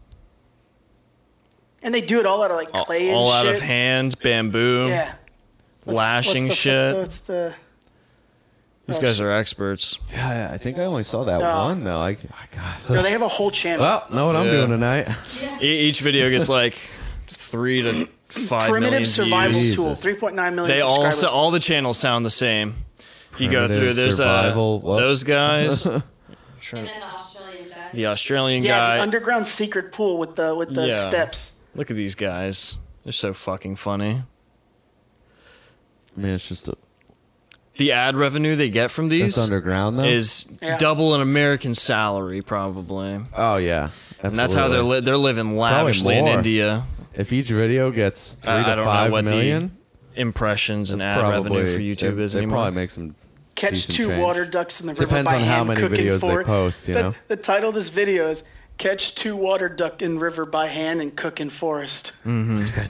[SPEAKER 2] and they do it all out of like
[SPEAKER 7] All,
[SPEAKER 2] clay and
[SPEAKER 7] all
[SPEAKER 2] shit.
[SPEAKER 7] out of hand, bamboo,
[SPEAKER 2] Yeah. What's-
[SPEAKER 7] lashing
[SPEAKER 2] what's the-
[SPEAKER 7] shit.
[SPEAKER 2] What's the, what's the
[SPEAKER 7] These guys are experts.
[SPEAKER 3] Yeah, I think I only saw that
[SPEAKER 2] No.
[SPEAKER 3] one though. I, I God.
[SPEAKER 2] No, they have a whole channel.
[SPEAKER 3] Well, know what I'm
[SPEAKER 7] Yeah.
[SPEAKER 3] doing tonight.
[SPEAKER 7] E- each video gets like three to five million
[SPEAKER 2] Primitive survival
[SPEAKER 7] views.
[SPEAKER 2] tool. 3.9 million
[SPEAKER 7] They all
[SPEAKER 2] subscribers.
[SPEAKER 7] so, all the channels sound the same. If you go
[SPEAKER 3] Primitive
[SPEAKER 7] through, there's uh,
[SPEAKER 3] survival, what?
[SPEAKER 7] those guys. Sure. the Australian
[SPEAKER 2] yeah,
[SPEAKER 7] guy.
[SPEAKER 2] the underground secret pool with the with the
[SPEAKER 7] Yeah.
[SPEAKER 2] steps.
[SPEAKER 7] Look at these guys. They're so fucking funny.
[SPEAKER 3] I mean, it's just a,
[SPEAKER 7] The ad revenue they get from
[SPEAKER 3] it's
[SPEAKER 7] these
[SPEAKER 3] underground though.
[SPEAKER 7] is
[SPEAKER 2] Yeah.
[SPEAKER 7] double an American salary probably.
[SPEAKER 3] oh yeah,
[SPEAKER 7] And that's how they're
[SPEAKER 3] absolutely.
[SPEAKER 7] li- they're living
[SPEAKER 3] Probably
[SPEAKER 7] lavishly in
[SPEAKER 3] more.
[SPEAKER 7] India.
[SPEAKER 3] If each video gets three
[SPEAKER 7] I, I
[SPEAKER 3] to
[SPEAKER 7] don't know
[SPEAKER 3] five
[SPEAKER 7] what
[SPEAKER 3] million,
[SPEAKER 7] the impressions and
[SPEAKER 3] that's
[SPEAKER 7] ad revenue for YouTube
[SPEAKER 3] they,
[SPEAKER 7] is
[SPEAKER 3] they
[SPEAKER 7] anymore.
[SPEAKER 3] probably make some
[SPEAKER 2] Catch
[SPEAKER 3] decent
[SPEAKER 2] two
[SPEAKER 3] change.
[SPEAKER 2] water ducks in the river
[SPEAKER 3] Depends
[SPEAKER 2] by
[SPEAKER 3] on how
[SPEAKER 2] hand
[SPEAKER 3] many
[SPEAKER 2] cooking
[SPEAKER 3] videos they
[SPEAKER 2] fork.
[SPEAKER 3] post, you
[SPEAKER 2] the,
[SPEAKER 3] know?
[SPEAKER 2] The title of this video is "Catch two water duck in river by hand and cook in forest."
[SPEAKER 7] Mm-hmm. Those are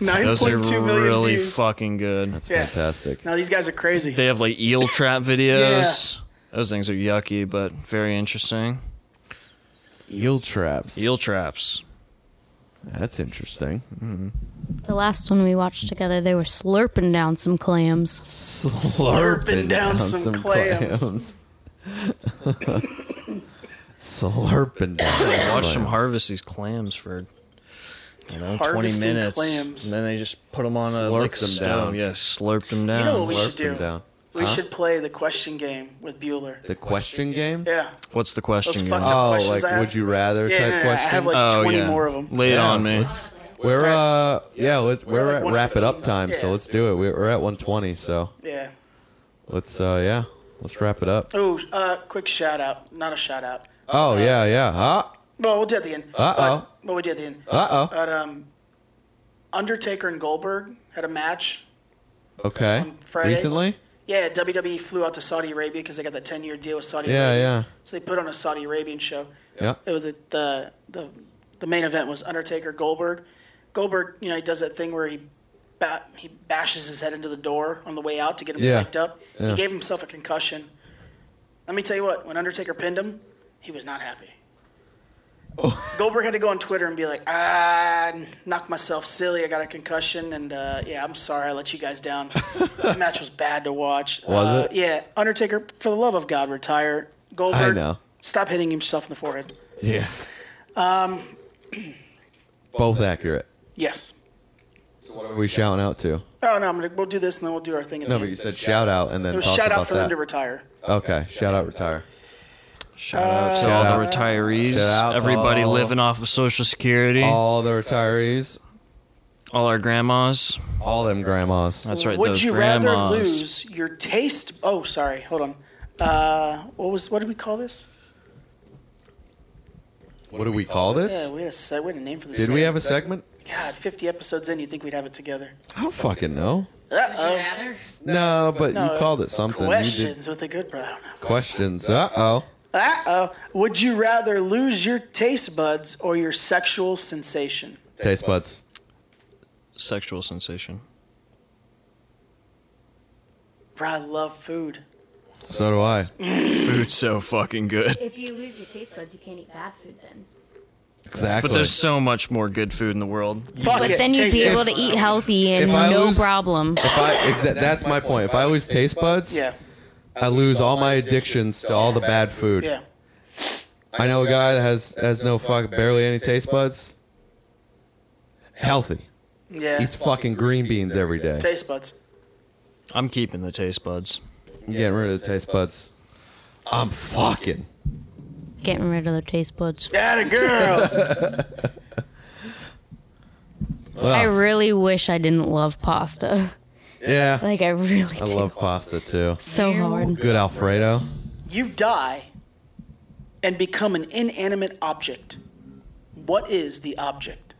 [SPEAKER 2] 9.2 million
[SPEAKER 7] really
[SPEAKER 2] views.
[SPEAKER 7] fucking good. That's
[SPEAKER 2] Yeah.
[SPEAKER 3] fantastic.
[SPEAKER 2] Now these guys are crazy.
[SPEAKER 7] They have like eel trap videos. Those things are yucky, but very interesting.
[SPEAKER 3] eel traps.
[SPEAKER 7] Eel traps.
[SPEAKER 3] That's interesting.
[SPEAKER 9] The last one we watched together, they were slurping down some clams.
[SPEAKER 3] Slurping
[SPEAKER 2] Slurping down some clams.
[SPEAKER 3] Slurping down.
[SPEAKER 7] Watch
[SPEAKER 3] clams.
[SPEAKER 7] them harvest these clams for you know
[SPEAKER 2] Harvesting
[SPEAKER 7] twenty minutes,
[SPEAKER 2] clams.
[SPEAKER 7] and then they just put them on a like
[SPEAKER 3] Slurp them
[SPEAKER 7] stone.
[SPEAKER 3] down.
[SPEAKER 7] Yeah, slurped them down.
[SPEAKER 2] You know what we should
[SPEAKER 3] Slurp 'em
[SPEAKER 2] do?
[SPEAKER 3] down.
[SPEAKER 2] We
[SPEAKER 3] Huh?
[SPEAKER 2] should play the question game with Bueller.
[SPEAKER 3] The question game.
[SPEAKER 2] Yeah.
[SPEAKER 7] What's the question?
[SPEAKER 2] Those
[SPEAKER 7] game?
[SPEAKER 2] fucked up
[SPEAKER 3] Oh,
[SPEAKER 2] questions
[SPEAKER 3] like
[SPEAKER 2] I have.
[SPEAKER 3] would you rather
[SPEAKER 2] Yeah, no,
[SPEAKER 3] type
[SPEAKER 2] no, I
[SPEAKER 3] question?
[SPEAKER 2] have, like, Oh, 20 yeah. more of 'em.
[SPEAKER 7] Lay it on me.
[SPEAKER 3] let's- We're uh yeah, let's, we're, at wrap it up time, so let's do it. We're, we're at 120, so
[SPEAKER 2] Yeah.
[SPEAKER 3] let's uh yeah, let's wrap it up.
[SPEAKER 2] Oh, uh, quick shout out. Not a shout out.
[SPEAKER 3] Oh yeah, yeah. Ah,
[SPEAKER 2] Well, we'll do it at the end.
[SPEAKER 3] Uh oh.
[SPEAKER 2] Well, we do at the end.
[SPEAKER 3] Uh-oh.
[SPEAKER 2] But um, Undertaker and Goldberg had a match.
[SPEAKER 3] Okay.
[SPEAKER 2] Friday?
[SPEAKER 3] Recently?
[SPEAKER 2] Yeah, WWE flew out to Saudi Arabia because they got that ten year deal with Saudi
[SPEAKER 3] Yeah,
[SPEAKER 2] Arabia.
[SPEAKER 3] yeah.
[SPEAKER 2] So they put on a Saudi Arabian show.
[SPEAKER 3] Yeah.
[SPEAKER 2] It was the the the, the main event was Undertaker Goldberg. Goldberg, you know, he does that thing where he ba- he bashes his head into the door on the way out to get him
[SPEAKER 3] Yeah.
[SPEAKER 2] psyched up.
[SPEAKER 3] Yeah.
[SPEAKER 2] He gave himself a concussion. Let me tell you what, when Undertaker pinned him, he was not happy.
[SPEAKER 3] Oh.
[SPEAKER 2] Goldberg had to go on Twitter and be like, "Ah, knocked myself silly. I got a concussion, and uh, yeah, I'm sorry I let you guys down. the match was bad to watch.
[SPEAKER 3] Was
[SPEAKER 2] uh,
[SPEAKER 3] it?
[SPEAKER 2] Yeah, Undertaker, for the love of God, retire. Goldberg,
[SPEAKER 3] I know.
[SPEAKER 2] stop hitting himself in the forehead.
[SPEAKER 3] Yeah.
[SPEAKER 2] Um,
[SPEAKER 3] Both accurate.
[SPEAKER 2] yes,
[SPEAKER 3] What are we shouting out to?
[SPEAKER 2] Oh no, I'm gonna, we'll do this and then we'll do our thing. at
[SPEAKER 3] No,
[SPEAKER 2] the
[SPEAKER 3] but
[SPEAKER 2] end.
[SPEAKER 3] you said shout out and then
[SPEAKER 2] It was
[SPEAKER 3] talk
[SPEAKER 2] shout out
[SPEAKER 3] about
[SPEAKER 2] for
[SPEAKER 3] that.
[SPEAKER 2] them to retire.
[SPEAKER 3] Okay, shout out retire.
[SPEAKER 7] Shout out Uh, to
[SPEAKER 3] Shout
[SPEAKER 7] all the
[SPEAKER 3] out.
[SPEAKER 7] retirees,
[SPEAKER 3] Shout out to
[SPEAKER 7] everybody
[SPEAKER 3] all-
[SPEAKER 7] living off of Social Security,
[SPEAKER 3] all the retirees,
[SPEAKER 7] all our grandmas,
[SPEAKER 3] all them grandmas.
[SPEAKER 7] That's right.
[SPEAKER 2] Would
[SPEAKER 7] those
[SPEAKER 2] you
[SPEAKER 7] grandmas.
[SPEAKER 2] rather lose your taste? Oh, sorry. Hold on. Uh, what was what did we call this?
[SPEAKER 3] What do we call this?
[SPEAKER 2] Yeah, we had a se- we had a name for this.
[SPEAKER 3] Did we have a segment?
[SPEAKER 2] God, 50 episodes in, you'd think we'd have it together.
[SPEAKER 3] I don't fucking know.
[SPEAKER 2] Uh-oh.
[SPEAKER 3] No, but
[SPEAKER 2] No,
[SPEAKER 3] you
[SPEAKER 2] it's
[SPEAKER 3] called it something. You did-
[SPEAKER 2] Questions with a good brother.
[SPEAKER 3] questions. Uh oh.
[SPEAKER 2] Uh oh. Would you rather lose your taste buds or your sexual sensation?
[SPEAKER 3] Taste buds.
[SPEAKER 7] Sexual sensation.
[SPEAKER 2] Bro, I love food.
[SPEAKER 3] So do I.
[SPEAKER 7] Food's so fucking good.
[SPEAKER 9] If you lose your taste buds, you can't eat bad food then.
[SPEAKER 3] Exactly.
[SPEAKER 7] But there's so much more good food in the world.
[SPEAKER 9] but then you'd be able to eat healthy and
[SPEAKER 3] If I
[SPEAKER 9] no
[SPEAKER 3] lose-
[SPEAKER 9] problem.
[SPEAKER 3] If I, exa- that's my point. If I lose taste buds,
[SPEAKER 9] Yeah.
[SPEAKER 3] I lose all my addictions to all the bad food.
[SPEAKER 2] Yeah.
[SPEAKER 3] I know a guy that has has no fuck, barely any taste buds. Healthy.
[SPEAKER 2] Yeah.
[SPEAKER 3] Eats fucking green beans every day.
[SPEAKER 2] Taste buds.
[SPEAKER 7] I'm keeping the taste buds.
[SPEAKER 3] I'm getting rid of the taste buds. I'm fucking.
[SPEAKER 9] Getting rid of the taste buds.
[SPEAKER 2] That a girl.
[SPEAKER 3] What
[SPEAKER 9] I
[SPEAKER 3] else?
[SPEAKER 9] really wish I didn't love pasta.
[SPEAKER 3] yeah.
[SPEAKER 9] Like I really
[SPEAKER 3] I
[SPEAKER 9] do.
[SPEAKER 3] love pasta too.
[SPEAKER 9] So hard.
[SPEAKER 3] Good Alfredo.
[SPEAKER 2] You die and become an inanimate object. What is the object?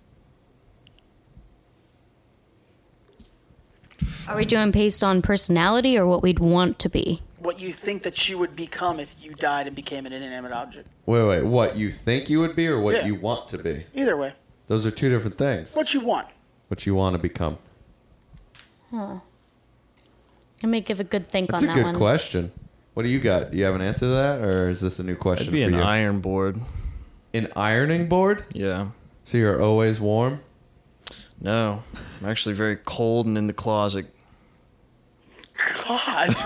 [SPEAKER 9] Are we doing based on personality or what we'd want to be?
[SPEAKER 2] What you think that you would become if you died and became an inanimate object?
[SPEAKER 3] Wait, wait. What you think you would be or what
[SPEAKER 2] Yeah.
[SPEAKER 3] you want to be?
[SPEAKER 2] Either way,
[SPEAKER 3] Those are two different things.
[SPEAKER 2] what you want.
[SPEAKER 3] What you want to become.
[SPEAKER 9] Huh. I may give a good think
[SPEAKER 3] That's
[SPEAKER 9] on
[SPEAKER 3] a
[SPEAKER 9] that
[SPEAKER 3] good
[SPEAKER 9] one.
[SPEAKER 3] question. What do you got? Do you have an answer to that or is this a new question
[SPEAKER 7] I'd be
[SPEAKER 3] for
[SPEAKER 7] an
[SPEAKER 3] you?
[SPEAKER 7] iron board.
[SPEAKER 3] An ironing board?
[SPEAKER 7] Yeah.
[SPEAKER 3] So you're always warm?
[SPEAKER 7] No, I'm actually very cold and in the closet.
[SPEAKER 2] God.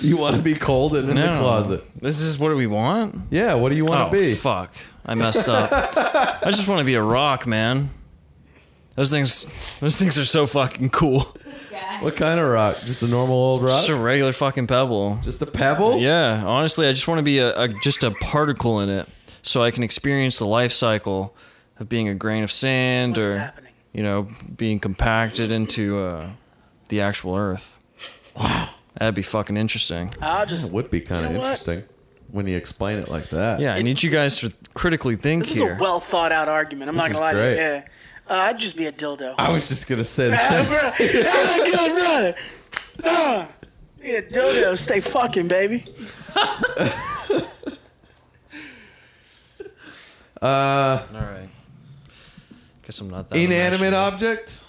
[SPEAKER 3] You want to be cold and in
[SPEAKER 7] No.
[SPEAKER 3] the closet.
[SPEAKER 7] This is what we want.
[SPEAKER 3] Yeah, what do you want
[SPEAKER 7] oh,
[SPEAKER 3] to be?
[SPEAKER 7] Fuck, I messed up. I just want to be a rock, man. Those things, those things are so fucking cool.
[SPEAKER 3] What kind of rock? Just a normal old rock?
[SPEAKER 7] Just a regular fucking pebble.
[SPEAKER 3] Just a pebble?
[SPEAKER 7] Yeah. Honestly, I just want to be a, a just a particle in it, so I can experience the life cycle of being a grain of sand, or you know, being compacted into uh, the actual Earth. Wow, that'd be fucking interesting.
[SPEAKER 2] I'll just
[SPEAKER 3] That would be kind of
[SPEAKER 2] You know what?
[SPEAKER 3] interesting when you explain it like that.
[SPEAKER 7] Yeah, I need you guys to critically think
[SPEAKER 2] This is
[SPEAKER 7] here.
[SPEAKER 2] a well thought out argument. I'm
[SPEAKER 3] This
[SPEAKER 2] not gonna lie
[SPEAKER 3] is
[SPEAKER 2] to you.
[SPEAKER 3] great.
[SPEAKER 2] Yeah. Uh, I'd just be a dildo.
[SPEAKER 3] I was just gonna say the
[SPEAKER 2] Ah,
[SPEAKER 3] same.
[SPEAKER 2] bro. Ah, good brother. Ah, be a dildo. Stay fucking, baby.
[SPEAKER 3] Uh,
[SPEAKER 7] All right. Guess I'm not that
[SPEAKER 3] inanimate
[SPEAKER 7] imaginative.
[SPEAKER 3] object.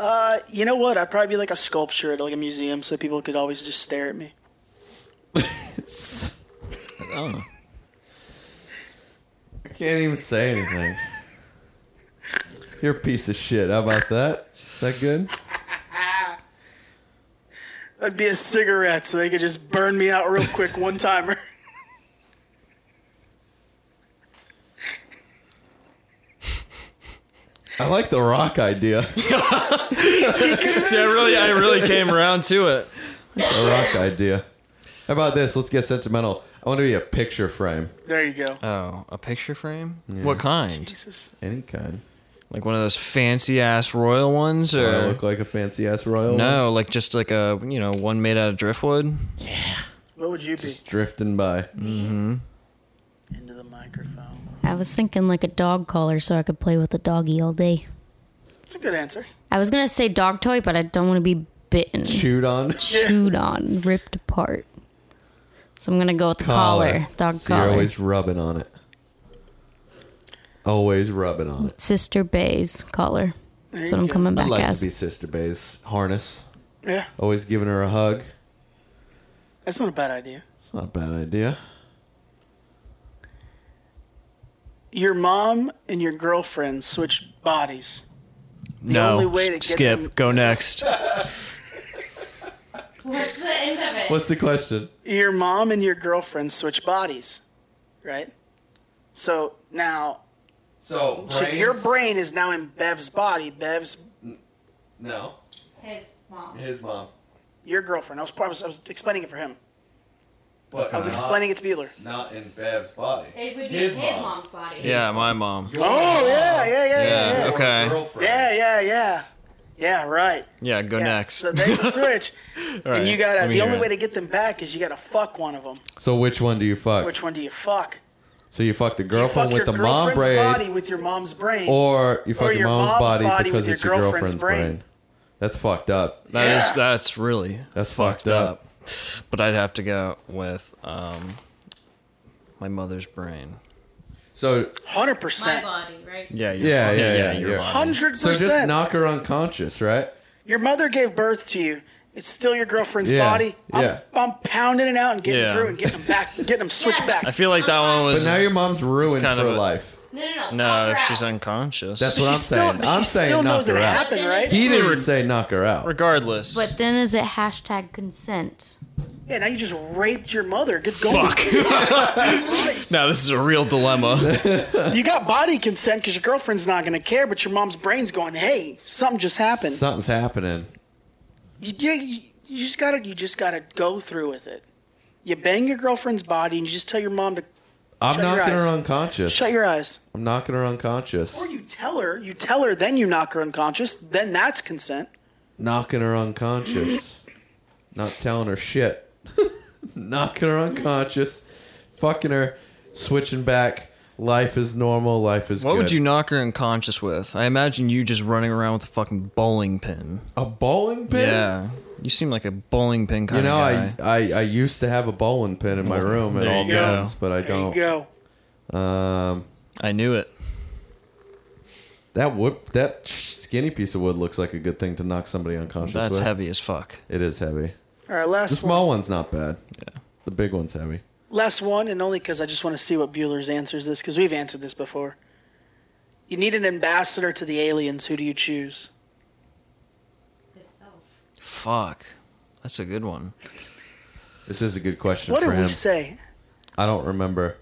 [SPEAKER 2] Uh, you know what? I'd probably be like a sculpture at like a museum, so people could always just stare at me.
[SPEAKER 7] Oh.
[SPEAKER 3] I can't even say anything. You're a piece of shit. How about that? Is that good?
[SPEAKER 2] I'd be a cigarette, so they could just burn me out real quick, one timer.
[SPEAKER 3] I like the rock idea.
[SPEAKER 7] See, I really, I really came around to it.
[SPEAKER 3] the rock idea. How about this? Let's get sentimental. I want to be a picture frame.
[SPEAKER 2] There you go.
[SPEAKER 7] Oh, a picture frame?
[SPEAKER 3] Yeah.
[SPEAKER 7] What kind?
[SPEAKER 2] Jesus.
[SPEAKER 3] Any kind.
[SPEAKER 7] Like one of those fancy ass royal ones,
[SPEAKER 3] Do
[SPEAKER 7] or
[SPEAKER 3] I look like a fancy ass royal?
[SPEAKER 7] no, like just like a you know one made out of driftwood.
[SPEAKER 2] What would you be?
[SPEAKER 3] Just drifting by.
[SPEAKER 7] Mm-hmm.
[SPEAKER 2] Into the microphone.
[SPEAKER 9] I was thinking like a dog collar so I could play with the doggy all day.
[SPEAKER 2] That's a good answer.
[SPEAKER 9] I was gonna say dog toy, but I don't want to be bitten,
[SPEAKER 3] Chewed on.
[SPEAKER 9] chewed on, ripped apart. So I'm gonna go with the collar, dog
[SPEAKER 3] so
[SPEAKER 9] collar.
[SPEAKER 3] You're always rubbing on it. Always rubbing on it.
[SPEAKER 9] Sister Bay's collar. That's what I'm coming back
[SPEAKER 3] I'd like
[SPEAKER 9] as.
[SPEAKER 3] to be Sister Bay's harness.
[SPEAKER 2] Yeah.
[SPEAKER 3] Always giving her a hug.
[SPEAKER 2] That's not a bad idea.
[SPEAKER 3] It's not a bad idea.
[SPEAKER 2] Your mom and your girlfriend switch bodies. The
[SPEAKER 7] no,
[SPEAKER 2] only way to get
[SPEAKER 7] skip.
[SPEAKER 2] them-
[SPEAKER 7] Go next.
[SPEAKER 9] What's the end of it?
[SPEAKER 3] What's the question?
[SPEAKER 2] your mom and your girlfriend switch bodies, right? So now,
[SPEAKER 3] So,
[SPEAKER 2] so your brain is now in Bev's body. Bev's
[SPEAKER 12] No.
[SPEAKER 9] His mom.
[SPEAKER 12] His mom.
[SPEAKER 2] Your girlfriend. I was, I was, I was explaining it for him.
[SPEAKER 12] But
[SPEAKER 2] I was
[SPEAKER 3] Uh-huh.
[SPEAKER 12] not-
[SPEAKER 2] explaining it to Bueller.
[SPEAKER 12] Not in Bev's body.
[SPEAKER 9] It would be
[SPEAKER 12] His
[SPEAKER 9] his,
[SPEAKER 12] mom.
[SPEAKER 9] mom's body.
[SPEAKER 7] Yeah, my mom.
[SPEAKER 2] Oh yeah, yeah, yeah, yeah. yeah.
[SPEAKER 7] Okay.
[SPEAKER 2] Yeah, yeah, yeah. Yeah, right.
[SPEAKER 7] Yeah. Go
[SPEAKER 2] yeah.
[SPEAKER 7] next.
[SPEAKER 2] So they switch,
[SPEAKER 7] All
[SPEAKER 2] and
[SPEAKER 7] right,
[SPEAKER 2] you gotta.
[SPEAKER 7] let me
[SPEAKER 2] The
[SPEAKER 7] hear
[SPEAKER 2] only
[SPEAKER 7] it.
[SPEAKER 2] way to get them back is you gotta fuck one of them.
[SPEAKER 3] So which one do you fuck?
[SPEAKER 2] Which one do you fuck?
[SPEAKER 3] so you fuck the
[SPEAKER 2] Do you
[SPEAKER 3] girlfriend
[SPEAKER 2] fuck your
[SPEAKER 3] with the mom
[SPEAKER 2] girlfriend's
[SPEAKER 3] braid,
[SPEAKER 2] body with your mom's brain,
[SPEAKER 3] or you fuck
[SPEAKER 2] or
[SPEAKER 3] your, mom's, body, because
[SPEAKER 2] with
[SPEAKER 3] it's
[SPEAKER 2] your girlfriend's,
[SPEAKER 3] brain.
[SPEAKER 2] brain?
[SPEAKER 3] That's fucked up.
[SPEAKER 7] That is that's really
[SPEAKER 3] That's
[SPEAKER 7] fucked,
[SPEAKER 3] fucked
[SPEAKER 7] up. But I'd have to go with um, my mother's brain.
[SPEAKER 3] So
[SPEAKER 2] Hundred percent.
[SPEAKER 9] My body, right?
[SPEAKER 7] yeah, your
[SPEAKER 3] yeah, yeah,
[SPEAKER 7] body.
[SPEAKER 3] yeah,
[SPEAKER 7] Yeah,
[SPEAKER 3] yeah,
[SPEAKER 7] your body.
[SPEAKER 3] So
[SPEAKER 2] 100%.
[SPEAKER 3] just knock her unconscious, right?
[SPEAKER 2] Your mother gave birth to you. It's still your girlfriend's
[SPEAKER 3] Yeah,
[SPEAKER 2] body. I'm,
[SPEAKER 3] yeah.
[SPEAKER 2] I'm pounding it out and getting
[SPEAKER 3] Yeah.
[SPEAKER 2] through and getting them back, getting them switched back.
[SPEAKER 7] I feel like that one was.
[SPEAKER 3] But now your mom's ruined
[SPEAKER 7] kind
[SPEAKER 3] for
[SPEAKER 7] of a-
[SPEAKER 3] life.
[SPEAKER 9] No, no,
[SPEAKER 7] No, if she's unconscious.
[SPEAKER 3] That's what I'm saying. I'm saying knock her out. He didn't say knock her out.
[SPEAKER 7] Regardless.
[SPEAKER 9] But then is it hashtag consent?
[SPEAKER 2] Yeah, now you just raped your mother. Good going.
[SPEAKER 7] Fuck. Now this is a real dilemma.
[SPEAKER 2] you got body consent because your girlfriend's not going to care, but your mom's brain's going, "Hey, something just happened."
[SPEAKER 3] Something's happening.
[SPEAKER 2] you, you, you just gotta, you just gotta go through with it. You bang your girlfriend's body and you just tell your mom to
[SPEAKER 3] I'm
[SPEAKER 2] Shut your
[SPEAKER 3] knocking
[SPEAKER 2] eyes.
[SPEAKER 3] her unconscious.
[SPEAKER 2] shut your eyes.
[SPEAKER 3] I'm knocking her unconscious.
[SPEAKER 2] Or you tell her, you tell her, then you knock her unconscious. Then that's consent.
[SPEAKER 3] Knocking her unconscious. Not telling her shit. knocking her unconscious. Fucking her. Switching back. Life is normal. Life is
[SPEAKER 7] What
[SPEAKER 3] good.
[SPEAKER 7] would you knock her unconscious with? I imagine you just running around with a fucking bowling pin.
[SPEAKER 3] A bowling pin?
[SPEAKER 7] Yeah. You seem like a bowling pin kind
[SPEAKER 3] You know,
[SPEAKER 7] of guy.
[SPEAKER 3] I, I, I used to have a bowling pin in my
[SPEAKER 7] Well,
[SPEAKER 3] room at
[SPEAKER 7] there
[SPEAKER 3] all
[SPEAKER 7] you go.
[SPEAKER 3] times, but I
[SPEAKER 7] There
[SPEAKER 3] don't.
[SPEAKER 7] you
[SPEAKER 3] go. Um,
[SPEAKER 7] I knew it.
[SPEAKER 3] That wood, that skinny piece of wood looks like a good thing to knock somebody unconscious
[SPEAKER 7] That's
[SPEAKER 3] with.
[SPEAKER 7] heavy as fuck.
[SPEAKER 3] It is heavy.
[SPEAKER 2] All right, last
[SPEAKER 3] The small one's not bad. Yeah. The big one's heavy.
[SPEAKER 2] Last one, and only because I just want to see what Bueller's answers this because we've answered this before. You need an ambassador to the aliens. Who do you choose?
[SPEAKER 7] Fuck. That's a good one.
[SPEAKER 3] This is a good question
[SPEAKER 2] What
[SPEAKER 3] for
[SPEAKER 2] did we
[SPEAKER 3] him.
[SPEAKER 2] say?
[SPEAKER 3] I don't remember.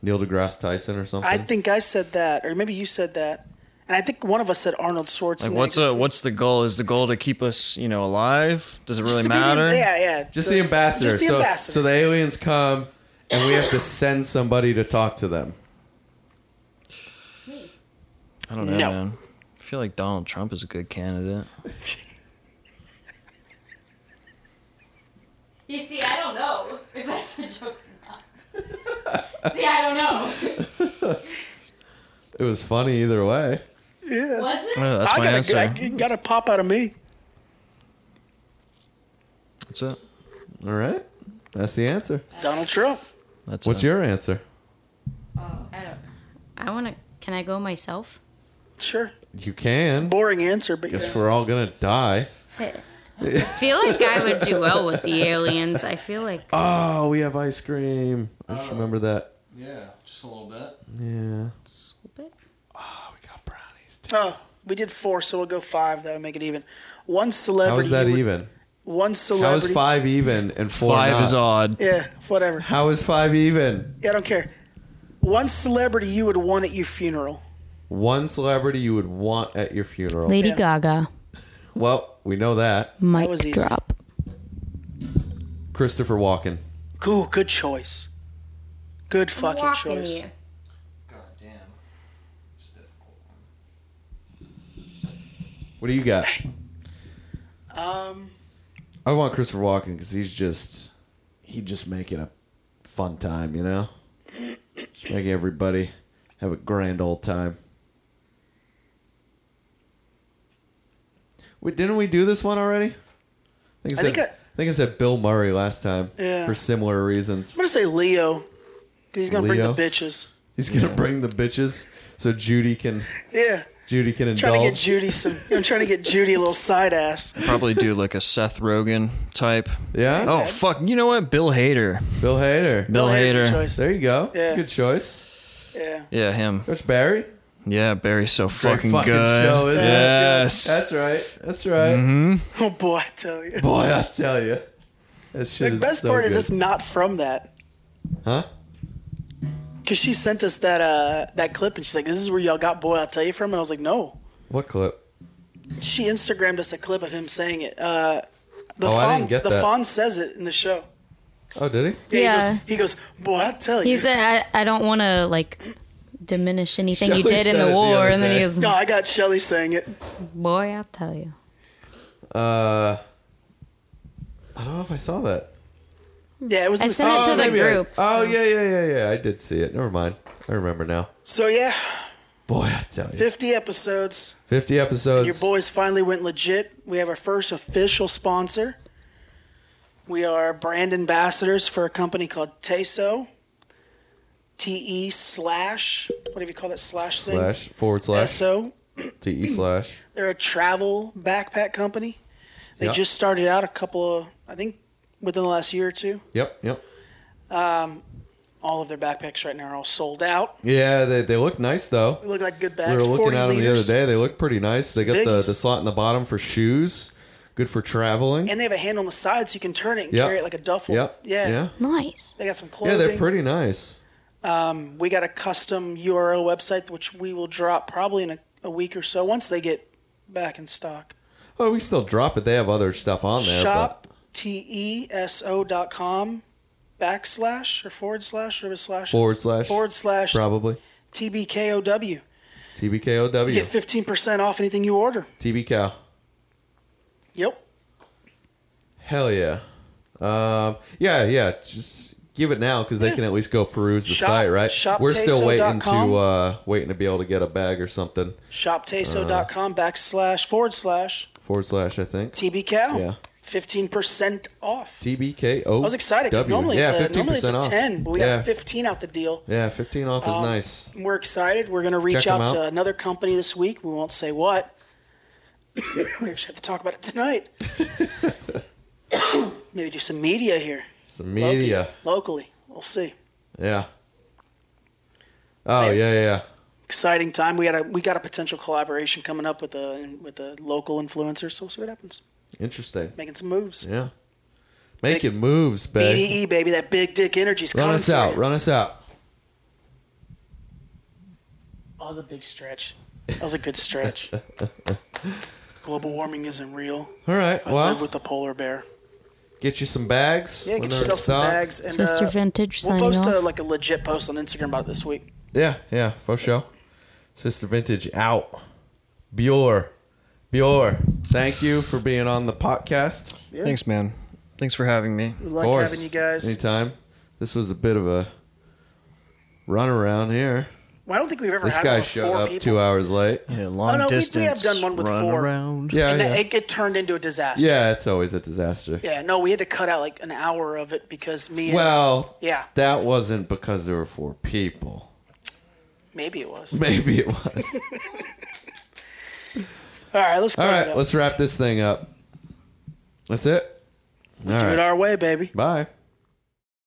[SPEAKER 3] Neil deGrasse Tyson or something.
[SPEAKER 2] I think I said that, or maybe you said that, and I think one of us said Arnold Schwarzenegger.
[SPEAKER 7] Like, what's a, what's the goal? Is the goal to keep us, you know, alive? Does it really
[SPEAKER 2] to be the-
[SPEAKER 7] matter?
[SPEAKER 2] yeah, yeah.
[SPEAKER 3] just the ambassador.
[SPEAKER 2] Just the
[SPEAKER 3] so,
[SPEAKER 2] ambassador.
[SPEAKER 3] so the aliens come, and we have to send somebody to talk to them.
[SPEAKER 7] I don't know,
[SPEAKER 3] No.
[SPEAKER 7] man. I feel like Donald Trump is a good candidate.
[SPEAKER 9] You see, I don't know if that's a joke or not. see, I don't know.
[SPEAKER 3] It was funny either way.
[SPEAKER 2] Yeah.
[SPEAKER 9] Was
[SPEAKER 7] it? Yeah, that's
[SPEAKER 2] I
[SPEAKER 7] my
[SPEAKER 2] gotta,
[SPEAKER 7] answer.
[SPEAKER 2] I gotta pop out of me.
[SPEAKER 7] That's it.
[SPEAKER 3] All right. That's the answer.
[SPEAKER 2] Donald Trump.
[SPEAKER 7] That's
[SPEAKER 3] What's your answer?
[SPEAKER 9] Oh, I don't. I want to. Can I go myself?
[SPEAKER 2] Sure.
[SPEAKER 3] You can.
[SPEAKER 2] Boring answer, but
[SPEAKER 3] Guess
[SPEAKER 2] yeah.
[SPEAKER 3] we're all gonna die.
[SPEAKER 9] I feel like I would do well with the aliens. I feel like
[SPEAKER 3] Oh, we have ice cream. I just remember that.
[SPEAKER 7] Yeah, just a little bit.
[SPEAKER 3] Yeah.
[SPEAKER 2] Oh, we did four, so we'll go five. That would make it even. One
[SPEAKER 3] How
[SPEAKER 2] celebrity.
[SPEAKER 3] is that
[SPEAKER 2] you would-
[SPEAKER 3] even?
[SPEAKER 2] One
[SPEAKER 3] How is
[SPEAKER 2] celebrity.
[SPEAKER 3] five even and four
[SPEAKER 7] Five is
[SPEAKER 3] not?
[SPEAKER 7] odd.
[SPEAKER 2] Yeah, whatever.
[SPEAKER 3] How is five even?
[SPEAKER 2] Yeah, I don't care. One celebrity you would want at your funeral.
[SPEAKER 3] One celebrity you would want at your funeral.
[SPEAKER 9] Lady Gaga
[SPEAKER 3] Well, we know that.
[SPEAKER 9] mic drop.
[SPEAKER 3] Christopher Walken.
[SPEAKER 2] Cool, good choice. Good fucking
[SPEAKER 9] Walking
[SPEAKER 2] choice.
[SPEAKER 9] you.
[SPEAKER 3] What do you got?
[SPEAKER 2] Um,
[SPEAKER 3] I want Christopher Walken because he's just he's just making a fun time, you know. Just make everybody have a grand old time. Wait, didn't we do this one already? I think I,
[SPEAKER 2] I
[SPEAKER 3] said,
[SPEAKER 2] think
[SPEAKER 3] I, think I said Bill Murray last time
[SPEAKER 2] Yeah.
[SPEAKER 3] for similar reasons.
[SPEAKER 2] I'm gonna say Leo. 'cause He's gonna
[SPEAKER 3] Leo?
[SPEAKER 2] bring the bitches.
[SPEAKER 3] He's gonna bring the bitches so Judy can
[SPEAKER 2] Yeah.
[SPEAKER 3] Judy can
[SPEAKER 2] I'm trying to get
[SPEAKER 3] indulge.
[SPEAKER 2] Judy some. I'm trying to get Judy a little side ass.
[SPEAKER 7] Probably do like a Seth Rogen type.
[SPEAKER 3] Yeah. Oh,
[SPEAKER 7] Oh fuck! You know what? Bill Hader.
[SPEAKER 3] Bill Hader.
[SPEAKER 7] Bill, Hader.
[SPEAKER 3] There you go. That's
[SPEAKER 2] Yeah.
[SPEAKER 3] a good choice.
[SPEAKER 7] Yeah, him.
[SPEAKER 3] Coach Barry.
[SPEAKER 7] Yeah, Barry's so
[SPEAKER 3] Great
[SPEAKER 7] fucking,
[SPEAKER 3] fucking
[SPEAKER 7] good.
[SPEAKER 3] show, isn't it?
[SPEAKER 7] yes.
[SPEAKER 3] That's right. That's right.
[SPEAKER 7] Mhm.
[SPEAKER 2] Oh boy, I tell you.
[SPEAKER 3] Boy, I tell you, that shit
[SPEAKER 2] The
[SPEAKER 3] is
[SPEAKER 2] best
[SPEAKER 3] so
[SPEAKER 2] part
[SPEAKER 3] good.
[SPEAKER 2] is it's not from that.
[SPEAKER 3] Huh?
[SPEAKER 2] Cause she sent us that uh that clip and she's like, "This is where y'all got boy, I'll tell you from." And I was like, "No,
[SPEAKER 3] What clip?
[SPEAKER 2] She Instagrammed us a clip of him saying it. Uh, the
[SPEAKER 3] Oh, I
[SPEAKER 2] Fawn,
[SPEAKER 3] didn't get
[SPEAKER 2] the
[SPEAKER 3] that.
[SPEAKER 2] Fawn says it in the show.
[SPEAKER 3] Oh, did he?
[SPEAKER 9] Yeah.
[SPEAKER 2] He goes, he goes boy, I tell you.
[SPEAKER 9] He said, I, I don't want to like diminish anything you
[SPEAKER 2] Shelley
[SPEAKER 9] did in
[SPEAKER 2] said it
[SPEAKER 9] the
[SPEAKER 2] the
[SPEAKER 9] war.
[SPEAKER 2] other
[SPEAKER 9] and then he
[SPEAKER 2] day.
[SPEAKER 9] goes,
[SPEAKER 2] No, I got Shelly saying it.
[SPEAKER 9] Boy, I'll tell you.
[SPEAKER 3] Uh, I don't know if I saw that.
[SPEAKER 2] Yeah, it was. In
[SPEAKER 9] I
[SPEAKER 2] the
[SPEAKER 9] sent it
[SPEAKER 2] song.
[SPEAKER 9] to the
[SPEAKER 3] Maybe I-
[SPEAKER 9] group.
[SPEAKER 3] oh yeah, yeah, yeah, yeah. I did see it. Never mind. I remember now.
[SPEAKER 2] So yeah,
[SPEAKER 3] Boy, I tell you,
[SPEAKER 2] fifty episodes.
[SPEAKER 3] fifty
[SPEAKER 2] And
[SPEAKER 3] episodes.
[SPEAKER 2] your boys finally went legit. We have our first official sponsor. We are brand ambassadors for a company called Teso. T E slash whatever you call that slash thing.
[SPEAKER 3] slash forward slash
[SPEAKER 2] So
[SPEAKER 3] te slash.
[SPEAKER 2] They're a travel backpack company. They
[SPEAKER 3] Yeah.
[SPEAKER 2] just started out a couple of, I think, within the last year or two.
[SPEAKER 3] Yep, yep.
[SPEAKER 2] Um, all of their backpacks right now are all sold out.
[SPEAKER 3] Yeah, they, they look nice though.
[SPEAKER 2] They look like good
[SPEAKER 3] we were
[SPEAKER 2] bags.
[SPEAKER 3] looking
[SPEAKER 2] 40
[SPEAKER 3] at them the other
[SPEAKER 2] liters.
[SPEAKER 3] day. They look pretty nice. They got the,
[SPEAKER 2] Biggies.
[SPEAKER 3] the slot in the bottom for shoes. Good for traveling.
[SPEAKER 2] And they have a hand on the side so you can turn it and
[SPEAKER 3] Yep.
[SPEAKER 2] carry it like a duffel.
[SPEAKER 3] Yep.
[SPEAKER 2] Yeah.
[SPEAKER 3] Yeah.
[SPEAKER 9] Nice.
[SPEAKER 2] They got some
[SPEAKER 3] yeah,
[SPEAKER 2] clothing.
[SPEAKER 3] they're pretty nice.
[SPEAKER 2] Um, we got a custom URL website, which we will drop probably in a, a week or so once they get back in stock.
[SPEAKER 3] Oh, we still drop it. They have other stuff on there.
[SPEAKER 2] Shop E teso.com backslash or forward slash or slash
[SPEAKER 3] but forward slash
[SPEAKER 2] forward slash
[SPEAKER 3] probably
[SPEAKER 2] TBKOW. You get
[SPEAKER 3] TBKOW
[SPEAKER 2] fifteen percent off anything you order.
[SPEAKER 3] TBKOW.
[SPEAKER 2] Yep.
[SPEAKER 3] Hell yeah. Um, yeah, yeah. Just give it now because they can at least go peruse the
[SPEAKER 2] Shop-
[SPEAKER 3] site, right?
[SPEAKER 2] shop
[SPEAKER 3] We're still waiting to
[SPEAKER 2] teso.com.
[SPEAKER 3] uh, waiting to be able to get a bag or something. Uh.
[SPEAKER 2] Shoptaso.com backslash forward slash
[SPEAKER 3] Forward slash, I think.
[SPEAKER 2] TBKOW.
[SPEAKER 3] Yeah.
[SPEAKER 2] Fifteen percent off.
[SPEAKER 3] TBKO.
[SPEAKER 2] I was excited because normally,
[SPEAKER 3] yeah,
[SPEAKER 2] it's a-
[SPEAKER 3] 15%
[SPEAKER 2] normally it's a
[SPEAKER 3] off.
[SPEAKER 2] ten, but we
[SPEAKER 3] yeah.
[SPEAKER 2] got fifteen out the deal.
[SPEAKER 3] Yeah, 15 off is
[SPEAKER 2] Um,
[SPEAKER 3] nice.
[SPEAKER 2] We're excited. We're going to reach
[SPEAKER 3] Check 'em
[SPEAKER 2] out, to
[SPEAKER 3] out.
[SPEAKER 2] another company this week. We won't say what. we actually have to talk about it tonight. Maybe do some media here
[SPEAKER 3] Some media.
[SPEAKER 2] locally. We'll see.
[SPEAKER 3] Yeah. Oh, yeah, yeah, yeah.
[SPEAKER 2] Exciting time. We had a we got a potential collaboration coming up with a with a local influencer. So we'll see what happens.
[SPEAKER 3] Interesting.
[SPEAKER 2] Making some moves.
[SPEAKER 3] Yeah. Making moves, babe.
[SPEAKER 2] BDE baby, that big dick energy's
[SPEAKER 3] Run
[SPEAKER 2] coming.
[SPEAKER 3] us
[SPEAKER 2] for
[SPEAKER 3] out.
[SPEAKER 2] you.
[SPEAKER 3] Run us out.
[SPEAKER 2] That was a big stretch. That was a good stretch. Global warming isn't real.
[SPEAKER 3] All right.
[SPEAKER 2] I
[SPEAKER 3] well,
[SPEAKER 2] live with a polar bear.
[SPEAKER 3] get you some bags.
[SPEAKER 2] Yeah,
[SPEAKER 3] when
[SPEAKER 2] get
[SPEAKER 3] they're in
[SPEAKER 2] yourself some
[SPEAKER 3] stock.
[SPEAKER 2] bags and
[SPEAKER 9] Sister
[SPEAKER 2] uh,
[SPEAKER 9] Vintage
[SPEAKER 2] We'll
[SPEAKER 9] signing
[SPEAKER 2] post a,
[SPEAKER 9] off.
[SPEAKER 2] like a legit post on Instagram about it this week.
[SPEAKER 3] Yeah, yeah, for sure. Sister Vintage out. Bjor. Bjor, thank you for being on the podcast.
[SPEAKER 2] Yeah.
[SPEAKER 7] Thanks, man. Thanks for having me.
[SPEAKER 2] We
[SPEAKER 3] Of
[SPEAKER 2] like
[SPEAKER 3] course.
[SPEAKER 2] having you guys.
[SPEAKER 3] Anytime. This was a bit of a runaround here.
[SPEAKER 2] Well, I don't think we've ever
[SPEAKER 3] This
[SPEAKER 2] had
[SPEAKER 3] guy
[SPEAKER 2] one with
[SPEAKER 3] showed
[SPEAKER 2] four
[SPEAKER 3] up
[SPEAKER 2] people.
[SPEAKER 3] two hours late.
[SPEAKER 7] Yeah, long
[SPEAKER 2] oh no, we, we have done one with four.
[SPEAKER 3] Yeah,
[SPEAKER 2] and
[SPEAKER 3] yeah.
[SPEAKER 2] that- it, it turned into a disaster.
[SPEAKER 3] yeah, it's always a disaster.
[SPEAKER 2] Yeah, no, we had to cut out like an hour of it because me. and-
[SPEAKER 3] Well,
[SPEAKER 2] yeah,
[SPEAKER 3] that wasn't because there were four people.
[SPEAKER 2] maybe it was.
[SPEAKER 3] Maybe it was.
[SPEAKER 2] All right, let's close
[SPEAKER 3] All
[SPEAKER 2] it
[SPEAKER 3] right,
[SPEAKER 2] up.
[SPEAKER 3] let's wrap this thing up. That's it. All
[SPEAKER 2] do it
[SPEAKER 3] right.
[SPEAKER 2] our way, baby.
[SPEAKER 3] Bye.